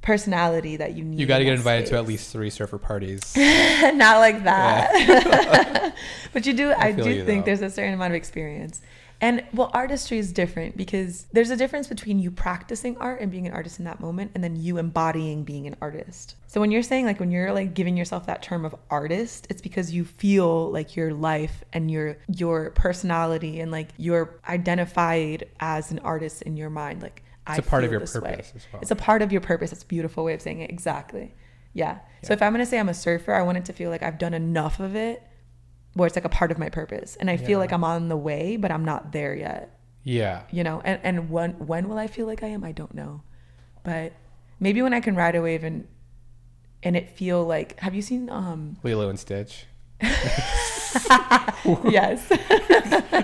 [SPEAKER 2] personality that you need.
[SPEAKER 1] You got to
[SPEAKER 2] in
[SPEAKER 1] get
[SPEAKER 2] that
[SPEAKER 1] invited to at
[SPEAKER 2] space.
[SPEAKER 1] least three surfer
[SPEAKER 2] [LAUGHS]
[SPEAKER 1] parties.
[SPEAKER 2] not like that. [LAUGHS] but you do. I,
[SPEAKER 1] feel
[SPEAKER 2] do
[SPEAKER 1] you,
[SPEAKER 2] think
[SPEAKER 1] though.
[SPEAKER 2] there's a certain amount of experience, and well, artistry is different because there's a difference between you practicing art and being an artist in that moment, and then you embodying being an artist. So when you're saying like when you're like giving yourself that term of artist, it's because you feel like your life and your your personality and like you're identified as an artist in your mind, like.
[SPEAKER 1] It's
[SPEAKER 2] a
[SPEAKER 1] a part of your purpose as well.
[SPEAKER 2] It's a part of your purpose. That's a beautiful way of saying it. Exactly. Yeah. So if I'm gonna say I'm a surfer, I want it to feel like I've done enough of it where it's like a part of my purpose. And I
[SPEAKER 1] Yeah.
[SPEAKER 2] feel like I'm on the way, but I'm not there yet.
[SPEAKER 1] yeah.
[SPEAKER 2] You know, and, and when when will I feel like I am? I don't know. But maybe when I can ride a wave and and it feel like have you
[SPEAKER 1] [LAUGHS]
[SPEAKER 2] seen um
[SPEAKER 1] Lilo and Stitch. [LAUGHS]
[SPEAKER 2] yes. [LAUGHS]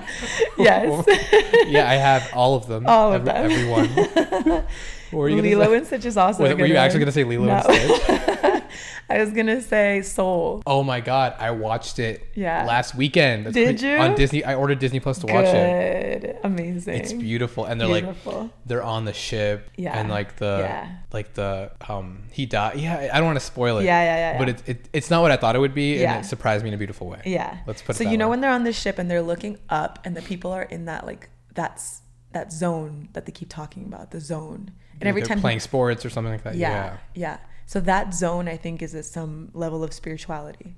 [SPEAKER 2] yes.
[SPEAKER 1] yeah, I have all of them.
[SPEAKER 2] All of them.
[SPEAKER 1] Everyone.
[SPEAKER 2] [LAUGHS]
[SPEAKER 1] were you,
[SPEAKER 2] Lilo
[SPEAKER 1] gonna say?
[SPEAKER 2] and Stitch is also a
[SPEAKER 1] Wait, were
[SPEAKER 2] good
[SPEAKER 1] you actually going
[SPEAKER 2] one.
[SPEAKER 1] to say Lilo and
[SPEAKER 2] No.
[SPEAKER 1] Stitch?
[SPEAKER 2] [LAUGHS] I was gonna say soul.
[SPEAKER 1] Oh my God. I watched it
[SPEAKER 2] Yeah.
[SPEAKER 1] last weekend.
[SPEAKER 2] Did you?
[SPEAKER 1] On Disney. I ordered Disney Plus to
[SPEAKER 2] Good.
[SPEAKER 1] watch it.
[SPEAKER 2] Amazing.
[SPEAKER 1] It's beautiful. And they're
[SPEAKER 2] Beautiful.
[SPEAKER 1] like, they're on the ship.
[SPEAKER 2] Yeah.
[SPEAKER 1] And like the,
[SPEAKER 2] Yeah.
[SPEAKER 1] like the, um, he died. Yeah. I don't want to spoil it.
[SPEAKER 2] Yeah, yeah, yeah,
[SPEAKER 1] But
[SPEAKER 2] yeah.
[SPEAKER 1] it, it, it's not what I thought it would be.
[SPEAKER 2] Yeah.
[SPEAKER 1] And it surprised me in a beautiful way.
[SPEAKER 2] Yeah.
[SPEAKER 1] Let's put it
[SPEAKER 2] So
[SPEAKER 1] that
[SPEAKER 2] you know
[SPEAKER 1] way.
[SPEAKER 2] when they're on this ship and they're looking up and the people are in that like that's that zone that they keep talking about, the zone. And every
[SPEAKER 1] They're
[SPEAKER 2] time
[SPEAKER 1] playing sports or something like that.
[SPEAKER 2] yeah,
[SPEAKER 1] yeah.
[SPEAKER 2] yeah. So that zone I think is at some level of spirituality.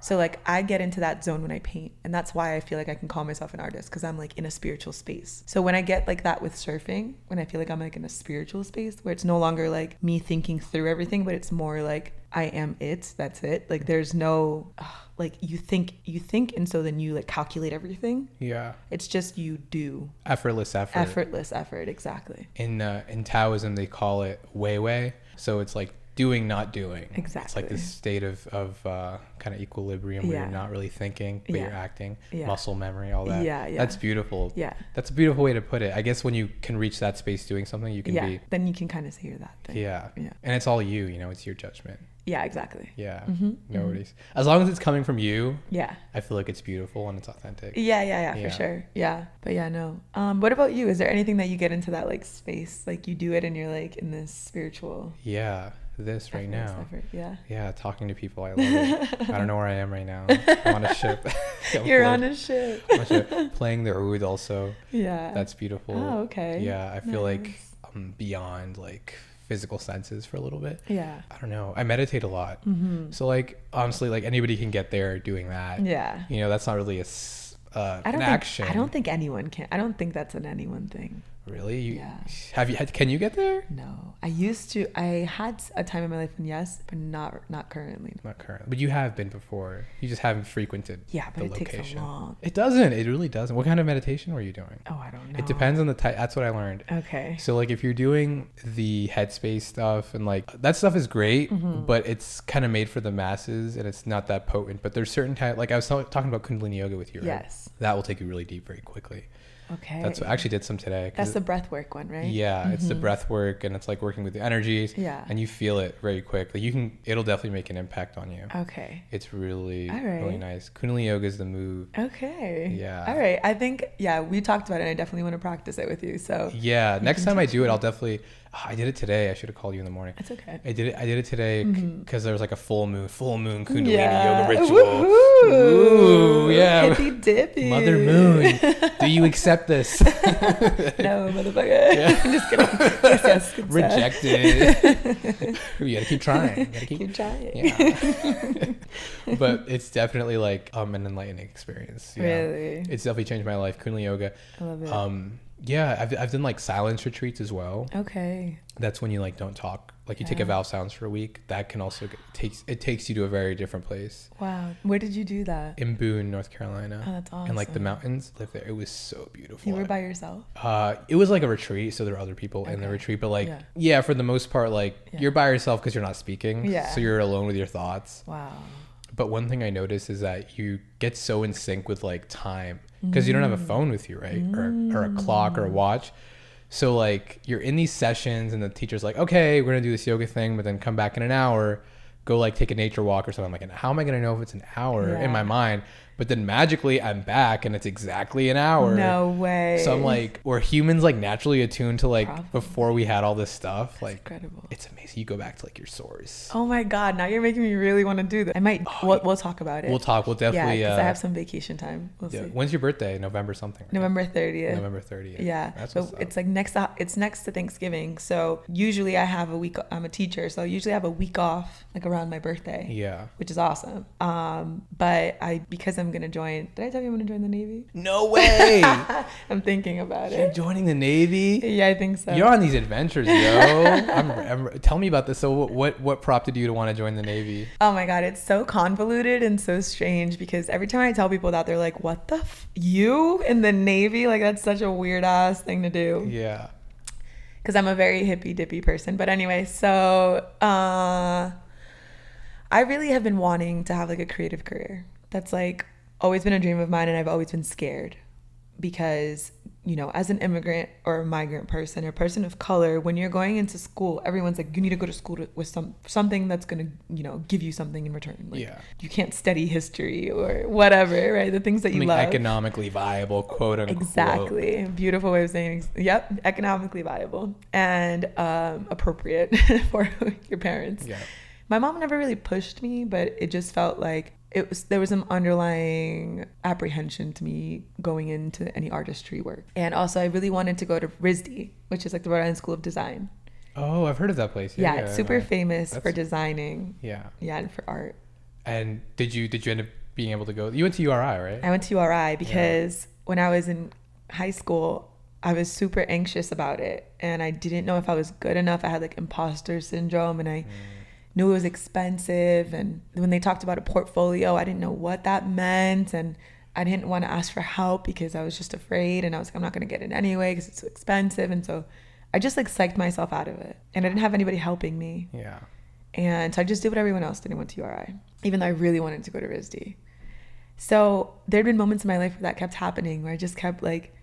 [SPEAKER 2] So like I get into that zone when I paint and that's why I feel like I can call myself an artist cuz I'm like in a spiritual space. So when I get like that with surfing, when I feel like I'm like in a spiritual space where it's no longer like me thinking through everything but it's more like I am it, that's it. Like there's no ugh, like you think you think and so then you like calculate everything.
[SPEAKER 1] Yeah.
[SPEAKER 2] It's just you do.
[SPEAKER 1] Effortless effort.
[SPEAKER 2] Effortless effort, exactly.
[SPEAKER 1] In uh, in Taoism, they call it wei wei. So it's like doing, not doing. It's
[SPEAKER 2] Exactly.
[SPEAKER 1] like this state of, of uh, kind of equilibrium where
[SPEAKER 2] Yeah.
[SPEAKER 1] you're not really thinking, but
[SPEAKER 2] Yeah.
[SPEAKER 1] you're acting.
[SPEAKER 2] Yeah.
[SPEAKER 1] Muscle memory, all that.
[SPEAKER 2] Yeah, yeah.
[SPEAKER 1] That's beautiful.
[SPEAKER 2] Yeah.
[SPEAKER 1] That's a beautiful way to put it. I guess when you can reach that space doing something, you can
[SPEAKER 2] Yeah.
[SPEAKER 1] be.
[SPEAKER 2] Then you can kind of see that thing.
[SPEAKER 1] Yeah.
[SPEAKER 2] Yeah.
[SPEAKER 1] And it's all you, you know, it's your judgment.
[SPEAKER 2] Yeah, exactly.
[SPEAKER 1] Yeah.
[SPEAKER 2] Mm-hmm.
[SPEAKER 1] No worries. As long as it's coming from you,
[SPEAKER 2] Yeah.
[SPEAKER 1] I feel like it's beautiful and it's authentic.
[SPEAKER 2] Yeah, yeah, yeah,
[SPEAKER 1] Yeah.
[SPEAKER 2] for sure. Yeah. But yeah, no. Um, what about you? Is there anything that you get into that like space? Like you do it and you're like in this spiritual
[SPEAKER 1] Yeah. This right
[SPEAKER 2] effortless
[SPEAKER 1] now.
[SPEAKER 2] effort. Yeah.
[SPEAKER 1] Yeah, talking to people, I love it. I don't know where I am right now. I'm on a
[SPEAKER 2] [LAUGHS]
[SPEAKER 1] ship. [LAUGHS] I'm
[SPEAKER 2] You're
[SPEAKER 1] bored.
[SPEAKER 2] on a ship.
[SPEAKER 1] [LAUGHS] On a
[SPEAKER 2] [LAUGHS]
[SPEAKER 1] ship. Playing the oud also.
[SPEAKER 2] Yeah.
[SPEAKER 1] That's beautiful.
[SPEAKER 2] Oh, okay.
[SPEAKER 1] Yeah, I feel like
[SPEAKER 2] Nice.
[SPEAKER 1] I'm beyond like physical senses for a little bit.
[SPEAKER 2] Yeah.
[SPEAKER 1] I don't know. I meditate a lot. So like honestly, like anybody can get there doing that.
[SPEAKER 2] Mm-hmm. Yeah.
[SPEAKER 1] You know, that's not really a s- uh,
[SPEAKER 2] I don't
[SPEAKER 1] an
[SPEAKER 2] think,
[SPEAKER 1] action.
[SPEAKER 2] I don't think anyone can I don't think that's an anyone thing.
[SPEAKER 1] Really? You,
[SPEAKER 2] Yeah.
[SPEAKER 1] Have you? Had, can you get there?
[SPEAKER 2] No, I used to. I had a time in my life when yes, but not not currently.
[SPEAKER 1] Not currently, but you have been before. You just haven't frequented.
[SPEAKER 2] Yeah, but
[SPEAKER 1] the
[SPEAKER 2] it
[SPEAKER 1] location.
[SPEAKER 2] takes a long.
[SPEAKER 1] It doesn't. It really doesn't. What kind of meditation were you doing?
[SPEAKER 2] Oh, I don't know.
[SPEAKER 1] It depends on the type. That's what I learned.
[SPEAKER 2] Okay.
[SPEAKER 1] So like if you're doing the headspace stuff and like that stuff is great,
[SPEAKER 2] Mm-hmm.
[SPEAKER 1] but it's kind of made for the masses and it's not that potent. But there's certain type like I was tell- talking about Kundalini yoga with you. Right?
[SPEAKER 2] Yes.
[SPEAKER 1] That will take you really deep very quickly.
[SPEAKER 2] Okay.
[SPEAKER 1] That's what I actually did some today. 'cause
[SPEAKER 2] That's the breath work one, right?
[SPEAKER 1] yeah, it's the breath work and it's like working with the energies.
[SPEAKER 2] Yeah.
[SPEAKER 1] And you feel it very quick. Like you can, it'll definitely make an impact on you.
[SPEAKER 2] Okay.
[SPEAKER 1] It's really,
[SPEAKER 2] Oh. All
[SPEAKER 1] really
[SPEAKER 2] right.
[SPEAKER 1] nice. Kundalini yoga is the move.
[SPEAKER 2] Okay.
[SPEAKER 1] Yeah.
[SPEAKER 2] All right. I think yeah, we talked about it. and I definitely want to practice it with Oh, you. So
[SPEAKER 1] Yeah. Next time I do it, I'll definitely. Ah, I did it today. I should have called you in the morning.
[SPEAKER 2] it's okay.
[SPEAKER 1] I did it. I did it today because there was like a full moon, full moon Kundalini
[SPEAKER 2] Mm-hmm. yeah. [LAUGHS]
[SPEAKER 1] yoga ritual.
[SPEAKER 2] Woohoo.
[SPEAKER 1] Ooh, yeah.
[SPEAKER 2] Hippy dippy.
[SPEAKER 1] Mother Moon, do you accept this?
[SPEAKER 2] [LAUGHS] No,
[SPEAKER 1] [LAUGHS]
[SPEAKER 2] motherfucker. I'm [LAUGHS] just kidding. Yes, yes, good stuff.
[SPEAKER 1] Rejected. [LAUGHS] you gotta keep trying. You
[SPEAKER 2] [LAUGHS]
[SPEAKER 1] gotta keep
[SPEAKER 2] Keep trying.
[SPEAKER 1] yeah. [LAUGHS] but it's definitely like um an enlightening experience. you know?
[SPEAKER 2] Really.
[SPEAKER 1] It's definitely changed my life. Kundalini yoga.
[SPEAKER 2] I love it.
[SPEAKER 1] Um yeah, I've I've done like silence retreats as well.
[SPEAKER 2] okay.
[SPEAKER 1] That's when you like don't talk. Like you take a vowel sounds for a week. That can also get, takes it takes you to a very different place.
[SPEAKER 2] Wow. Where did you do that?
[SPEAKER 1] In Boone, North Carolina.
[SPEAKER 2] Oh, that's
[SPEAKER 1] And like the
[SPEAKER 2] awesome.
[SPEAKER 1] mountains live there. It was so beautiful.
[SPEAKER 2] You were by yourself?
[SPEAKER 1] uh it was like a retreat, so there were other people in the
[SPEAKER 2] Okay.
[SPEAKER 1] retreat, but like yeah.
[SPEAKER 2] Yeah.
[SPEAKER 1] for the most part, like
[SPEAKER 2] Yeah.
[SPEAKER 1] you're by yourself because you're not speaking.
[SPEAKER 2] Yeah.
[SPEAKER 1] So you're alone with your thoughts.
[SPEAKER 2] Wow.
[SPEAKER 1] But one thing I noticed is that you get so in sync with like time because you don't
[SPEAKER 2] Mm.
[SPEAKER 1] have a phone with you, right? Or, or a clock or a watch. So like you're in these sessions and the teacher's like, okay, we're gonna do this yoga thing, but then come back in an hour, go like take a nature walk or something. I'm like, how am I gonna know if it's an hour
[SPEAKER 2] Yeah.
[SPEAKER 1] in my mind? But then magically I'm back and it's exactly an hour.
[SPEAKER 2] No way.
[SPEAKER 1] So I'm like, were humans like naturally attuned to like
[SPEAKER 2] Probably.
[SPEAKER 1] before we had all this stuff? like,
[SPEAKER 2] incredible.
[SPEAKER 1] it's amazing. You go back to like your source.
[SPEAKER 2] Oh my god, now you're making me really want to do that. I might we'll, we'll talk about it.
[SPEAKER 1] Oh, We'll talk. We'll
[SPEAKER 2] Oh, yeah,
[SPEAKER 1] definitely.
[SPEAKER 2] because
[SPEAKER 1] uh,
[SPEAKER 2] I have some vacation time. We'll
[SPEAKER 1] Yeah.
[SPEAKER 2] see.
[SPEAKER 1] When's your birthday? November something. right?
[SPEAKER 2] November 30th.
[SPEAKER 1] November 30th.
[SPEAKER 2] Yeah,
[SPEAKER 1] That's
[SPEAKER 2] but
[SPEAKER 1] what's up.
[SPEAKER 2] it's like next to, it's next to Thanksgiving, so usually I have a week. I'm a teacher, so I usually have a week off like around my birthday,
[SPEAKER 1] yeah.
[SPEAKER 2] which is awesome. Um, but I because I'm gonna join. Did I tell you I'm gonna join the Navy? [LAUGHS]
[SPEAKER 1] No [LAUGHS] way.
[SPEAKER 2] I'm thinking about
[SPEAKER 1] You're
[SPEAKER 2] it.
[SPEAKER 1] joining the Navy.
[SPEAKER 2] Yeah, I think so.
[SPEAKER 1] You're on these adventures, yo. I'm, I'm- tell me about this. So, what what, what prompted you to want to join the Navy?
[SPEAKER 2] Oh my god, it's so convoluted and so strange because every time I tell people that, they're like, "What the f- you in the Navy? Like that's such a weird ass thing to do."
[SPEAKER 1] Yeah.
[SPEAKER 2] because I'm a very hippy dippy person. But anyway, so uh, I really have been wanting to have like a creative career. That's like always been a dream of mine, and I've always been scared because you know, as an immigrant or a migrant person or person of color, when you're going into school, everyone's like, you need to go to school to, with some something that's gonna you know give you something in return. Like,
[SPEAKER 1] Yeah.
[SPEAKER 2] you can't study history or whatever, right? The things that
[SPEAKER 1] I
[SPEAKER 2] you
[SPEAKER 1] mean,
[SPEAKER 2] love.
[SPEAKER 1] economically viable, quote unquote.
[SPEAKER 2] Exactly. Beautiful way of saying, ex- yep, economically viable and um, appropriate [LAUGHS] for your parents.
[SPEAKER 1] Yeah.
[SPEAKER 2] My mom never really pushed me, but it just felt like it was there was some underlying apprehension to me going into any artistry work. And also I really wanted to go to RISD, which is like the Rhode Island School of Design.
[SPEAKER 1] Oh, I've heard of that place.
[SPEAKER 2] Yeah, it's super
[SPEAKER 1] yeah.
[SPEAKER 2] famous for
[SPEAKER 1] That's-
[SPEAKER 2] designing.
[SPEAKER 1] Yeah.
[SPEAKER 2] Yeah, and for art.
[SPEAKER 1] And did you did you end up being able to go? You went to URI, right?
[SPEAKER 2] I went to URI because when I was in high school, I was super anxious about it and I didn't know if I was good enough. I had like imposter syndrome and I knew it was expensive. And when they talked about a portfolio, I didn't know what that meant. And I didn't want to ask for help because I was just afraid and I was like, I'm not going to get it anyway because it's so expensive. And so I just like psyched myself out of it and I didn't have anybody helping me.
[SPEAKER 1] Yeah.
[SPEAKER 2] And so I just did what everyone else did and went to URI, even though I really wanted to go to RISD. So there'd been moments in my life where that kept happening, where I just kept like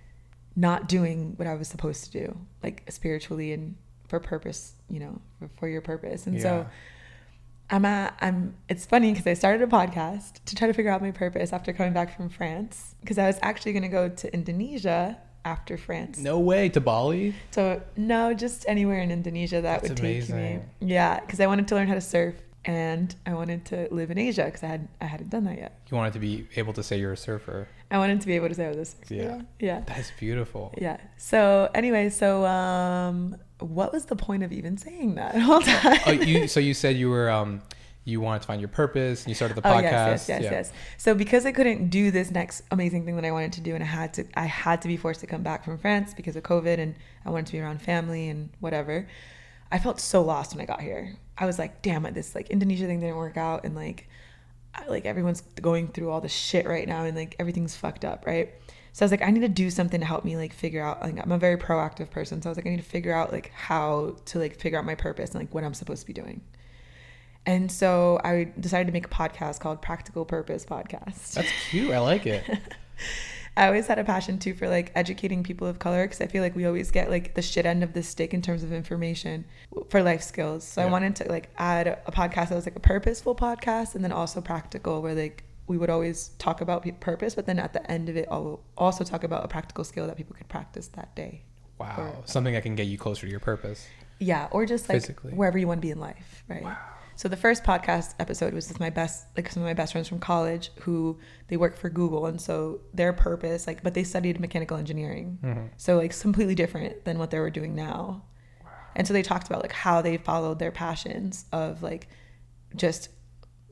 [SPEAKER 2] not doing what I was supposed to do, like spiritually and for purpose, you know, for your purpose. And
[SPEAKER 1] Yeah.
[SPEAKER 2] so I'm at, I'm it's funny because I started a podcast to try to figure out my purpose after coming back from France because I was actually going to go to Indonesia after France.
[SPEAKER 1] No way to Bali.
[SPEAKER 2] So no, just anywhere in Indonesia that
[SPEAKER 1] That's
[SPEAKER 2] would take me.
[SPEAKER 1] amazing.
[SPEAKER 2] Yeah, because I wanted to learn how to surf and I wanted to live in Asia because I had I hadn't done that yet.
[SPEAKER 1] You wanted to be able to say you're a surfer.
[SPEAKER 2] I wanted to be able to say I was a surfer.
[SPEAKER 1] Yeah.
[SPEAKER 2] yeah,
[SPEAKER 1] That's beautiful.
[SPEAKER 2] yeah. So anyway, so um, what was the point of even saying that? [LAUGHS] Hold on.
[SPEAKER 1] oh, you so you said you were um you wanted to find your purpose and you started the
[SPEAKER 2] Oh
[SPEAKER 1] podcast.
[SPEAKER 2] yes, yes, yes,
[SPEAKER 1] yeah.
[SPEAKER 2] yes. So because I couldn't do this next amazing thing that I wanted to do, and I had to, I had to be forced to come back from France because of COVID, and I wanted to be around family and whatever. I felt so lost when I got here. I was like, damn it, this like Indonesia thing didn't work out, and like, I- like everyone's going through all this shit right now, and like everything's fucked up, right? So I was like, I need to do something to help me like figure out. Like I'm a very proactive person, so I was like, I need to figure out like how to like figure out my purpose and like what I'm supposed to be doing. And so I decided to make a podcast called Practical Purpose Podcast.
[SPEAKER 1] That's cute. I like
[SPEAKER 2] [LAUGHS]
[SPEAKER 1] it.
[SPEAKER 2] I always had a passion too for like educating people of color because I feel like we always get like the shit end of the stick in terms of information for life skills. So I
[SPEAKER 1] Yeah.
[SPEAKER 2] wanted to like add a podcast that was like a purposeful podcast and then also practical, where like we would always talk about pe- purpose, but then at the end of it, I'll also talk about a practical skill that people could practice that day.
[SPEAKER 1] Wow. Something that can get you closer to your purpose.
[SPEAKER 2] Yeah, or just like
[SPEAKER 1] Physically.
[SPEAKER 2] wherever you want to be in life, right? So the first podcast episode was with my best, like some of my best friends from college who they work for Google, and so their purpose, like, but they studied mechanical engineering,
[SPEAKER 1] Mm-hmm.
[SPEAKER 2] so like it's completely different than what they were doing now. And so they talked about like how they followed their passions of like just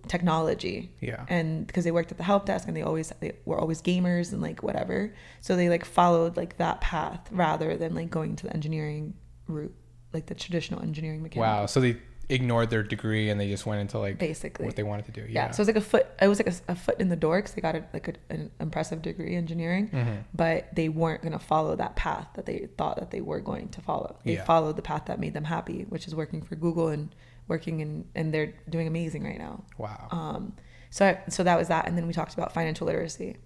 [SPEAKER 2] technology
[SPEAKER 1] Yeah.
[SPEAKER 2] and because they worked at the help desk and they always they were always gamers and like whatever so they like followed like that path rather than like going to the engineering route like the traditional engineering mechanic
[SPEAKER 1] Wow. So they ignored their degree and they just went into like
[SPEAKER 2] basically
[SPEAKER 1] what they wanted to do.
[SPEAKER 2] yeah.
[SPEAKER 1] Yeah.
[SPEAKER 2] so it was like a foot it was like a, a foot in the door because they got a, like a, an impressive degree in engineering
[SPEAKER 1] Mm-hmm.
[SPEAKER 2] but they weren't going to follow that path that they thought that they were going to follow they
[SPEAKER 1] Yeah.
[SPEAKER 2] followed the path that made them happy which is working for google and working in and they're doing amazing right now
[SPEAKER 1] wow.
[SPEAKER 2] Um, so I, so that was that, and then we talked about financial literacy.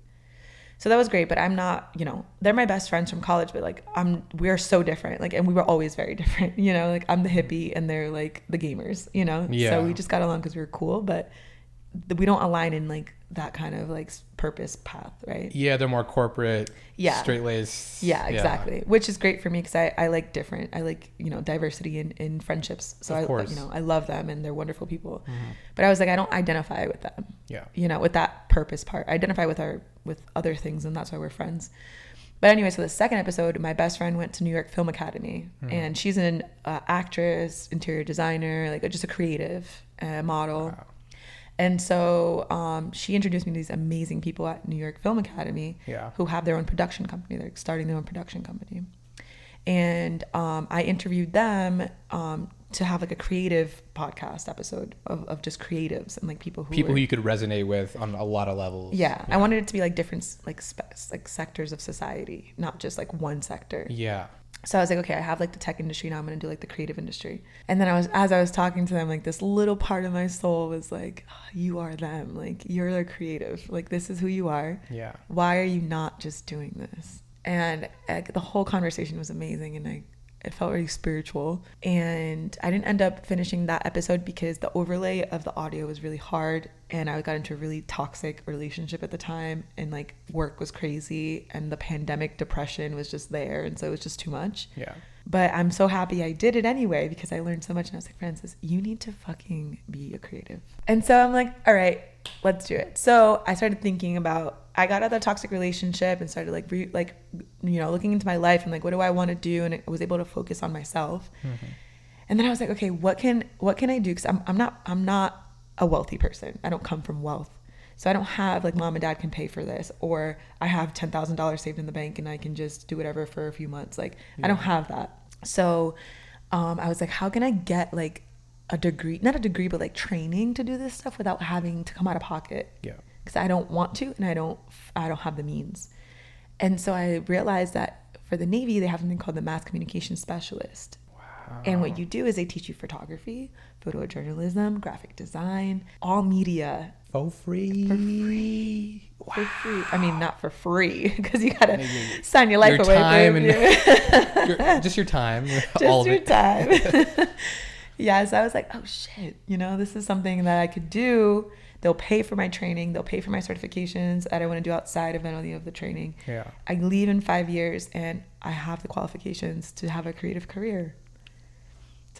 [SPEAKER 2] So that was great, but I'm not, you know, they're my best friends from college, but like I'm, we are so different, like, and we were always very [LAUGHS] different, you know, like I'm the hippie and they're like the gamers, you know.
[SPEAKER 1] Yeah.
[SPEAKER 2] So we just got along because we were cool, but th- we don't align in like that kind of like s- purpose path, right?
[SPEAKER 1] yeah, they're more corporate.
[SPEAKER 2] Yeah.
[SPEAKER 1] Straight laced.
[SPEAKER 2] Yeah, exactly. Which is great for me because I, I like different. I like you know diversity in, in friendships. So
[SPEAKER 1] Of
[SPEAKER 2] I
[SPEAKER 1] course. Mm-hmm.
[SPEAKER 2] you know I love them and they're wonderful people. But I was like I don't identify with them
[SPEAKER 1] Yeah.
[SPEAKER 2] you know, with that purpose part. I identify with our with other things, and that's why we're friends. But anyway, so the second episode, my best friend went to New York Film Academy,
[SPEAKER 1] Mm-hmm.
[SPEAKER 2] and she's an uh, actress, interior designer, like just a creative uh, model.
[SPEAKER 1] Wow.
[SPEAKER 2] And so um, she introduced me to these amazing people at New York Film Academy
[SPEAKER 1] Yeah.
[SPEAKER 2] who have their own production company. They're starting their own production company. And um, I interviewed them um, to have like a creative podcast episode of, of just creatives and like people who
[SPEAKER 1] People
[SPEAKER 2] were-
[SPEAKER 1] who you could resonate with on a lot of levels.
[SPEAKER 2] yeah, I wanted it to be like different s- like specs, like sectors of society, not just like one sector.
[SPEAKER 1] Yeah.
[SPEAKER 2] So I was like, okay, I have like the tech industry now. I'm gonna do like the creative industry. And then I was as I was talking to them, like this little part of my soul was like, "Ah, you are them. Like you're the creative. Like this is who you are.
[SPEAKER 1] Yeah.
[SPEAKER 2] Why are you not just doing this? And like, the whole conversation was amazing, and I. It felt really spiritual. And I didn't end up finishing that episode because the overlay of the audio was really hard. And I got into a really toxic relationship at the time. And like work was crazy. And the pandemic depression was just there. And so it was just too much.
[SPEAKER 1] Yeah.
[SPEAKER 2] But I'm so happy I did it anyway because I learned so much. And I was like, Francis, you need to fucking be a creative. And so I'm like, all right, let's do it. So I started thinking about, I got out of that toxic relationship and started like, re, like, you know, looking into my life and like, what do I want to do? And I was able to focus on myself. And then I was like, okay, what can, what can I do? Cause I'm, I'm not, I'm not a wealthy person. I don't come from wealth. So I don't have like mom and dad can pay for this, or I have ten thousand dollars saved in the bank and I can just do whatever for a few months. Like I don't have that. So um, I was like, how can I get like a degree, not a degree, but like training to do this stuff without having to come out of pocket?
[SPEAKER 1] Yeah.
[SPEAKER 2] because I don't want to and I don't I don't have the means. And so I realized that for the Navy they have something called the mass communication specialist. And what you do is they teach you photography, photojournalism, graphic design, all media
[SPEAKER 1] For free. For free.
[SPEAKER 2] for free. I mean, not for free [LAUGHS] because you gotta
[SPEAKER 1] Yeah, yeah, yeah.
[SPEAKER 2] sign your life
[SPEAKER 1] Your
[SPEAKER 2] away.
[SPEAKER 1] time
[SPEAKER 2] babe.
[SPEAKER 1] and- [LAUGHS]
[SPEAKER 2] Yeah.
[SPEAKER 1] Your, just your
[SPEAKER 2] [LAUGHS]
[SPEAKER 1] time.
[SPEAKER 2] just
[SPEAKER 1] all of
[SPEAKER 2] your
[SPEAKER 1] it.
[SPEAKER 2] time.
[SPEAKER 1] [LAUGHS]
[SPEAKER 2] [LAUGHS] yeah, so I was like, oh shit, you know, this is something that I could do. They'll pay for my training. They'll pay for my certifications that I want to do outside of any of the training.
[SPEAKER 1] Yeah.
[SPEAKER 2] I leave in five years, and I have the qualifications to have a creative career.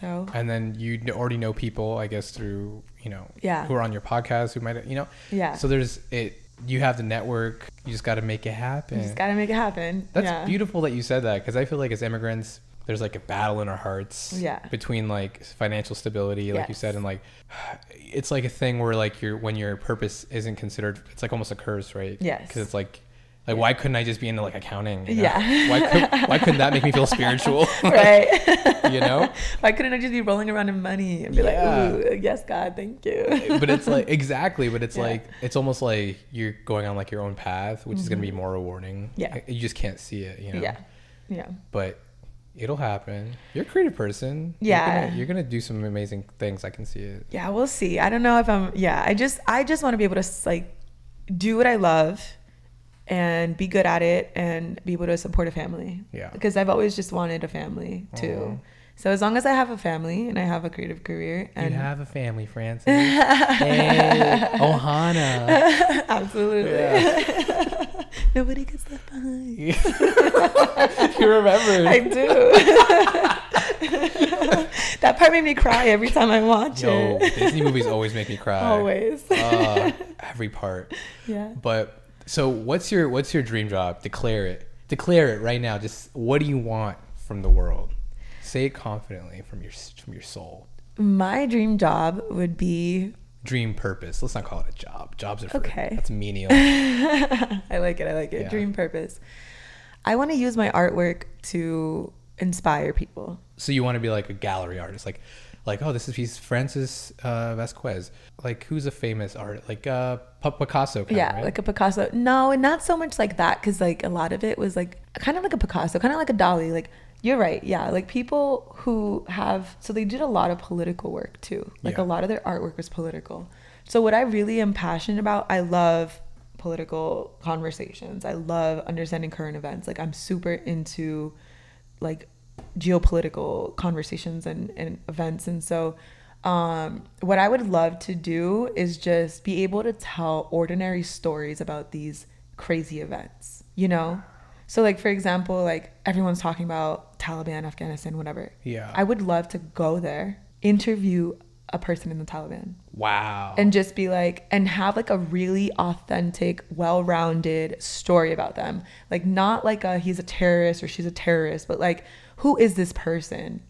[SPEAKER 2] So
[SPEAKER 1] and then you kn- already know people i guess through you know
[SPEAKER 2] Yeah.
[SPEAKER 1] who are on your podcast who might you know
[SPEAKER 2] Yeah.
[SPEAKER 1] so there's it you have the network you just got to make it happen
[SPEAKER 2] you just gotta make it happen.
[SPEAKER 1] that's
[SPEAKER 2] yeah.
[SPEAKER 1] beautiful that you said that because i feel like as immigrants there's like a battle in our hearts
[SPEAKER 2] Yeah.
[SPEAKER 1] between like financial stability like you said
[SPEAKER 2] Yes.
[SPEAKER 1] and like [SIGHS] it's like a thing where like your when your purpose isn't considered it's like almost a curse right
[SPEAKER 2] Yes.
[SPEAKER 1] because it's like like why couldn't i just be into like accounting you know?
[SPEAKER 2] Yeah.
[SPEAKER 1] why, could, why couldn't that make
[SPEAKER 2] [LAUGHS]
[SPEAKER 1] me feel spiritual
[SPEAKER 2] [LAUGHS] right?
[SPEAKER 1] [LAUGHS]
[SPEAKER 2] [LAUGHS]
[SPEAKER 1] you know
[SPEAKER 2] Why couldn't I just be rolling around in money and be
[SPEAKER 1] Yeah.
[SPEAKER 2] like, ooh, yes, God, thank you.
[SPEAKER 1] but it's like exactly but it's
[SPEAKER 2] Yeah.
[SPEAKER 1] like it's almost like you're going on like your own path which is going to be more rewarding
[SPEAKER 2] Mm-hmm. Yeah.
[SPEAKER 1] you just can't see it you know
[SPEAKER 2] Yeah. Yeah.
[SPEAKER 1] but it'll happen. You're a creative person. You're
[SPEAKER 2] Yeah.
[SPEAKER 1] gonna, you're gonna do some amazing things. I can see it.
[SPEAKER 2] Yeah, we'll see. I don't know if I'm yeah, I just I just want to be able to like do what I love and be good at it and be able to support a family.
[SPEAKER 1] Yeah.
[SPEAKER 2] Because I've always just wanted a family too.
[SPEAKER 1] Aw.
[SPEAKER 2] So as long as I have a family and I have a creative career and
[SPEAKER 1] you have a family, Francis. hey,
[SPEAKER 2] [LAUGHS]
[SPEAKER 1] Ohana.
[SPEAKER 2] [LAUGHS] absolutely
[SPEAKER 1] Yeah.
[SPEAKER 2] [LAUGHS] nobody gets
[SPEAKER 1] [LAUGHS]
[SPEAKER 2] left behind.
[SPEAKER 1] you remember?
[SPEAKER 2] I do. [LAUGHS] that part made me cry every time I watch
[SPEAKER 1] Yo,
[SPEAKER 2] it.
[SPEAKER 1] Disney
[SPEAKER 2] [LAUGHS]
[SPEAKER 1] movies always make me cry.
[SPEAKER 2] Always.
[SPEAKER 1] Ah, every part.
[SPEAKER 2] [LAUGHS] yeah.
[SPEAKER 1] But so, what's your what's your dream job? Declare it. Declare it right now. Just what do you want from the world? Say it confidently from your from your soul.
[SPEAKER 2] My dream job would be
[SPEAKER 1] Dream purpose. Let's not call it a job. Jobs are for,
[SPEAKER 2] Okay.
[SPEAKER 1] That's menial. [LAUGHS]
[SPEAKER 2] [LAUGHS] I like it. I like it.
[SPEAKER 1] Yeah.
[SPEAKER 2] Dream purpose. I want to use my artwork to inspire people.
[SPEAKER 1] so you want to be like a gallery artist like like oh this is he's francis uh vasquez like who's a famous art like uh P- picasso kind
[SPEAKER 2] yeah,
[SPEAKER 1] right?
[SPEAKER 2] like a Picasso. No, and not so much like that because like a lot of it was like kind of like a Picasso, kind of like a Dali. Like you're right. Yeah, like people who have so they did a lot of political work too. Like
[SPEAKER 1] Yeah.
[SPEAKER 2] a lot of their artwork was political. So what I really am passionate about, I love political conversations. I love understanding current events. Like I'm super into like geopolitical conversations and, and events. And so, um, what I would love to do is just be able to tell ordinary stories about these crazy events, you know? So, like, for example, like everyone's talking about Taliban, Afghanistan, whatever.
[SPEAKER 1] Yeah.
[SPEAKER 2] I would love to go there, interview a person in the Taliban
[SPEAKER 1] wow
[SPEAKER 2] and just be like and have like a really authentic well-rounded story about them like not like a he's a terrorist or she's a terrorist but like who is this person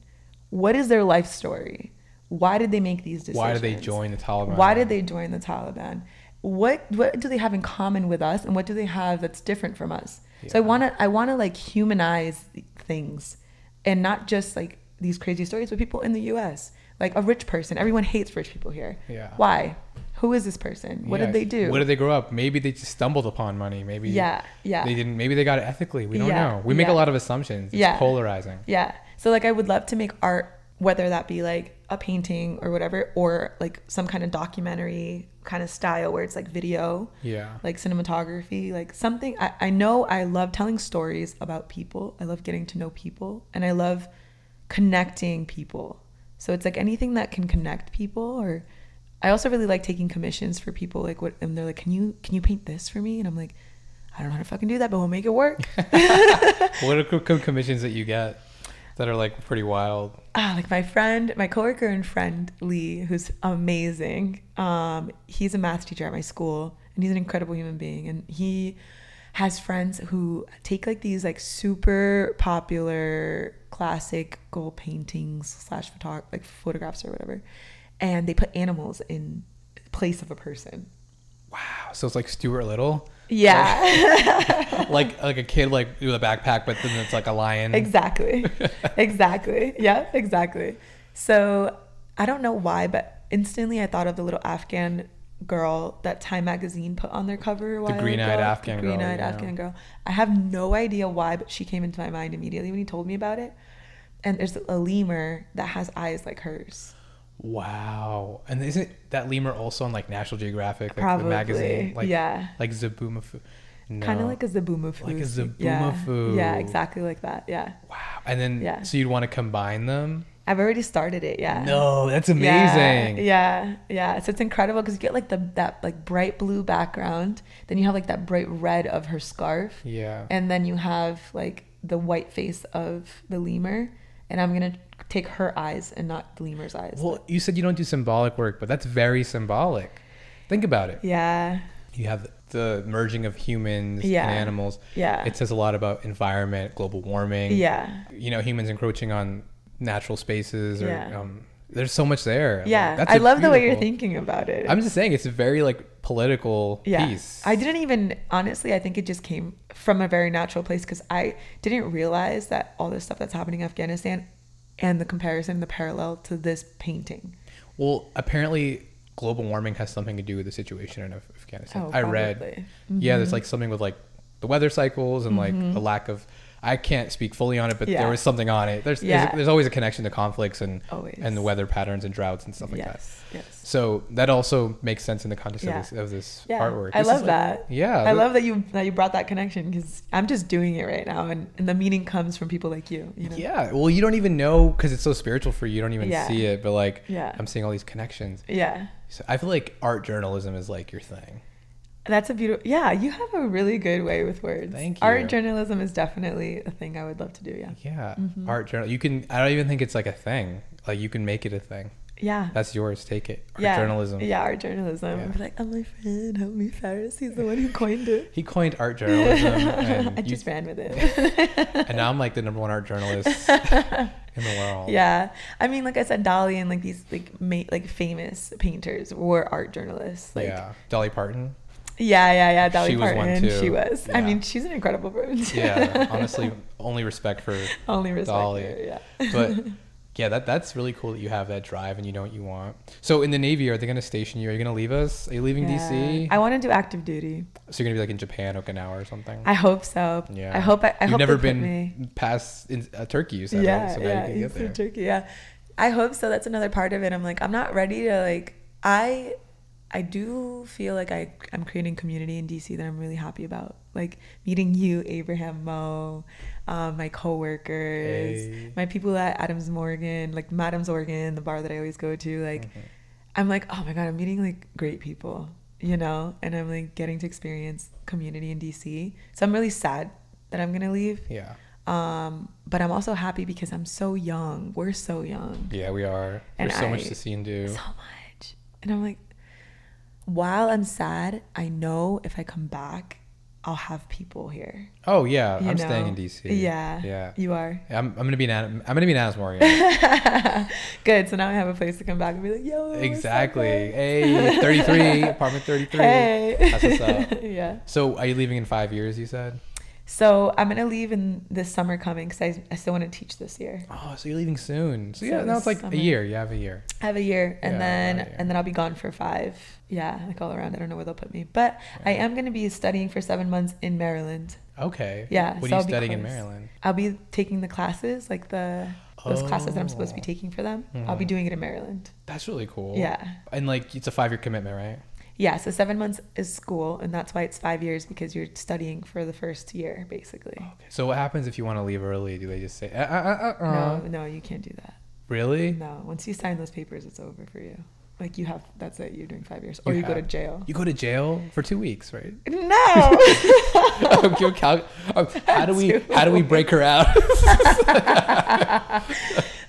[SPEAKER 2] what is their life story why did they make these decisions
[SPEAKER 1] why did they join the taliban
[SPEAKER 2] why did they join the Taliban? What what do they have in common with us, and what do they have that's different from us? So I want to I want to like humanize things, and not just like these crazy stories, but people in the U.S. Like a rich person, everyone hates rich people here.
[SPEAKER 1] Yeah.
[SPEAKER 2] Why? Who is this person? What
[SPEAKER 1] Yeah.
[SPEAKER 2] did they do?
[SPEAKER 1] what did they grow up maybe they just stumbled upon money maybe
[SPEAKER 2] Yeah, yeah.
[SPEAKER 1] they didn't maybe they got it ethically we don't
[SPEAKER 2] Yeah,
[SPEAKER 1] know we make
[SPEAKER 2] yeah.
[SPEAKER 1] a lot of assumptions it's
[SPEAKER 2] Yeah.
[SPEAKER 1] polarizing
[SPEAKER 2] Yeah. So like I would love to make art, whether that be like a painting or whatever, or like some kind of documentary kind of style where it's like video.
[SPEAKER 1] [LAUGHS] Yeah.
[SPEAKER 2] Like cinematography, like something I, I know I love telling stories about people. I love getting to know people and I love connecting people. So it's like anything that can connect people or I also really like taking commissions for people like what and they're like, Can you can you paint this for me? And I'm like, I don't know how to fucking do that, but we'll make it work.
[SPEAKER 1] what are co- commissions that you get that are like pretty wild
[SPEAKER 2] ah, like my friend, my coworker and friend Lee, who's amazing. Um, he's a math teacher at my school, and he's an incredible human being. And he has friends who take like these like super popular classic gold paintings slash photog- like photographs or whatever, and they put animals in place of a person.
[SPEAKER 1] wow so it's like stuart little
[SPEAKER 2] Yeah.
[SPEAKER 1] like [LAUGHS] like a kid like with a backpack but then it's like a lion
[SPEAKER 2] [LAUGHS] Exactly. exactly. Yeah, exactly. So I don't know why, but instantly I thought of the little Afghan girl that Time magazine put on their cover. a while
[SPEAKER 1] green-eyed
[SPEAKER 2] ago.
[SPEAKER 1] Afghan
[SPEAKER 2] the
[SPEAKER 1] girl,
[SPEAKER 2] green-eyed
[SPEAKER 1] yeah.
[SPEAKER 2] Afghan girl. I have no idea why, but she came into my mind immediately when he told me about it. And there's a lemur that has eyes like hers.
[SPEAKER 1] Wow. And isn't that lemur also on like National Geographic, like the
[SPEAKER 2] Probably,
[SPEAKER 1] magazine? Like,
[SPEAKER 2] yeah.
[SPEAKER 1] Like Zabumafu. No.
[SPEAKER 2] Kind of like a zabumafu.
[SPEAKER 1] Like a
[SPEAKER 2] Yeah.
[SPEAKER 1] Zabumafu.
[SPEAKER 2] yeah, exactly like that. Yeah.
[SPEAKER 1] Wow. And then,
[SPEAKER 2] Yeah.
[SPEAKER 1] so you'd want to combine them?
[SPEAKER 2] I've already started it. Yeah.
[SPEAKER 1] No, that's
[SPEAKER 2] Yeah,
[SPEAKER 1] amazing.
[SPEAKER 2] Yeah, yeah. So it's incredible because you get like the that like bright blue background, then you have like that bright red of her scarf,
[SPEAKER 1] Yeah.
[SPEAKER 2] and then you have like the white face of the lemur. And I'm gonna take her eyes and not the lemur's eyes.
[SPEAKER 1] Well, you said you don't do symbolic work, but that's very symbolic. Think about it.
[SPEAKER 2] yeah,
[SPEAKER 1] you have the merging of humans
[SPEAKER 2] Yeah.
[SPEAKER 1] and animals.
[SPEAKER 2] Yeah.
[SPEAKER 1] It says a lot about environment, global warming.
[SPEAKER 2] yeah.
[SPEAKER 1] You know, humans encroaching on natural spaces or
[SPEAKER 2] Yeah.
[SPEAKER 1] um, there's so much there.
[SPEAKER 2] Yeah.
[SPEAKER 1] Like,
[SPEAKER 2] I
[SPEAKER 1] a
[SPEAKER 2] love the way you're
[SPEAKER 1] beautiful-
[SPEAKER 2] thinking about it.
[SPEAKER 1] I'm just saying it's a very like political
[SPEAKER 2] yeah.
[SPEAKER 1] piece.
[SPEAKER 2] I didn't even honestly, I think it just came from a very natural place cuz I didn't realize that all this stuff that's happening in Afghanistan and the comparison, the parallel to this painting.
[SPEAKER 1] Well, apparently global warming has something to do with the situation in Af- Afghanistan.
[SPEAKER 2] Oh,
[SPEAKER 1] I read.
[SPEAKER 2] probably. Mm-hmm.
[SPEAKER 1] Yeah, there's like something with like the weather cycles and like a lack of I can't speak fully on it, but
[SPEAKER 2] Yeah.
[SPEAKER 1] there was something on it. There's
[SPEAKER 2] Yeah.
[SPEAKER 1] there's, there's always a connection to conflicts and
[SPEAKER 2] Always.
[SPEAKER 1] and the weather patterns and droughts and stuff like that.
[SPEAKER 2] yes. Yes.
[SPEAKER 1] So that also makes sense in the context
[SPEAKER 2] Yeah.
[SPEAKER 1] of this, of this
[SPEAKER 2] Yeah,
[SPEAKER 1] artwork.
[SPEAKER 2] I
[SPEAKER 1] This is,
[SPEAKER 2] love
[SPEAKER 1] like-
[SPEAKER 2] that.
[SPEAKER 1] yeah,
[SPEAKER 2] I
[SPEAKER 1] th-
[SPEAKER 2] love that you that you brought that connection because I'm just doing it right now, and, and the meaning comes from people like you. You know?
[SPEAKER 1] Yeah. Well, you don't even know because it's so spiritual for you. You don't even
[SPEAKER 2] Yeah.
[SPEAKER 1] see it, but like
[SPEAKER 2] Yeah.
[SPEAKER 1] I'm seeing all these connections.
[SPEAKER 2] Yeah.
[SPEAKER 1] So I feel like art journalism is like your thing.
[SPEAKER 2] That's a beautiful. Yeah, you have a really good way with words.
[SPEAKER 1] Thank you.
[SPEAKER 2] Art journalism is definitely a thing I would love to do. Yeah.
[SPEAKER 1] Yeah,
[SPEAKER 2] Mm-hmm.
[SPEAKER 1] art journal. You can. I don't even think it's like a thing. Like you can make it a thing.
[SPEAKER 2] Yeah.
[SPEAKER 1] That's yours. Take it. Art
[SPEAKER 2] yeah.
[SPEAKER 1] journalism.
[SPEAKER 2] Yeah, art journalism.
[SPEAKER 1] Yeah.
[SPEAKER 2] I'd be like, oh my friend, Homie Faris, he's the one who coined it.
[SPEAKER 1] He coined art
[SPEAKER 2] [LAUGHS]
[SPEAKER 1] journalism, and,
[SPEAKER 2] I
[SPEAKER 1] you-
[SPEAKER 2] just ran with it.
[SPEAKER 1] [LAUGHS] and now I'm like the number one art journalist
[SPEAKER 2] [LAUGHS]
[SPEAKER 1] in the world.
[SPEAKER 2] Yeah, I mean, like I said, Dali and like these like ma- like famous painters were art journalists. Like,
[SPEAKER 1] yeah. Dolly
[SPEAKER 2] [LAUGHS]
[SPEAKER 1] Parton.
[SPEAKER 2] Yeah, yeah, yeah. Dolly
[SPEAKER 1] She was one,
[SPEAKER 2] Parton.
[SPEAKER 1] too.
[SPEAKER 2] She was. I
[SPEAKER 1] Yeah.
[SPEAKER 2] mean, she's an incredible person.
[SPEAKER 1] [LAUGHS] Yeah. honestly, only respect for.
[SPEAKER 2] [LAUGHS] Only respect.
[SPEAKER 1] Dolly.
[SPEAKER 2] her, yeah. [LAUGHS]
[SPEAKER 1] But yeah, that that's really cool that you have that drive and you know what you want. So in the Navy, are they going to station you? Are you going to leave us? Are you leaving
[SPEAKER 2] Yeah.
[SPEAKER 1] DC?
[SPEAKER 2] I want to do active duty.
[SPEAKER 1] so you're going to be like in Japan, Okinawa, or something.
[SPEAKER 2] I hope so.
[SPEAKER 1] yeah.
[SPEAKER 2] I hope. I, I
[SPEAKER 1] You've
[SPEAKER 2] hope
[SPEAKER 1] never
[SPEAKER 2] they put
[SPEAKER 1] been
[SPEAKER 2] me-
[SPEAKER 1] past in, uh, Turkey. You said
[SPEAKER 2] Yeah,
[SPEAKER 1] right? So now
[SPEAKER 2] yeah.
[SPEAKER 1] you can get
[SPEAKER 2] East
[SPEAKER 1] there.
[SPEAKER 2] of Turkey. Yeah. I hope so. That's another part of it. I'm like, I'm not ready to like. I, I do feel like I I'm creating community in DC that I'm really happy about. Like meeting you, Abraham Mo, um, my coworkers,
[SPEAKER 1] Hey.
[SPEAKER 2] my people at Adams Morgan, like Madams Organ, the bar that I always go to. Like,
[SPEAKER 1] Mm-hmm.
[SPEAKER 2] I'm like, oh my god, I'm meeting like great people, you know, and I'm like getting to experience community in DC. So I'm really sad that I'm gonna leave.
[SPEAKER 1] Yeah.
[SPEAKER 2] Um, but I'm also happy because I'm so young. We're so young.
[SPEAKER 1] Yeah, we are.
[SPEAKER 2] And
[SPEAKER 1] There's so much
[SPEAKER 2] I-
[SPEAKER 1] to see and do.
[SPEAKER 2] So much. And I'm like, while I'm sad, I know if I come back, I'll have people here.
[SPEAKER 1] Oh yeah,
[SPEAKER 2] you
[SPEAKER 1] I'm staying
[SPEAKER 2] know?
[SPEAKER 1] in DC.
[SPEAKER 2] Yeah.
[SPEAKER 1] Yeah.
[SPEAKER 2] You are. [LAUGHS]
[SPEAKER 1] I'm, I'm gonna be an Adam- I'm gonna be an Adams Morgan.
[SPEAKER 2] Good. So now I have a place to come back and be like, yo. what's up,
[SPEAKER 1] exactly.
[SPEAKER 2] guys?
[SPEAKER 1] Hey,
[SPEAKER 2] [LAUGHS]
[SPEAKER 1] 33, apartment 33.
[SPEAKER 2] Hey.
[SPEAKER 1] That's what's up.
[SPEAKER 2] [LAUGHS] yeah.
[SPEAKER 1] So are you leaving in five years? You said.
[SPEAKER 2] So I'm gonna leave in this summer coming because I, I still want to teach this year.
[SPEAKER 1] Oh, so you're leaving soon. So
[SPEAKER 2] So
[SPEAKER 1] yeah, now it's
[SPEAKER 2] this
[SPEAKER 1] like
[SPEAKER 2] summer.
[SPEAKER 1] a year. You have a year.
[SPEAKER 2] I have a year and
[SPEAKER 1] Yeah,
[SPEAKER 2] then
[SPEAKER 1] about a year.
[SPEAKER 2] and then I'll be gone for five. Yeah, like all around. I don't know where they'll put me. But I am gonna be studying for seven months in Maryland.
[SPEAKER 1] Okay.
[SPEAKER 2] Yeah,
[SPEAKER 1] What
[SPEAKER 2] so
[SPEAKER 1] are
[SPEAKER 2] I'll
[SPEAKER 1] you
[SPEAKER 2] be
[SPEAKER 1] studying in
[SPEAKER 2] close.
[SPEAKER 1] Maryland?
[SPEAKER 2] I'll be taking the classes, like the those classes that I'm supposed to be
[SPEAKER 1] Oh.
[SPEAKER 2] taking for them. I'll be
[SPEAKER 1] Mhm.
[SPEAKER 2] doing it in Maryland.
[SPEAKER 1] That's really cool.
[SPEAKER 2] Yeah.
[SPEAKER 1] And like it's a five year commitment, right?
[SPEAKER 2] Yeah, so seven months is school and that's why it's five years because you're studying for the first year basically.
[SPEAKER 1] Okay. So what happens if you want to leave early? Do they just say, uh, uh, uh, uh,
[SPEAKER 2] No, no, you can't do that.
[SPEAKER 1] really?
[SPEAKER 2] No. Once you sign those papers it's over for you. Like you have that's it, you're doing five years. Or
[SPEAKER 1] You
[SPEAKER 2] you, go to
[SPEAKER 1] have-
[SPEAKER 2] jail. [LAUGHS]
[SPEAKER 1] You go to jail for two weeks, right?
[SPEAKER 2] No
[SPEAKER 1] [LAUGHS] I'm Gil Cal- um,
[SPEAKER 2] [LAUGHS]
[SPEAKER 1] how do we how do we break her out?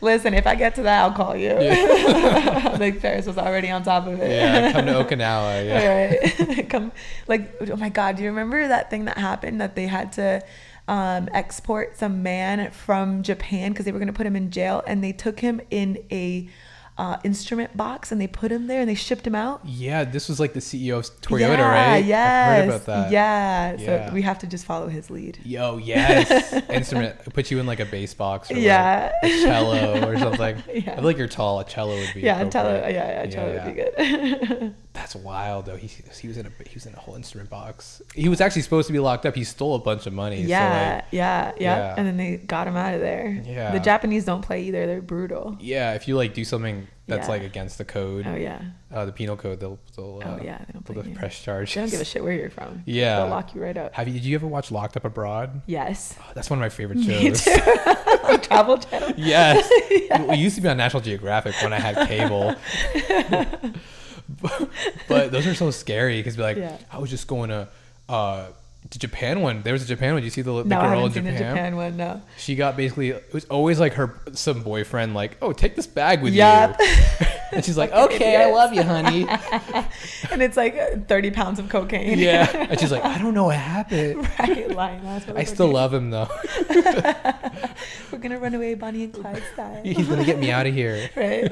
[SPEAKER 2] Listen, if I get to that, I'll call you.
[SPEAKER 1] Yeah.
[SPEAKER 2] [LAUGHS] like Ferris was already on top of it.
[SPEAKER 1] yeah,
[SPEAKER 2] [LAUGHS]
[SPEAKER 1] come to Okinawa. Yeah.
[SPEAKER 2] Right. [LAUGHS] Come, like, oh my God, do you remember that thing that happened that they had to um, export some man from Japan because they were going to put him in jail and they took him in a uh, instrument box and they put him there and they shipped him out?
[SPEAKER 1] Yeah, this was like the CEO of Toyota,
[SPEAKER 2] yeah,
[SPEAKER 1] right?
[SPEAKER 2] Yes.
[SPEAKER 1] I've heard about that.
[SPEAKER 2] Yeah. So
[SPEAKER 1] Yeah.
[SPEAKER 2] we have to just follow his lead.
[SPEAKER 1] Yo,
[SPEAKER 2] [LAUGHS]
[SPEAKER 1] yes. Instrument put you in like a bass box or like,
[SPEAKER 2] Yeah.
[SPEAKER 1] a cello
[SPEAKER 2] [LAUGHS]
[SPEAKER 1] or something.
[SPEAKER 2] Yeah.
[SPEAKER 1] I feel like you're tall. A cello would be.
[SPEAKER 2] Yeah, tell
[SPEAKER 1] appropriate.
[SPEAKER 2] yeah, yeah, tell
[SPEAKER 1] Yeah,
[SPEAKER 2] would be good. [LAUGHS]
[SPEAKER 1] That's wild though. He, he was in a he was in a whole instrument box. He was actually supposed to be locked up. He stole a bunch of money. So
[SPEAKER 2] yeah,
[SPEAKER 1] like,
[SPEAKER 2] yeah, yeah,
[SPEAKER 1] yeah.
[SPEAKER 2] And then they got him out of there.
[SPEAKER 1] Yeah.
[SPEAKER 2] The Japanese don't play either. They're brutal.
[SPEAKER 1] yeah, if you like do something that's
[SPEAKER 2] Yeah.
[SPEAKER 1] like against the code,
[SPEAKER 2] Oh yeah.
[SPEAKER 1] uh, the penal code, they'll they'll uh,
[SPEAKER 2] Oh yeah. They don't play.
[SPEAKER 1] they'll
[SPEAKER 2] either.
[SPEAKER 1] press charges.
[SPEAKER 2] They don't give a shit where you're from.
[SPEAKER 1] Yeah.
[SPEAKER 2] They'll lock you right up.
[SPEAKER 1] Have you? Did you ever watch Locked Up Abroad? [LAUGHS]
[SPEAKER 2] Yes.
[SPEAKER 1] Oh, that's one of my favorite
[SPEAKER 2] Me
[SPEAKER 1] shows.
[SPEAKER 2] too. [LAUGHS] Travel channel.
[SPEAKER 1] [LAUGHS]
[SPEAKER 2] [LAUGHS]
[SPEAKER 1] yes. It used to be on National Geographic when I had cable. but, but those are so scary because, like,
[SPEAKER 2] Yeah.
[SPEAKER 1] I was just going to uh, the Japan one. There was a Japan one. Did you see the, the
[SPEAKER 2] no, I
[SPEAKER 1] girl
[SPEAKER 2] haven't
[SPEAKER 1] in
[SPEAKER 2] seen
[SPEAKER 1] Japan?
[SPEAKER 2] the Japan one. No.
[SPEAKER 1] She got basically it was always like her some boyfriend like, oh, take this bag with
[SPEAKER 2] Yup.
[SPEAKER 1] you, and she's like,
[SPEAKER 2] Fucking
[SPEAKER 1] okay, I
[SPEAKER 2] idiots.
[SPEAKER 1] love you, honey.
[SPEAKER 2] [LAUGHS] and it's like 30 pounds of cocaine.
[SPEAKER 1] yeah, and she's like, I don't know what happened.
[SPEAKER 2] [LAUGHS] right, lying ass.
[SPEAKER 1] I still love him though.
[SPEAKER 2] We're gonna run away, Bonnie
[SPEAKER 1] [LAUGHS]
[SPEAKER 2] and Clyde style.
[SPEAKER 1] He's gonna get me out of here.
[SPEAKER 2] [LAUGHS]
[SPEAKER 1] [LAUGHS]
[SPEAKER 2] right.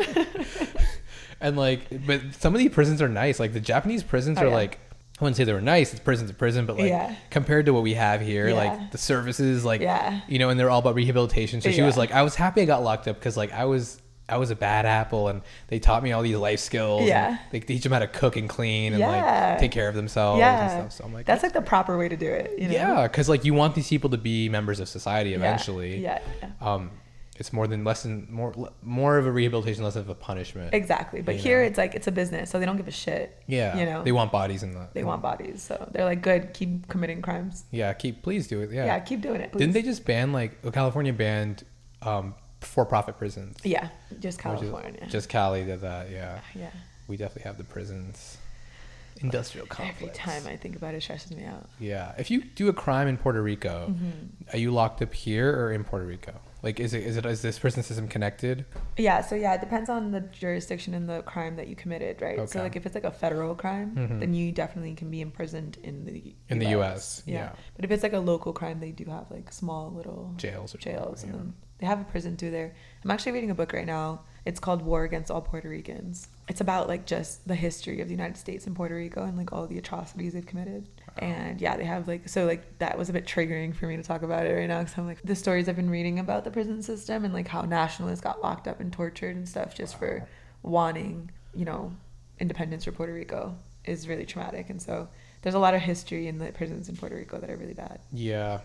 [SPEAKER 1] And like, but some of the prisons are nice. Like the Japanese prisons
[SPEAKER 2] Oh,
[SPEAKER 1] are
[SPEAKER 2] yeah.
[SPEAKER 1] like, I wouldn't say they were nice. It's prison to prison, but like
[SPEAKER 2] Yeah.
[SPEAKER 1] compared to what we have here,
[SPEAKER 2] Yeah.
[SPEAKER 1] like the services, like
[SPEAKER 2] Yeah.
[SPEAKER 1] you know, and they're all about rehabilitation. So she
[SPEAKER 2] Yeah.
[SPEAKER 1] was like, I was happy I got locked up because like I was. I was a bad apple, and they taught me all these life skills. and
[SPEAKER 2] Yeah.
[SPEAKER 1] they teach them how to cook and clean, and
[SPEAKER 2] Yeah.
[SPEAKER 1] like take care of themselves
[SPEAKER 2] Yeah.
[SPEAKER 1] and stuff. So I'm like,
[SPEAKER 2] that's like the proper way to do it. You know?
[SPEAKER 1] yeah, because like you want these people to be members of society
[SPEAKER 2] Yeah,
[SPEAKER 1] eventually.
[SPEAKER 2] Yeah. yeah.
[SPEAKER 1] Um, it's more than less than more more of a rehabilitation, less of a punishment.
[SPEAKER 2] Exactly. But
[SPEAKER 1] You
[SPEAKER 2] here
[SPEAKER 1] know.
[SPEAKER 2] it's like it's a business, so they don't give a shit.
[SPEAKER 1] Yeah.
[SPEAKER 2] You know.
[SPEAKER 1] They want bodies in the.
[SPEAKER 2] They want bodies, so they're like, good, keep committing crimes.
[SPEAKER 1] Yeah, keep. Please do it. Yeah.
[SPEAKER 2] Yeah, keep doing it. Please.
[SPEAKER 1] Didn't they just ban like oh, California banned um, for-profit prisons?
[SPEAKER 2] Yeah, just
[SPEAKER 1] Or just-
[SPEAKER 2] California.
[SPEAKER 1] Just, Cali did that. Yeah.
[SPEAKER 2] yeah.
[SPEAKER 1] We definitely have the prisons. Industrial complex.
[SPEAKER 2] Every time I think about it, it stresses me out.
[SPEAKER 1] Yeah. If you do a crime in Puerto Rico,
[SPEAKER 2] Mm-hmm.
[SPEAKER 1] are you locked up here or in Puerto Rico? Like, is it is it is this prison system connected?
[SPEAKER 2] Yeah, so yeah, it depends on the jurisdiction and the crime that you committed, right?
[SPEAKER 1] Okay. Mm-hmm.
[SPEAKER 2] So like if it's like a federal crime, then you definitely can be imprisoned in the
[SPEAKER 1] In the US, yeah.
[SPEAKER 2] But if it's like a local crime, they do have like small little
[SPEAKER 1] Jails or
[SPEAKER 2] jails,
[SPEAKER 1] something,
[SPEAKER 2] and
[SPEAKER 1] yeah.
[SPEAKER 2] then they have a prison through there. I'm actually reading a book right now. It's called War Against All Puerto Ricans. It's about like just the history of the United States and Puerto Rico and like all the atrocities they've committed. And yeah, they have like so like that was a bit triggering for me to talk about it right now because I'm like the stories I've been reading about the prison system and like how nationalists got locked up and tortured and stuff just for wanting you know independence for Puerto Rico is really traumatic. And so there's a lot of history in the prisons in Puerto Rico that are really bad.
[SPEAKER 1] Yeah.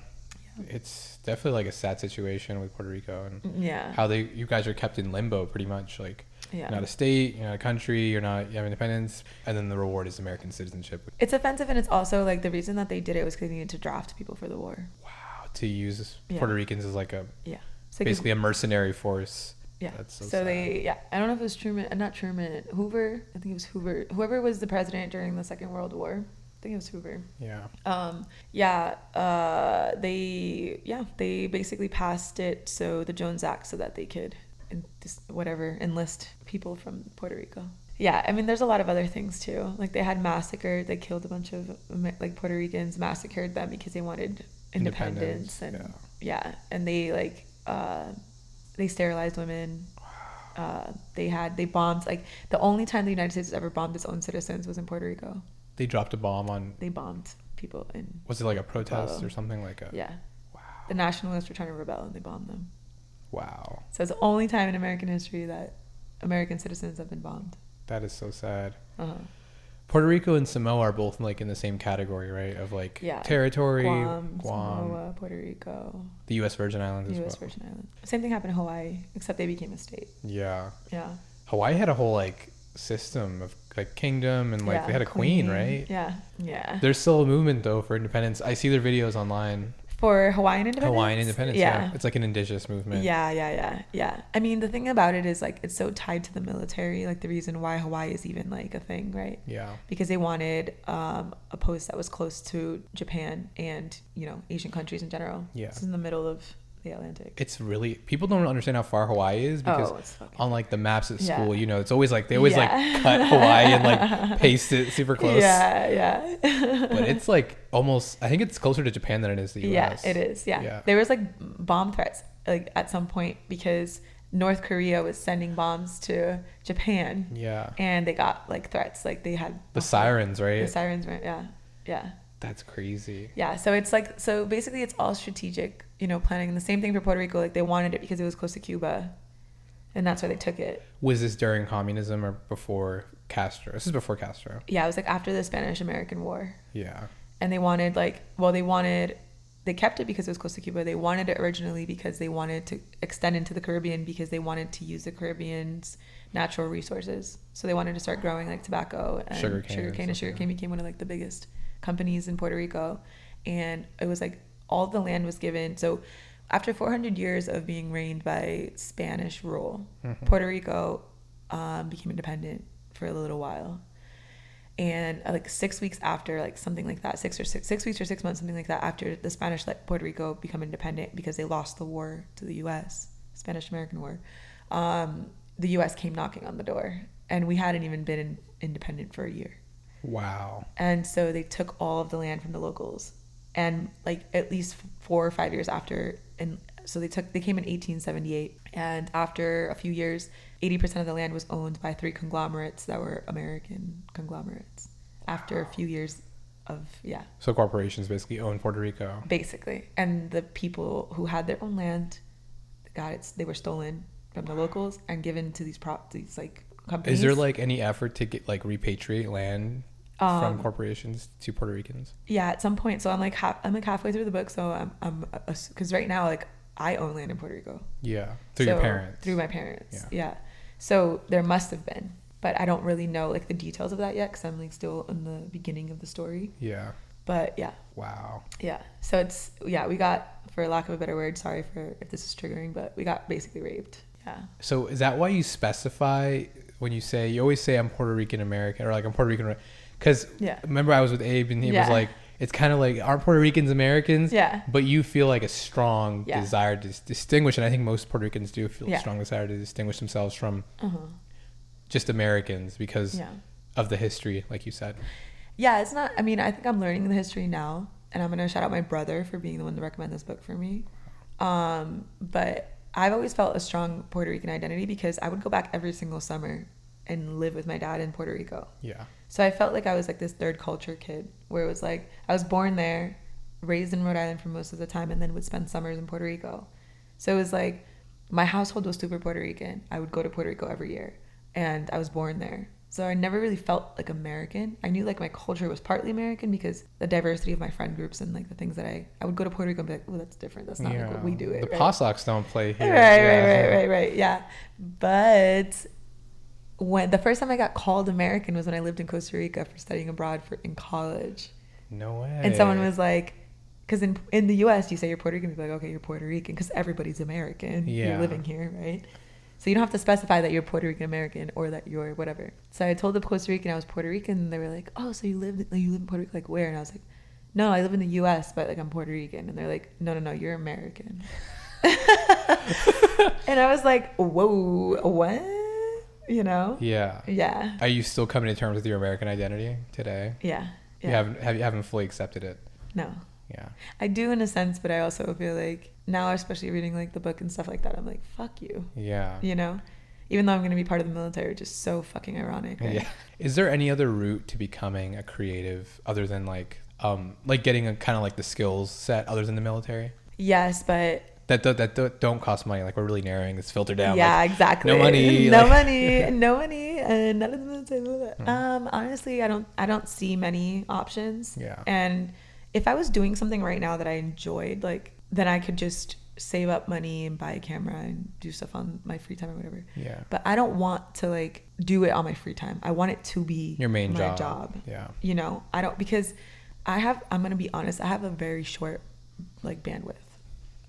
[SPEAKER 1] It's definitely like a sad situation with Puerto Rico and
[SPEAKER 2] Yeah.
[SPEAKER 1] how they you guys are kept in limbo pretty much like
[SPEAKER 2] Yeah.
[SPEAKER 1] you're not a state you're not a country you're not you have independence and then the reward is american citizenship
[SPEAKER 2] It's offensive, and it's also like the reason that they did it was because they needed to draft people for the war.
[SPEAKER 1] wow to use
[SPEAKER 2] Yeah.
[SPEAKER 1] puerto ricans as like a
[SPEAKER 2] Yeah. So like,
[SPEAKER 1] basically a mercenary force
[SPEAKER 2] yeah.
[SPEAKER 1] that's so
[SPEAKER 2] so
[SPEAKER 1] sad.
[SPEAKER 2] they, yeah, I don't know if it was Truman, uh, not Truman, Hoover. I think it was Hoover. Whoever was the president during the Second World War. I think it was Hoover.
[SPEAKER 1] yeah
[SPEAKER 2] Um, yeah, uh, they, yeah, they basically passed it so the Jones Act so that they could, and just whatever, enlist people from Puerto Rico. Yeah, I mean, there's a lot of other things too. Like they had massacred, they killed a bunch of Amer- like Puerto Ricans, massacred them because they wanted independence,
[SPEAKER 1] Independence,
[SPEAKER 2] and yeah. and they like uh, they sterilized women. Uh, they had they bombed like the only time the United States has ever bombed its own citizens was in Puerto Rico.
[SPEAKER 1] they dropped a bomb on
[SPEAKER 2] They bombed people in
[SPEAKER 1] was it like a protest
[SPEAKER 2] Bravo.
[SPEAKER 1] or something like a
[SPEAKER 2] Oh. yeah.
[SPEAKER 1] Wow.
[SPEAKER 2] The nationalists were trying to rebel and they bombed them.
[SPEAKER 1] wow
[SPEAKER 2] So it's the only time in American history that American citizens have been bombed.
[SPEAKER 1] that is so sad
[SPEAKER 2] Uh-huh.
[SPEAKER 1] puerto rico and samoa are both like in the same category right of like
[SPEAKER 2] Yeah.
[SPEAKER 1] territory
[SPEAKER 2] Guam,
[SPEAKER 1] guam,
[SPEAKER 2] Samoa, Puerto Rico,
[SPEAKER 1] the u.s virgin islands as
[SPEAKER 2] the U.S.
[SPEAKER 1] well
[SPEAKER 2] Virgin Islands. Same thing happened in Hawaii, except they became a state.
[SPEAKER 1] yeah
[SPEAKER 2] Yeah.
[SPEAKER 1] hawaii had a whole like system of like kingdom and like
[SPEAKER 2] yeah.
[SPEAKER 1] they had a queen, right
[SPEAKER 2] Yeah. Yeah.
[SPEAKER 1] There's still a movement though for independence. I see their videos online.
[SPEAKER 2] For Hawaiian independence.
[SPEAKER 1] Hawaiian independence. Yeah. It's like an indigenous movement.
[SPEAKER 2] Yeah, yeah, yeah, yeah. I mean, the thing about it is like it's so tied to the military, like the reason why Hawaii is even like a thing, right?
[SPEAKER 1] Yeah.
[SPEAKER 2] because they wanted um, a post that was close to Japan and you know Asian countries in general.
[SPEAKER 1] Yeah.
[SPEAKER 2] it's in the middle of the Atlantic.
[SPEAKER 1] It's really people don't understand how far Hawaii is because
[SPEAKER 2] oh, it's fucking
[SPEAKER 1] on like the maps at
[SPEAKER 2] Yeah.
[SPEAKER 1] school, you know, it's always like they always
[SPEAKER 2] Yeah.
[SPEAKER 1] like cut Hawaii and
[SPEAKER 2] [LAUGHS]
[SPEAKER 1] like paste it super close.
[SPEAKER 2] Yeah, [LAUGHS] yeah,
[SPEAKER 1] But it's like almost I think it's closer to Japan than it is the
[SPEAKER 2] yeah.
[SPEAKER 1] US.
[SPEAKER 2] It is. Yeah.
[SPEAKER 1] Yeah.
[SPEAKER 2] there was like bomb threats like at some point because North Korea was sending bombs to Japan,
[SPEAKER 1] Yeah.
[SPEAKER 2] and they got like threats. Like they had
[SPEAKER 1] The sirens, right?
[SPEAKER 2] The sirens were yeah, yeah.
[SPEAKER 1] That's crazy.
[SPEAKER 2] Yeah, so it's like so basically it's all strategic, you know, planning. And the same thing for Puerto Rico, like they wanted it because it was close to Cuba. And that's why they took it.
[SPEAKER 1] Was this during communism or before Castro? This is before Castro.
[SPEAKER 2] Yeah, it was like after the Spanish American War.
[SPEAKER 1] Yeah.
[SPEAKER 2] And they wanted like well, they wanted they kept it because it was close to Cuba. They wanted it originally because they wanted to extend into the Caribbean because they wanted to use the Caribbean's natural resources. So they wanted to start growing like tobacco and
[SPEAKER 1] Sugarcane
[SPEAKER 2] sugarcane.
[SPEAKER 1] and
[SPEAKER 2] and
[SPEAKER 1] stuff, yeah.
[SPEAKER 2] sugarcane became one of like the biggest companies in Puerto Rico, and it was like all the land was given. So after 400 years of being reigned by Spanish rule, Puerto Rico um, became independent for a little while, and uh, like six weeks after like something like that six or six six weeks or six months something like that after the spanish let puerto rico become independent because they lost the war to the us spanish american war um, the us came knocking on the door and we hadn't even been in, independent for a year
[SPEAKER 1] Wow.
[SPEAKER 2] and so they took all of the land from the locals and like at least four or five years after and so they took they came in 1878 and after a few years 80% of the land was owned by three conglomerates that were american conglomerates after a few years of yeah
[SPEAKER 1] So corporations basically own Puerto Rico.
[SPEAKER 2] basically and the people who had their own land got it they were stolen from the locals and given to these prop these like companies
[SPEAKER 1] Is there like any effort to get like repatriate land
[SPEAKER 2] Um,
[SPEAKER 1] from corporations to Puerto Ricans?
[SPEAKER 2] yeah at some point so i'm like half i'm like halfway through the book so i'm i'm because right now like i own land in puerto rico
[SPEAKER 1] Yeah, through your
[SPEAKER 2] So-
[SPEAKER 1] parents.
[SPEAKER 2] through my parents
[SPEAKER 1] Yeah.
[SPEAKER 2] yeah. so there must have been but i don't really know like the details of that yet because i'm like still in the beginning of the story
[SPEAKER 1] yeah.
[SPEAKER 2] but yeah
[SPEAKER 1] Wow.
[SPEAKER 2] yeah so it's yeah we got for lack of a better word sorry for if this is triggering but we got basically raped yeah
[SPEAKER 1] So is that why you specify when you say you always say I'm Puerto Rican American or like I'm Puerto Rican? Because
[SPEAKER 2] Yeah.
[SPEAKER 1] remember I was with Abe and he was
[SPEAKER 2] Yeah.
[SPEAKER 1] like, it's kind of like aren't Puerto Ricans Americans?
[SPEAKER 2] Yeah.
[SPEAKER 1] But you feel like a strong
[SPEAKER 2] Yeah.
[SPEAKER 1] desire to s- distinguish, and I think most Puerto Ricans do feel a
[SPEAKER 2] Yeah.
[SPEAKER 1] strong desire to distinguish themselves from
[SPEAKER 2] uh-huh.
[SPEAKER 1] just Americans because
[SPEAKER 2] yeah
[SPEAKER 1] of the history, like you said.
[SPEAKER 2] yeah it's not i mean i think i'm learning the history now and i'm going to shout out my brother for being the one to recommend this book for me um, but i've always felt a strong puerto rican identity because i would go back every single summer and live with my dad in puerto rico
[SPEAKER 1] Yeah.
[SPEAKER 2] so i felt like i was like this third culture kid where it was like i was born there raised in rhode island for most of the time and then would spend summers in puerto rico so it was like my household was super puerto rican i would go to puerto rico every year and i was born there so i never really felt like american i knew like my culture was partly american because the diversity of my friend groups and like the things that i i would go to puerto rico and be like oh that's different that's not
[SPEAKER 1] yeah.
[SPEAKER 2] like what we do it
[SPEAKER 1] The
[SPEAKER 2] right?
[SPEAKER 1] Possocks don't play here.
[SPEAKER 2] Right,
[SPEAKER 1] Yeah.
[SPEAKER 2] right, right, right, right. Yeah. But when the first time I got called American was when I lived in Costa Rica for studying abroad for in college.
[SPEAKER 1] No way.
[SPEAKER 2] And someone was like, because in, in the US, you say you're Puerto Rican, people are like, okay, you're Puerto Rican, because everybody's American.
[SPEAKER 1] Yeah.
[SPEAKER 2] You're living here, right? So you don't have to specify that you're Puerto Rican American or that you're whatever. So I told the Costa Rican I was Puerto Rican, and they were like, oh, so you live, like, you live in Puerto Rico, like where? And I was like, no, I live in the US, but like I'm Puerto Rican. And they're like, no, no, no, you're American. [LAUGHS] and I was like, whoa, what? You know?
[SPEAKER 1] Yeah.
[SPEAKER 2] Yeah.
[SPEAKER 1] Are you still coming to terms with your American identity today?
[SPEAKER 2] Yeah. Yeah.
[SPEAKER 1] You haven't have you haven't fully accepted it.
[SPEAKER 2] no.
[SPEAKER 1] Yeah.
[SPEAKER 2] I do in a sense, but I also feel like now, especially reading like the book and stuff like that, I'm like, fuck you,
[SPEAKER 1] Yeah.
[SPEAKER 2] you know? Even though I'm going to be part of the military, which is so fucking ironic. right?
[SPEAKER 1] Yeah. Is there any other route to becoming a creative other than like um like getting a kind of like the skills set other than the military
[SPEAKER 2] Yes, but
[SPEAKER 1] that do, that do, don't cost money? Like we're really narrowing this filter down.
[SPEAKER 2] yeah,
[SPEAKER 1] Like,
[SPEAKER 2] exactly.
[SPEAKER 1] no money,
[SPEAKER 2] [LAUGHS] no
[SPEAKER 1] like- [LAUGHS] Mm.
[SPEAKER 2] money, no money, and none of the military. blah, blah, blah. Um, honestly, I don't, I don't see many options.
[SPEAKER 1] Yeah.
[SPEAKER 2] And if I was doing something right now that I enjoyed, like then I could just save up money and buy a camera and do stuff on my free time or whatever.
[SPEAKER 1] yeah.
[SPEAKER 2] but I don't want to like do it on my free time. I want it to be
[SPEAKER 1] Your main
[SPEAKER 2] my
[SPEAKER 1] job.
[SPEAKER 2] job.
[SPEAKER 1] Yeah.
[SPEAKER 2] You know, I don't because I have. I'm gonna be honest. I have a very short like bandwidth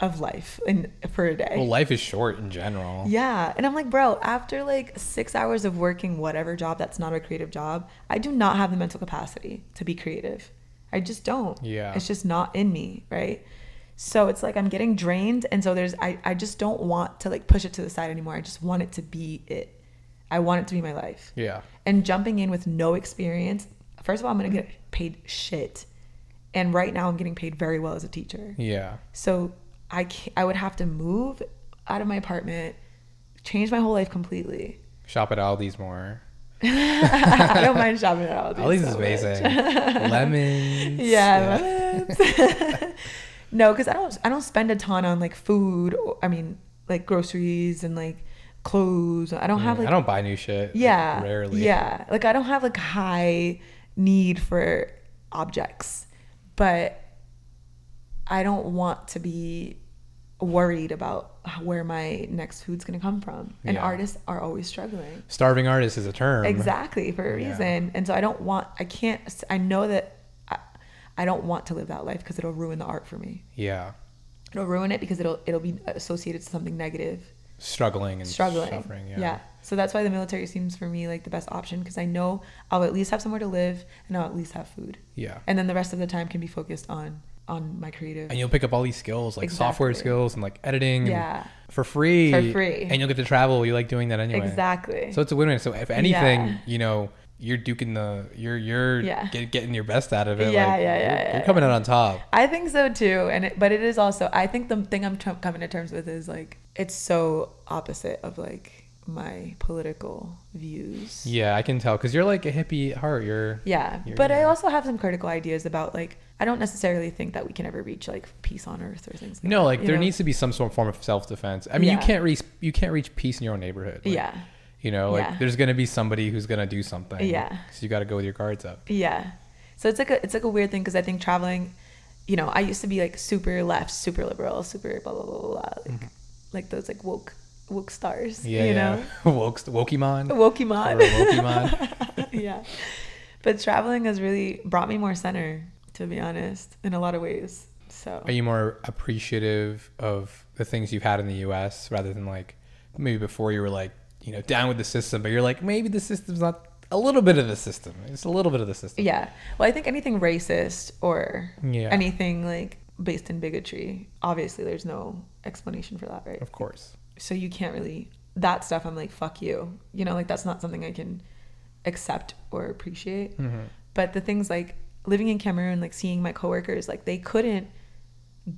[SPEAKER 2] of life in for a day.
[SPEAKER 1] Well, life is short in general.
[SPEAKER 2] yeah, and I'm like, bro. After like six hours of working whatever job that's not a creative job, I do not have the mental capacity to be creative. I just don't.
[SPEAKER 1] Yeah.
[SPEAKER 2] It's just not in me, right? So it's like I'm getting drained and so there's I, I just don't want to like push it to the side anymore. I just want it to be it. I want it to be my life.
[SPEAKER 1] Yeah.
[SPEAKER 2] And jumping in with no experience, first of all, I'm gonna get paid shit. And right now I'm getting paid very well as a teacher.
[SPEAKER 1] Yeah.
[SPEAKER 2] So I can I would have to move out of my apartment, change my whole life completely. [LAUGHS]
[SPEAKER 1] Shop at Aldi's more.
[SPEAKER 2] I don't mind shopping at
[SPEAKER 1] [LAUGHS]
[SPEAKER 2] all.
[SPEAKER 1] Aldi's is amazing.
[SPEAKER 2] [LAUGHS]
[SPEAKER 1] Lemons.
[SPEAKER 2] yeah,
[SPEAKER 1] [LAUGHS]
[SPEAKER 2] lemons. no because i don't i don't spend a ton on like food or, i mean like groceries and like clothes i don't have
[SPEAKER 1] Mm,
[SPEAKER 2] like
[SPEAKER 1] I don't buy new shit. like,
[SPEAKER 2] yeah
[SPEAKER 1] rarely.
[SPEAKER 2] yeah like i don't have like high need for objects but i don't want to be worried about where my next food's going to come from and
[SPEAKER 1] Yeah.
[SPEAKER 2] artists are always struggling
[SPEAKER 1] Starving artist is a term.
[SPEAKER 2] exactly for a
[SPEAKER 1] Yeah.
[SPEAKER 2] reason and so i don't want i can't i know that i, I don't want to live that life because it'll ruin the art for me
[SPEAKER 1] Yeah.
[SPEAKER 2] it'll ruin it because it'll it'll be associated to something negative
[SPEAKER 1] struggling and
[SPEAKER 2] struggling.
[SPEAKER 1] suffering.
[SPEAKER 2] Yeah. So that's why the military seems for me like the best option because I know I'll at least have somewhere to live and I'll at least have food.
[SPEAKER 1] Yeah.
[SPEAKER 2] And then the rest of the time can be focused on on my creative.
[SPEAKER 1] and you'll pick up all these skills like software
[SPEAKER 2] Exactly.
[SPEAKER 1] skills and like editing
[SPEAKER 2] Yeah.
[SPEAKER 1] and for free
[SPEAKER 2] For free.
[SPEAKER 1] and you'll get to travel you like doing that anyway
[SPEAKER 2] Exactly.
[SPEAKER 1] so it's a win-win so if anything
[SPEAKER 2] Yeah.
[SPEAKER 1] you know you're duking the you're you're
[SPEAKER 2] Yeah.
[SPEAKER 1] get, getting your best out of it
[SPEAKER 2] Yeah,
[SPEAKER 1] like
[SPEAKER 2] yeah, yeah,
[SPEAKER 1] you're,
[SPEAKER 2] yeah,
[SPEAKER 1] you're coming out on top
[SPEAKER 2] I think so too, and it, but it is also I think the thing I'm tr- coming to terms with is like it's so opposite of like my political views.
[SPEAKER 1] yeah i can tell because you're like a hippie at heart you're
[SPEAKER 2] Yeah,
[SPEAKER 1] You're-
[SPEAKER 2] but I also have some critical ideas about like I don't necessarily think that we can ever reach like peace on earth or things. Like
[SPEAKER 1] no
[SPEAKER 2] that,
[SPEAKER 1] like
[SPEAKER 2] you
[SPEAKER 1] there
[SPEAKER 2] know?
[SPEAKER 1] needs to be some sort of form of self-defense i mean you
[SPEAKER 2] Yeah.
[SPEAKER 1] can't reach you can't reach peace in your own neighborhood Like,
[SPEAKER 2] yeah,
[SPEAKER 1] you know like
[SPEAKER 2] Yeah.
[SPEAKER 1] there's gonna be somebody who's gonna do something
[SPEAKER 2] Yeah.
[SPEAKER 1] so you gotta go with your guards up
[SPEAKER 2] yeah. So it's like a it's like a weird thing because I think traveling, you know, I used to be like super left, super liberal, super blah blah blah blah, blah like, like those like woke woke stars.
[SPEAKER 1] Mm-hmm. yeah
[SPEAKER 2] you
[SPEAKER 1] yeah
[SPEAKER 2] know.
[SPEAKER 1] [LAUGHS] woke wokemon
[SPEAKER 2] [LAUGHS] Wokemon.
[SPEAKER 1] Or a
[SPEAKER 2] [LAUGHS]
[SPEAKER 1] Wokemon.
[SPEAKER 2] yeah. But traveling has really brought me more center, to be honest, in a lot of ways. So
[SPEAKER 1] Are you more appreciative of the things you've had in the U.S. rather than like maybe before you were like you know down with the system, but you're like maybe the system's not a little bit of the system. It's a little bit of the system.
[SPEAKER 2] yeah. Well, I think anything racist or
[SPEAKER 1] Yeah.
[SPEAKER 2] anything like based in bigotry, obviously there's no explanation for that, right?
[SPEAKER 1] Of course.
[SPEAKER 2] So you can't really that stuff I'm like fuck you. You know, like that's not something I can accept or appreciate.
[SPEAKER 1] Mm-hmm.
[SPEAKER 2] But the things like living in Cameroon, like seeing my coworkers, like they couldn't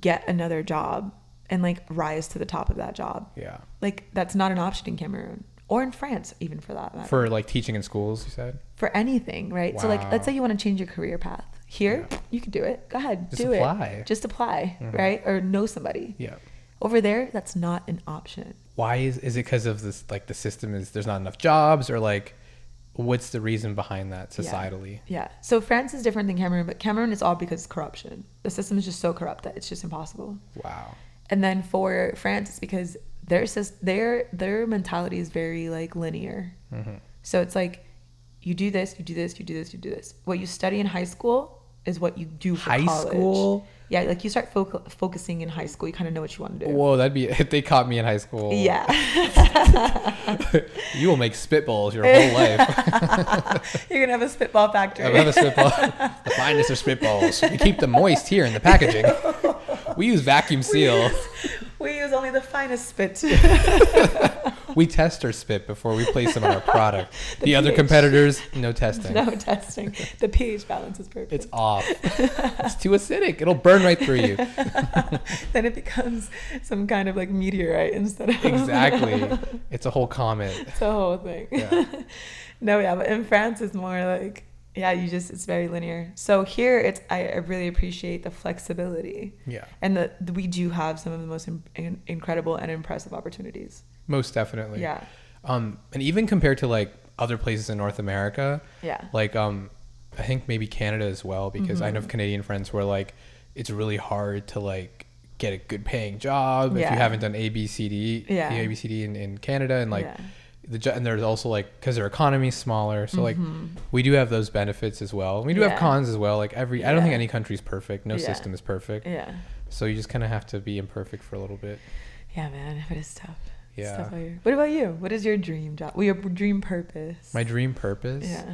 [SPEAKER 2] get another job and like rise to the top of that job.
[SPEAKER 1] Yeah.
[SPEAKER 2] Like that's not an option in Cameroon or in France, even for that matter. For,
[SPEAKER 1] For like teaching in schools, you said.
[SPEAKER 2] anything, right? So like,
[SPEAKER 1] Wow.
[SPEAKER 2] let's say you want to change your career path. Here, you can do it. Go ahead,
[SPEAKER 1] Just
[SPEAKER 2] do
[SPEAKER 1] apply. Mm-hmm.
[SPEAKER 2] it. Just apply, right? Or know somebody.
[SPEAKER 1] Yeah.
[SPEAKER 2] Over there, that's not an option.
[SPEAKER 1] Why is is it because of this like the system is there's not enough jobs or like what's the reason behind that
[SPEAKER 2] Yeah.
[SPEAKER 1] societally?
[SPEAKER 2] Yeah. So France is different than Cameroon, but Cameroon is all because of corruption. The system is just so corrupt that it's just impossible.
[SPEAKER 1] Wow.
[SPEAKER 2] And then for France, it's because their sys- their their mentality is very like linear.
[SPEAKER 1] Mm-hmm.
[SPEAKER 2] So it's like you do this, you do this, you do this, you do this. What you study in high school is what you do for
[SPEAKER 1] High
[SPEAKER 2] college.
[SPEAKER 1] school?
[SPEAKER 2] Yeah, like you start foc- focusing in high school, you kind of know what you want to do.
[SPEAKER 1] Whoa, that'd be [LAUGHS] if they caught me in high school. [LAUGHS]
[SPEAKER 2] [LAUGHS] Yeah,
[SPEAKER 1] you will make spitballs your whole
[SPEAKER 2] [LAUGHS]
[SPEAKER 1] life.
[SPEAKER 2] you're gonna have a spitball factory.
[SPEAKER 1] I love a spitball. the finest of spitballs. We keep them moist here in the
[SPEAKER 2] [LAUGHS]
[SPEAKER 1] packaging. We use vacuum seal.
[SPEAKER 2] we use only the finest
[SPEAKER 1] [LAUGHS]
[SPEAKER 2] spit.
[SPEAKER 1] We test our spit before we place them on our
[SPEAKER 2] [LAUGHS]
[SPEAKER 1] product. The, other
[SPEAKER 2] pH.
[SPEAKER 1] competitors, no testing.
[SPEAKER 2] [LAUGHS] no testing. The pH balance is perfect.
[SPEAKER 1] It's
[SPEAKER 2] [LAUGHS]
[SPEAKER 1] off. it's too acidic. It'll burn right through you.
[SPEAKER 2] [LAUGHS] then it becomes some kind of like meteorite instead of [LAUGHS]
[SPEAKER 1] Exactly. It's a whole comet.
[SPEAKER 2] It's a whole thing.
[SPEAKER 1] Yeah.
[SPEAKER 2] [LAUGHS] no, yeah, but in France it's more like yeah, you just it's very linear. So here it's I I really appreciate the flexibility.
[SPEAKER 1] Yeah.
[SPEAKER 2] And the, we do have some of the most in, in- incredible and impressive opportunities.
[SPEAKER 1] Most definitely.
[SPEAKER 2] Yeah.
[SPEAKER 1] Um, and even compared to like other places in North America,
[SPEAKER 2] Yeah.
[SPEAKER 1] like um, I think maybe Canada as well because I
[SPEAKER 2] Mm-hmm.
[SPEAKER 1] know of Canadian friends who are like, it's really hard to like get a good paying job if
[SPEAKER 2] Yeah.
[SPEAKER 1] you haven't done A B C D,
[SPEAKER 2] Yeah.
[SPEAKER 1] the A B C D in, in Canada and like.
[SPEAKER 2] Yeah.
[SPEAKER 1] The, jo- and there's also like because their economy's smaller, so like we do have those benefits as well. We do
[SPEAKER 2] Mm-hmm. Yeah.
[SPEAKER 1] have cons as well. Like every, I don't think
[SPEAKER 2] Yeah.
[SPEAKER 1] any country's perfect. No
[SPEAKER 2] Yeah.
[SPEAKER 1] system is perfect.
[SPEAKER 2] Yeah.
[SPEAKER 1] So you just kind of have to be imperfect for a little bit.
[SPEAKER 2] Yeah, man, but it's tough. It's
[SPEAKER 1] Yeah.
[SPEAKER 2] tough out here. What about you? What is your dream job? Well, your dream purpose.
[SPEAKER 1] My dream purpose.
[SPEAKER 2] yeah.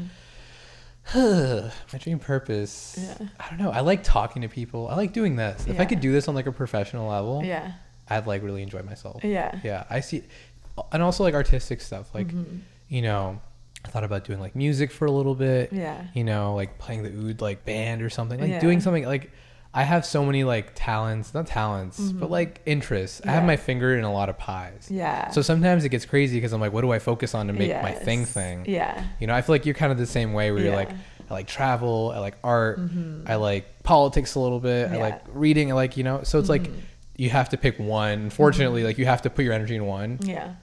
[SPEAKER 1] [SIGHS] my dream purpose
[SPEAKER 2] Yeah.
[SPEAKER 1] i don't know i like talking to people i like doing this if i
[SPEAKER 2] Yeah.
[SPEAKER 1] could do this on like a professional level
[SPEAKER 2] Yeah.
[SPEAKER 1] i'd like really enjoy myself
[SPEAKER 2] Yeah. Mm-hmm.
[SPEAKER 1] yeah i see and also like artistic stuff like you know i thought about doing like music for a little bit
[SPEAKER 2] Yeah.
[SPEAKER 1] you know like playing the oud like band or something like
[SPEAKER 2] Yeah.
[SPEAKER 1] doing something like i have so many like talents not talents but like interests i have
[SPEAKER 2] Mm-hmm.
[SPEAKER 1] my
[SPEAKER 2] Yeah.
[SPEAKER 1] finger in a lot of pies
[SPEAKER 2] Yeah.
[SPEAKER 1] so sometimes it gets crazy because i'm like what do i focus on to make my thing
[SPEAKER 2] Yes.
[SPEAKER 1] thing
[SPEAKER 2] Yeah.
[SPEAKER 1] you know, I feel like you're kind of the same way where you're
[SPEAKER 2] Yeah. Mm-hmm.
[SPEAKER 1] like, I like travel, I like art, I like politics a little bit, I
[SPEAKER 2] Yeah. Mm-hmm.
[SPEAKER 1] like reading, I like, you know, so it's like you have to pick one. Fortunately, like you have to put your energy in one
[SPEAKER 2] Yeah.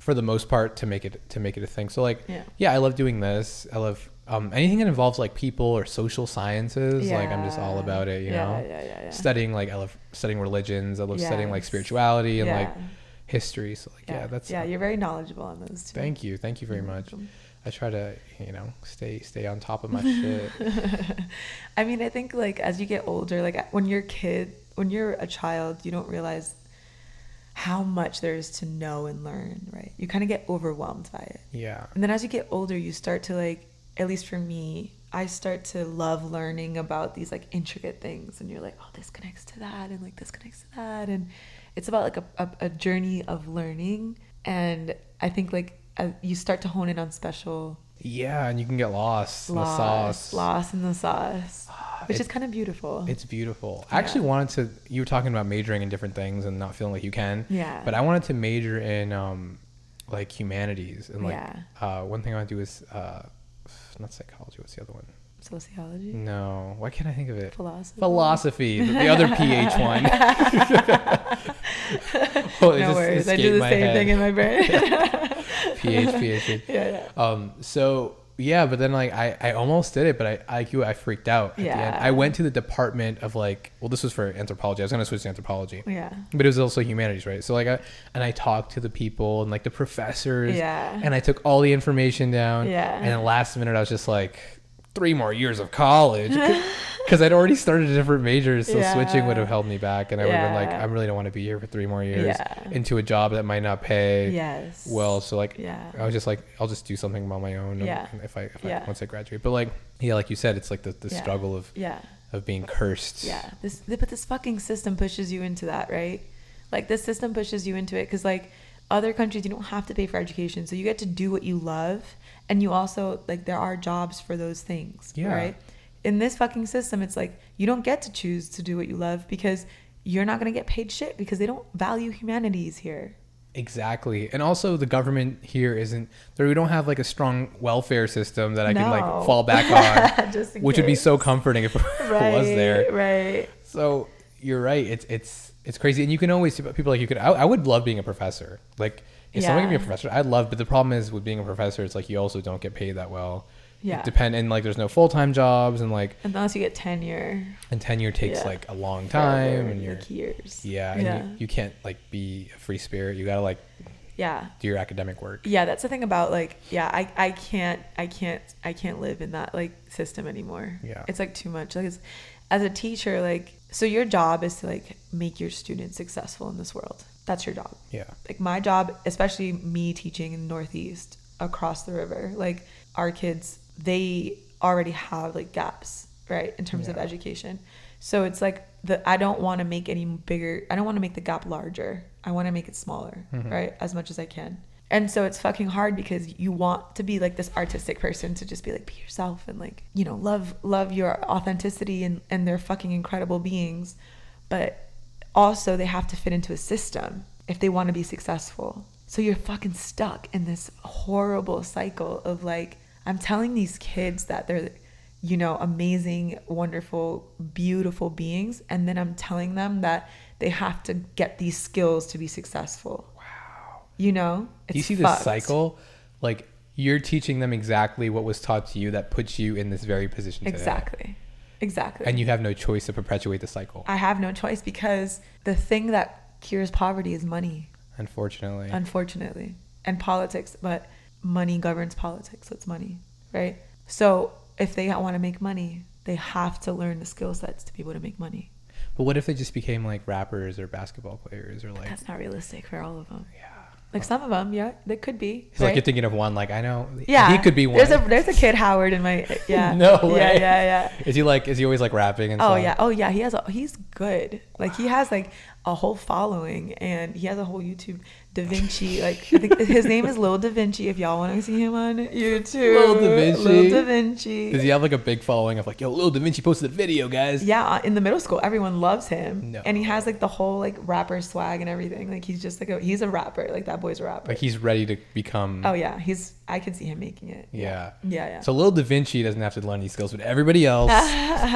[SPEAKER 1] for the most part to make it to make it a thing. So like yeah,
[SPEAKER 2] Mm-hmm. Yeah.
[SPEAKER 1] I love doing this. I love um, anything that involves like people or social sciences. Like I'm just all
[SPEAKER 2] Yeah.
[SPEAKER 1] about it, you
[SPEAKER 2] Yeah,
[SPEAKER 1] know.
[SPEAKER 2] yeah, yeah, yeah.
[SPEAKER 1] Studying like I love studying religions. I love studying like
[SPEAKER 2] Yes.
[SPEAKER 1] spirituality and
[SPEAKER 2] Yeah.
[SPEAKER 1] like history. So like yeah, that's
[SPEAKER 2] yeah. You're very knowledgeable on those too.
[SPEAKER 1] Thank you, thank you very much.
[SPEAKER 2] welcome.
[SPEAKER 1] I try to, you know, stay stay on top of
[SPEAKER 2] [LAUGHS]
[SPEAKER 1] my shit.
[SPEAKER 2] [LAUGHS] I mean, I think like as you get older, like when you're a kid, when you're a child, you don't realize how much there is to know and learn, right? You kind of get overwhelmed by it.
[SPEAKER 1] Yeah.
[SPEAKER 2] And then as you get older, you start to like, at least for me, I start to love learning about these like intricate things. And you're like, oh, this connects to that, and like this connects to that. And it's about like a, a, a journey of learning. And I think like uh, you start to hone in on special
[SPEAKER 1] Yeah, and you can get lost, in the sauce. Ah,
[SPEAKER 2] loss in the sauce, which is kind of beautiful.
[SPEAKER 1] It's beautiful. I actually wanted to. You were talking about majoring in different things and not feeling like you can.
[SPEAKER 2] Yeah.
[SPEAKER 1] But I wanted to major in um, like humanities and like
[SPEAKER 2] Yeah.
[SPEAKER 1] uh, one thing I want to do is uh, not psychology. What's the other one?
[SPEAKER 2] Sociology,
[SPEAKER 1] No, why can't I think of Mm. it?
[SPEAKER 2] philosophy.
[SPEAKER 1] Philosophy, the, the other PH
[SPEAKER 2] [LAUGHS]
[SPEAKER 1] one. [LAUGHS] oh, it
[SPEAKER 2] no
[SPEAKER 1] just
[SPEAKER 2] worries. I
[SPEAKER 1] escaped
[SPEAKER 2] do the
[SPEAKER 1] my
[SPEAKER 2] same
[SPEAKER 1] head.
[SPEAKER 2] thing in my
[SPEAKER 1] [LAUGHS]
[SPEAKER 2] brain. [LAUGHS]
[SPEAKER 1] PH, PH, PH.
[SPEAKER 2] yeah, yeah.
[SPEAKER 1] Um, so yeah, but then like I, I almost did it, but I IQ I freaked out at the end.
[SPEAKER 2] Yeah.
[SPEAKER 1] I went to the department of like, well, this was for anthropology. I was gonna switch to anthropology,
[SPEAKER 2] Yeah.
[SPEAKER 1] but it was also humanities, right? So like, I, and I talked to the people and like the professors,
[SPEAKER 2] Yeah.
[SPEAKER 1] and I took all the information down,
[SPEAKER 2] Yeah.
[SPEAKER 1] And then last minute, I was just like, three more years of
[SPEAKER 2] [LAUGHS]
[SPEAKER 1] college, because I'd already started a different major, so
[SPEAKER 2] Yeah.
[SPEAKER 1] switching would have held me back, and I would have been like,
[SPEAKER 2] Yeah.
[SPEAKER 1] I really don't want to be here for three more years
[SPEAKER 2] Yeah.
[SPEAKER 1] into a job that might not pay
[SPEAKER 2] Yes.
[SPEAKER 1] well. So like,
[SPEAKER 2] Yeah.
[SPEAKER 1] I was just like, I'll just do something on my own. um,
[SPEAKER 2] Yeah.
[SPEAKER 1] If I, if I
[SPEAKER 2] Yeah.
[SPEAKER 1] once I graduate, but like, yeah, like you said, it's like the, the
[SPEAKER 2] Yeah.
[SPEAKER 1] struggle of
[SPEAKER 2] Yeah.
[SPEAKER 1] of being cursed.
[SPEAKER 2] Yeah. This, but this fucking system pushes you into that, right? Like this system pushes you into it because, like, other countries you don't have to pay for education, so you get to do what you love, and you also like there are jobs for those things,
[SPEAKER 1] Yeah.
[SPEAKER 2] right? In this fucking system, it's like you don't get to choose to do what you love because you're not gonna get paid shit because they don't value humanities here.
[SPEAKER 1] Exactly. And also, the government here isn't there. We don't have like a strong welfare system that I can like
[SPEAKER 2] No.
[SPEAKER 1] fall
[SPEAKER 2] [LAUGHS]
[SPEAKER 1] back on,
[SPEAKER 2] Just in
[SPEAKER 1] which would be
[SPEAKER 2] case.
[SPEAKER 1] so comforting if [LAUGHS]
[SPEAKER 2] right,
[SPEAKER 1] it was there.
[SPEAKER 2] Right.
[SPEAKER 1] So you're right. It's it's it's crazy, and you can always people like you could. I, I would love being a professor. Like if someone could be a
[SPEAKER 2] Yeah.
[SPEAKER 1] professor, I'd love. But the problem is with being a professor, it's like you also don't get paid that well. It
[SPEAKER 2] Yeah.
[SPEAKER 1] Depend and like there's no full time jobs and like
[SPEAKER 2] Unless you get tenure.
[SPEAKER 1] and tenure takes
[SPEAKER 2] Yeah.
[SPEAKER 1] like a long time
[SPEAKER 2] forever,
[SPEAKER 1] and you're
[SPEAKER 2] like years.
[SPEAKER 1] yeah and
[SPEAKER 2] Yeah.
[SPEAKER 1] You, you can't like be a free spirit. You gotta like
[SPEAKER 2] yeah.
[SPEAKER 1] do your academic work.
[SPEAKER 2] Yeah, that's the thing about like yeah, I, I can't I can't I can't live in that like system anymore.
[SPEAKER 1] Yeah.
[SPEAKER 2] It's like too much. Like it's, as a teacher, like so your job is to like make your students successful in this world. That's your job.
[SPEAKER 1] Yeah.
[SPEAKER 2] Like my job, especially me teaching in Northeast across the river, like our kids, they already have like gaps, right, in terms of
[SPEAKER 1] Yeah.
[SPEAKER 2] education. So it's like the I don't want to make any bigger. I don't want to make the gap larger. I want to make it smaller,
[SPEAKER 1] Mm-hmm.
[SPEAKER 2] right, as much as I can. And so it's fucking hard because you want to be like this artistic person to just be like be yourself and like you know love love your authenticity and and they're fucking incredible beings, but also they have to fit into a system if they want to be successful. So you're fucking stuck in this horrible cycle of like I'm telling these kids that they're you know amazing, wonderful, beautiful beings and then I'm telling them that they have to get these skills to be successful. Wow. You know?
[SPEAKER 1] Do you see
[SPEAKER 2] fucked.
[SPEAKER 1] this cycle? Like you're teaching them exactly what was taught to you that puts you in this very position today.
[SPEAKER 2] Exactly. Exactly.
[SPEAKER 1] And you have no choice to perpetuate the cycle,
[SPEAKER 2] I have no choice because the thing that cures poverty is money.
[SPEAKER 1] unfortunately.
[SPEAKER 2] unfortunately and politics but money governs politics so it's money right so if they want to make money they have to learn the skill sets to be able to make money
[SPEAKER 1] but what if they just became like rappers or basketball players or like
[SPEAKER 2] that's not realistic for all of them
[SPEAKER 1] yeah.
[SPEAKER 2] like some of them yeah they could be
[SPEAKER 1] It's like you're thinking of one like I know
[SPEAKER 2] yeah
[SPEAKER 1] he could be one.
[SPEAKER 2] there's a there's a kid howard
[SPEAKER 1] [LAUGHS]
[SPEAKER 2] in my [LAUGHS] yeah
[SPEAKER 1] No
[SPEAKER 2] yeah
[SPEAKER 1] way.
[SPEAKER 2] yeah yeah
[SPEAKER 1] is he like is he always like rapping and
[SPEAKER 2] Oh
[SPEAKER 1] stuff?
[SPEAKER 2] yeah, oh yeah. He has a, he's good. Like he has like a whole following, and he has a whole YouTube. Da Vinci, like I think his name is Lil Da Vinci. If y'all want to see him on YouTube,
[SPEAKER 1] Lil Da Vinci.
[SPEAKER 2] Lil Da Vinci.
[SPEAKER 1] Does he have like a big following of like, yo, Lil Da Vinci posted a video, guys?
[SPEAKER 2] yeah, uh, in the middle school, everyone loves him,
[SPEAKER 1] No.
[SPEAKER 2] and he has like the whole like rapper swag and everything. Like he's just like a, he's a rapper. Like that boy's a rapper.
[SPEAKER 1] Like he's ready to become.
[SPEAKER 2] oh yeah, he's. I can see him making it.
[SPEAKER 1] yeah.
[SPEAKER 2] Yeah, yeah.
[SPEAKER 1] So Lil Da Vinci doesn't have to learn these skills, but everybody else.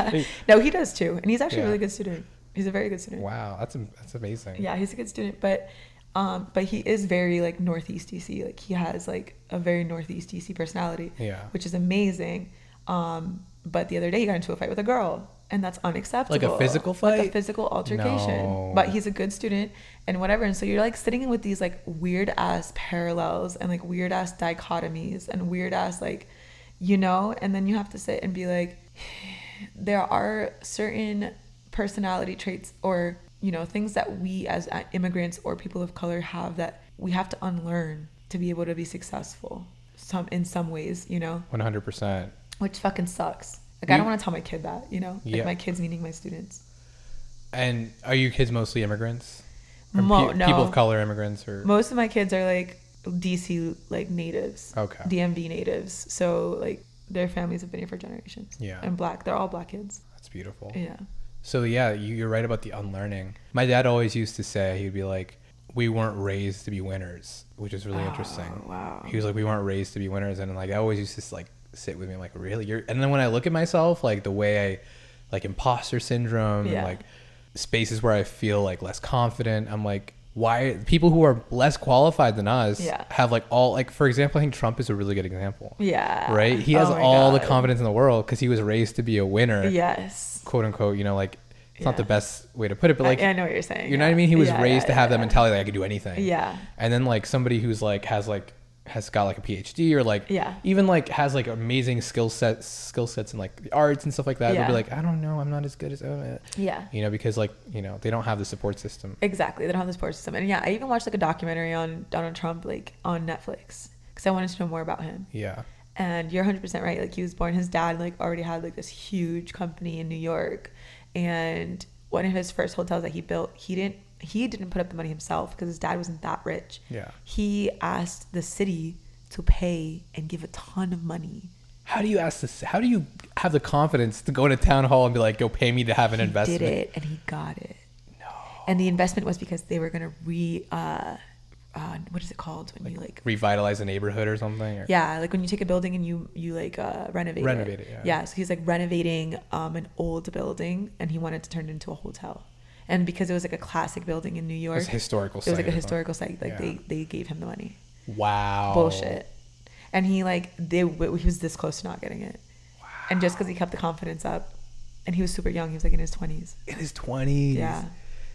[SPEAKER 2] [LAUGHS] no, he does too, and he's actually
[SPEAKER 1] Yeah.
[SPEAKER 2] a really good student. He's a very good student.
[SPEAKER 1] wow, that's am- that's amazing.
[SPEAKER 2] Yeah, he's a good student, but um, but he is very like Northeast DC. Like he has like a very Northeast DC personality,
[SPEAKER 1] Yeah.
[SPEAKER 2] which is amazing. Um, but the other day he got into a fight with a girl, and that's unacceptable.
[SPEAKER 1] physical
[SPEAKER 2] Like
[SPEAKER 1] fight?
[SPEAKER 2] a physical altercation.
[SPEAKER 1] No.
[SPEAKER 2] But he's a good student and whatever. And so you're like sitting with these like weird ass parallels and like weird ass dichotomies and weird ass like, you know. And then you have to sit [SIGHS] and be like, there are certain personality traits or you know, things that we as uh, immigrants or people of color have that we have to unlearn to be able to be successful some in some ways, you know,
[SPEAKER 1] 100%.
[SPEAKER 2] which fucking sucks. Like
[SPEAKER 1] You-
[SPEAKER 2] I don't want to tell my kid that, you know, like
[SPEAKER 1] Yeah.
[SPEAKER 2] my kids meaning my students.
[SPEAKER 1] And are your kids mostly immigrants? Or
[SPEAKER 2] Mo-
[SPEAKER 1] pe-
[SPEAKER 2] no.
[SPEAKER 1] People of color immigrants or
[SPEAKER 2] Most of my kids are like DC like natives,
[SPEAKER 1] Okay.
[SPEAKER 2] DMV natives. So like their families have been here for generations.
[SPEAKER 1] Yeah.
[SPEAKER 2] and black, they're all black kids.
[SPEAKER 1] That's beautiful.
[SPEAKER 2] Yeah,
[SPEAKER 1] So yeah, you, you're right about the unlearning. My dad always used to say he'd be like, "We weren't raised to be winners," which is really interesting.
[SPEAKER 2] Oh, wow.
[SPEAKER 1] He was like, "We weren't raised to be winners," and like I always used to like sit with me, I'm like, "Really?" You're... And then when I look at myself, like the way I, like imposter syndrome, and
[SPEAKER 2] Yeah.
[SPEAKER 1] like spaces where I feel like less confident, I'm like. Why people who are less qualified than us
[SPEAKER 2] Yeah.
[SPEAKER 1] have like all like for example, I think Trump is a really good example,
[SPEAKER 2] yeah.
[SPEAKER 1] right? He
[SPEAKER 2] Oh
[SPEAKER 1] has
[SPEAKER 2] my
[SPEAKER 1] all the
[SPEAKER 2] God.
[SPEAKER 1] confidence in the world because he was raised to be a winner,
[SPEAKER 2] Yes,
[SPEAKER 1] quote unquote, you know, like it's not
[SPEAKER 2] Yeah.
[SPEAKER 1] the best way to put it, but like
[SPEAKER 2] I, I know what you're saying.
[SPEAKER 1] you know
[SPEAKER 2] yeah.
[SPEAKER 1] what I mean? He was
[SPEAKER 2] Yeah,
[SPEAKER 1] raised to
[SPEAKER 2] yeah,
[SPEAKER 1] have
[SPEAKER 2] yeah,
[SPEAKER 1] that mentality like I could do anything.
[SPEAKER 2] Yeah.
[SPEAKER 1] And then like somebody who's like has like has got like a PhD or like
[SPEAKER 2] Yeah.
[SPEAKER 1] even like has like amazing skill sets skill sets in like the arts and stuff like that. They'll be
[SPEAKER 2] Yeah.
[SPEAKER 1] like, I don't know, I'm not as good as uh,
[SPEAKER 2] Yeah.
[SPEAKER 1] you know, because like, you know, they don't have the support system.
[SPEAKER 2] Exactly. They don't have the support system. And yeah, I even watched like a documentary on Donald Trump, like on Netflix, because I wanted to know more about him.
[SPEAKER 1] Yeah.
[SPEAKER 2] And you're 100% right. Like he was born, his dad like already had like this huge company in New York. And one of his first hotels that he built, he didn't he didn't put up the money himself because his dad wasn't that rich.
[SPEAKER 1] Yeah.
[SPEAKER 2] He asked the city to pay and give a ton of money.
[SPEAKER 1] How do you ask this how do you have the confidence to go to town hall and be like, yo, pay me to have an
[SPEAKER 2] He
[SPEAKER 1] investment?
[SPEAKER 2] did it and he got it. No. And the investment was because they were gonna re uh, uh what is it called when you like
[SPEAKER 1] Revitalize a neighborhood or something? Or,
[SPEAKER 2] Yeah, like when you take a building and you you like uh, renovate.
[SPEAKER 1] Renovate it, yeah.
[SPEAKER 2] So he's like renovating um, an old building, and he wanted to turn it into a hotel. And because it was like a classic building in New York,
[SPEAKER 1] It's a historical
[SPEAKER 2] It was like a
[SPEAKER 1] site, huh?
[SPEAKER 2] historical site. Like
[SPEAKER 1] Yeah. Oh.
[SPEAKER 2] they they gave him the money.
[SPEAKER 1] Wow.
[SPEAKER 2] Bullshit. And he like they w- he was this close to not getting it. And just because he kept the confidence up, and he was super young, he was like in his twenties.
[SPEAKER 1] in his 20s.
[SPEAKER 2] Yeah.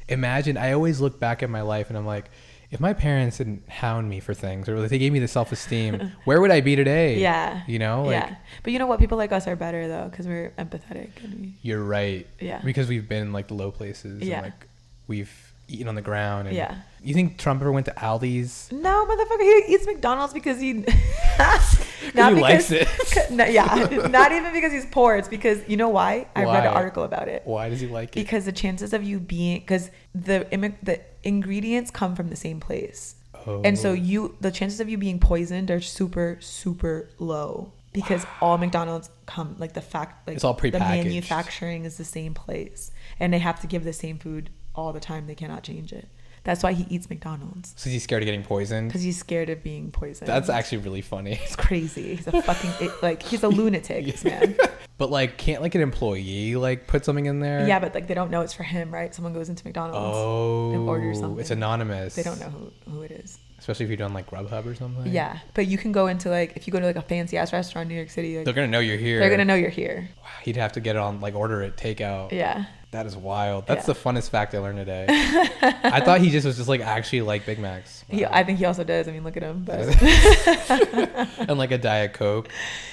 [SPEAKER 1] Imagine, I always look back at my life and I'm like, if my parents didn't hound me for things or if they gave me the self
[SPEAKER 2] [LAUGHS]
[SPEAKER 1] esteem, where would I be today?
[SPEAKER 2] Yeah.
[SPEAKER 1] You know, Oh, like,
[SPEAKER 2] yeah. But you know what? People like us are better though, because we're empathetic and we.
[SPEAKER 1] you're right.
[SPEAKER 2] Yeah.
[SPEAKER 1] Because we've been in like the low places
[SPEAKER 2] Yeah.
[SPEAKER 1] and like we've eaten on the ground. And
[SPEAKER 2] Yeah.
[SPEAKER 1] You think Trump ever went to Aldi's?
[SPEAKER 2] No, motherfucker, he eats McDonald's because he [LAUGHS] not
[SPEAKER 1] he likes it.
[SPEAKER 2] [LAUGHS] No, yeah, not even because he's poor. It's because you know why? I read an
[SPEAKER 1] Why?
[SPEAKER 2] article about it.
[SPEAKER 1] Why does he like it?
[SPEAKER 2] Because the chances of you being because the immi- the ingredients come from the same place, and
[SPEAKER 1] Oh.
[SPEAKER 2] so you the chances of you being poisoned are super super low because all McDonald's come like the fact like
[SPEAKER 1] It's all
[SPEAKER 2] the
[SPEAKER 1] prepackaged.
[SPEAKER 2] manufacturing is the same place, and they have to give the same food all the time. They cannot change it. That's why he eats McDonald's.
[SPEAKER 1] So he's scared of getting poisoned?
[SPEAKER 2] Because he's scared of being poisoned.
[SPEAKER 1] That's actually really funny. [LAUGHS]
[SPEAKER 2] it's crazy. He's a fucking it, like he's a lunatic, this man.
[SPEAKER 1] But like, can't like an employee like put something in there?
[SPEAKER 2] Yeah, but like they don't know it's for him, right? Someone goes into McDonald's,
[SPEAKER 1] Oh,
[SPEAKER 2] order something.
[SPEAKER 1] it's anonymous.
[SPEAKER 2] they don't know who, who it is.
[SPEAKER 1] Especially if you're doing like Grubhub or something.
[SPEAKER 2] Yeah, but you can go into like if you go to like a fancy ass restaurant in New York City, like,
[SPEAKER 1] They're gonna know you're here.
[SPEAKER 2] they're gonna know you're here.
[SPEAKER 1] Wow, He'd have to get it on like order it takeout.
[SPEAKER 2] Yeah,
[SPEAKER 1] That is wild. That's
[SPEAKER 2] Yeah.
[SPEAKER 1] the funnest fact I learned
[SPEAKER 2] [LAUGHS]
[SPEAKER 1] today. I thought he just was just like actually like Big Macs
[SPEAKER 2] he, I think he also does. I mean, look at him. But
[SPEAKER 1] [LAUGHS]
[SPEAKER 2] [LAUGHS]
[SPEAKER 1] and like a Diet Coke.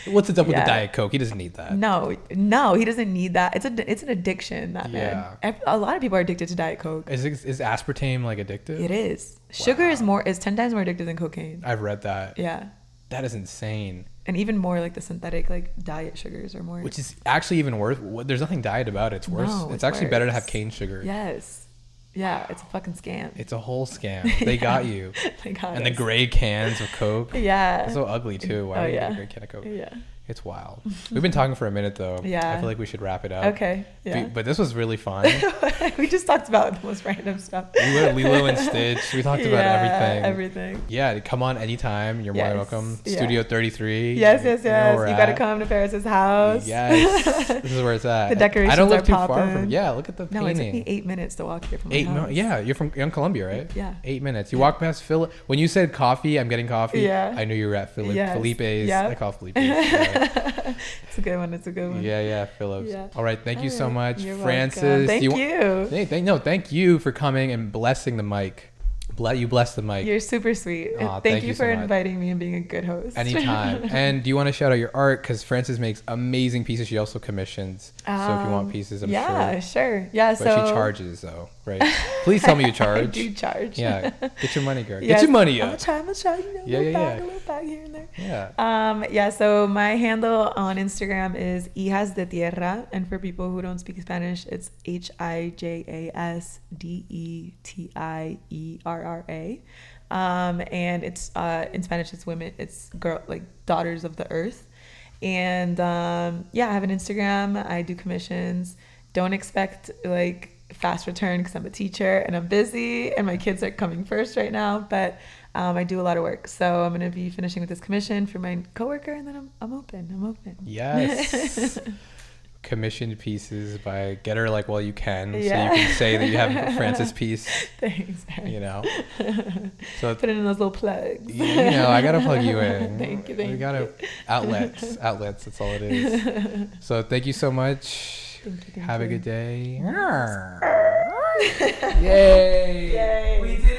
[SPEAKER 1] What's it up with
[SPEAKER 2] Yeah.
[SPEAKER 1] the Diet Coke? He doesn't need that.
[SPEAKER 2] no, no, he doesn't need that. It's a it's an addiction. That
[SPEAKER 1] Yeah.
[SPEAKER 2] man. Ev- A lot of people are addicted to Diet Coke.
[SPEAKER 1] Is is aspartame like addictive?
[SPEAKER 2] It is. Sugar is more is ten times more addictive than cocaine.
[SPEAKER 1] I've read that.
[SPEAKER 2] Yeah.
[SPEAKER 1] That is insane.
[SPEAKER 2] and even more like the synthetic like diet sugars are more
[SPEAKER 1] Which is actually even worse. what- There's nothing diet about it. It's worse.
[SPEAKER 2] No,
[SPEAKER 1] it's,
[SPEAKER 2] it's
[SPEAKER 1] actually better to
[SPEAKER 2] worse.
[SPEAKER 1] have cane sugar.
[SPEAKER 2] yes yeah it's a fucking scam
[SPEAKER 1] It's a whole scam.
[SPEAKER 2] [LAUGHS]
[SPEAKER 1] They got you.
[SPEAKER 2] They got
[SPEAKER 1] And the
[SPEAKER 2] us.
[SPEAKER 1] gray cans of Coke.
[SPEAKER 2] yeah
[SPEAKER 1] It's so ugly too. Why
[SPEAKER 2] oh
[SPEAKER 1] would you get
[SPEAKER 2] yeah
[SPEAKER 1] a gray can of Coke?
[SPEAKER 2] yeah
[SPEAKER 1] It's wild.
[SPEAKER 2] [LAUGHS]
[SPEAKER 1] We've been talking for a minute though. I
[SPEAKER 2] Yeah.
[SPEAKER 1] feel like we should wrap it up.
[SPEAKER 2] okay
[SPEAKER 1] Oh. Be-
[SPEAKER 2] yeah
[SPEAKER 1] But this was really fun.
[SPEAKER 2] [LAUGHS] we just talked about the most random stuff
[SPEAKER 1] we went Lilo and Stitch. We talked about everything.
[SPEAKER 2] everything
[SPEAKER 1] yeah, come on anytime. You're more than
[SPEAKER 2] Yes,
[SPEAKER 1] welcome.
[SPEAKER 2] yeah.
[SPEAKER 1] Studio 33.
[SPEAKER 2] yes yes
[SPEAKER 1] you know
[SPEAKER 2] yes
[SPEAKER 1] where
[SPEAKER 2] you,
[SPEAKER 1] we're
[SPEAKER 2] gotta
[SPEAKER 1] at.
[SPEAKER 2] come to paris's house [LAUGHS]
[SPEAKER 1] Yes. this is where it's at.
[SPEAKER 2] The
[SPEAKER 1] I don't
[SPEAKER 2] decorations
[SPEAKER 1] look
[SPEAKER 2] are
[SPEAKER 1] too far from
[SPEAKER 2] popping.
[SPEAKER 1] Yeah, look at the
[SPEAKER 2] no it took
[SPEAKER 1] painting.
[SPEAKER 2] me eight minutes to walk here from my
[SPEAKER 1] Eight,
[SPEAKER 2] house.
[SPEAKER 1] mi- yeah, you're from Young Columbia, right?
[SPEAKER 2] Yeah.
[SPEAKER 1] Eight minutes. You walk past Phil. When you said coffee, I'm getting coffee.
[SPEAKER 2] Yeah.
[SPEAKER 1] I knew you were at Philip
[SPEAKER 2] Yes.
[SPEAKER 1] Felipe's.
[SPEAKER 2] Yep.
[SPEAKER 1] I call Felipe's.
[SPEAKER 2] [LAUGHS]
[SPEAKER 1] Yeah.
[SPEAKER 2] [LAUGHS] it's a good one it's a good one
[SPEAKER 1] Yeah, yeah, Phillips.
[SPEAKER 2] Yeah.
[SPEAKER 1] All right, thank you so
[SPEAKER 2] Alright,
[SPEAKER 1] much,
[SPEAKER 2] you're welcome.
[SPEAKER 1] Francis.
[SPEAKER 2] thank
[SPEAKER 1] wa-
[SPEAKER 2] you
[SPEAKER 1] Hey, thank, no, thank you for coming and blessing the mic. Ble- you bless the mic
[SPEAKER 2] You're super sweet.
[SPEAKER 1] Aw,
[SPEAKER 2] thank,
[SPEAKER 1] thank
[SPEAKER 2] you,
[SPEAKER 1] you so
[SPEAKER 2] for
[SPEAKER 1] much.
[SPEAKER 2] inviting me and being a good host. [LAUGHS]
[SPEAKER 1] anytime. and do you want to shout out your art? Because Frances makes amazing pieces. She also commissions. so if you want
[SPEAKER 2] Um,
[SPEAKER 1] pieces, I'm
[SPEAKER 2] yeah,
[SPEAKER 1] sure.
[SPEAKER 2] sure. Yeah,
[SPEAKER 1] But
[SPEAKER 2] so
[SPEAKER 1] she charges though, right? Please tell me you
[SPEAKER 2] [LAUGHS] I
[SPEAKER 1] charge.
[SPEAKER 2] do charge.
[SPEAKER 1] yeah, get your money, girl.
[SPEAKER 2] Yes,
[SPEAKER 1] Get your money
[SPEAKER 2] I'm
[SPEAKER 1] up.
[SPEAKER 2] gonna try. I'm gonna try. You know,
[SPEAKER 1] Yeah,
[SPEAKER 2] little
[SPEAKER 1] yeah,
[SPEAKER 2] bag,
[SPEAKER 1] yeah.
[SPEAKER 2] a little bag here and there.
[SPEAKER 1] yeah.
[SPEAKER 2] Um, yeah, so my handle on Instagram is Hijas de Tierra. And for people who don't speak Spanish, it's H I J A S D E T I E R R A. Um, and it's uh, in Spanish, it's women, it's girl, like daughters of the earth. And um, yeah, I have an Instagram. I do commissions. Don't expect like fast return because I'm a teacher and I'm busy and my kids are coming first right now. But um, I do a lot of work, so I'm gonna be finishing with this commission for my coworker, and then I'm I'm open. I'm open. [LAUGHS]
[SPEAKER 1] Yes. Commissioned pieces by get her like while you can,
[SPEAKER 2] Yeah.
[SPEAKER 1] so you can say that you
[SPEAKER 2] [LAUGHS]
[SPEAKER 1] have a Francis piece,
[SPEAKER 2] [LAUGHS] Thanks. Aaron.
[SPEAKER 1] you
[SPEAKER 2] [LAUGHS]
[SPEAKER 1] know. So
[SPEAKER 2] Put in those little plugs.
[SPEAKER 1] you know, I gotta plug you in.
[SPEAKER 2] [LAUGHS] Thank you,
[SPEAKER 1] we
[SPEAKER 2] thank
[SPEAKER 1] gotta outlets, outlets. That's all it is.
[SPEAKER 2] [LAUGHS]
[SPEAKER 1] So thank you so much.
[SPEAKER 2] Thank you, thank
[SPEAKER 1] have a
[SPEAKER 2] you.
[SPEAKER 1] [LAUGHS] good day. Yay!
[SPEAKER 2] Yay.
[SPEAKER 1] We did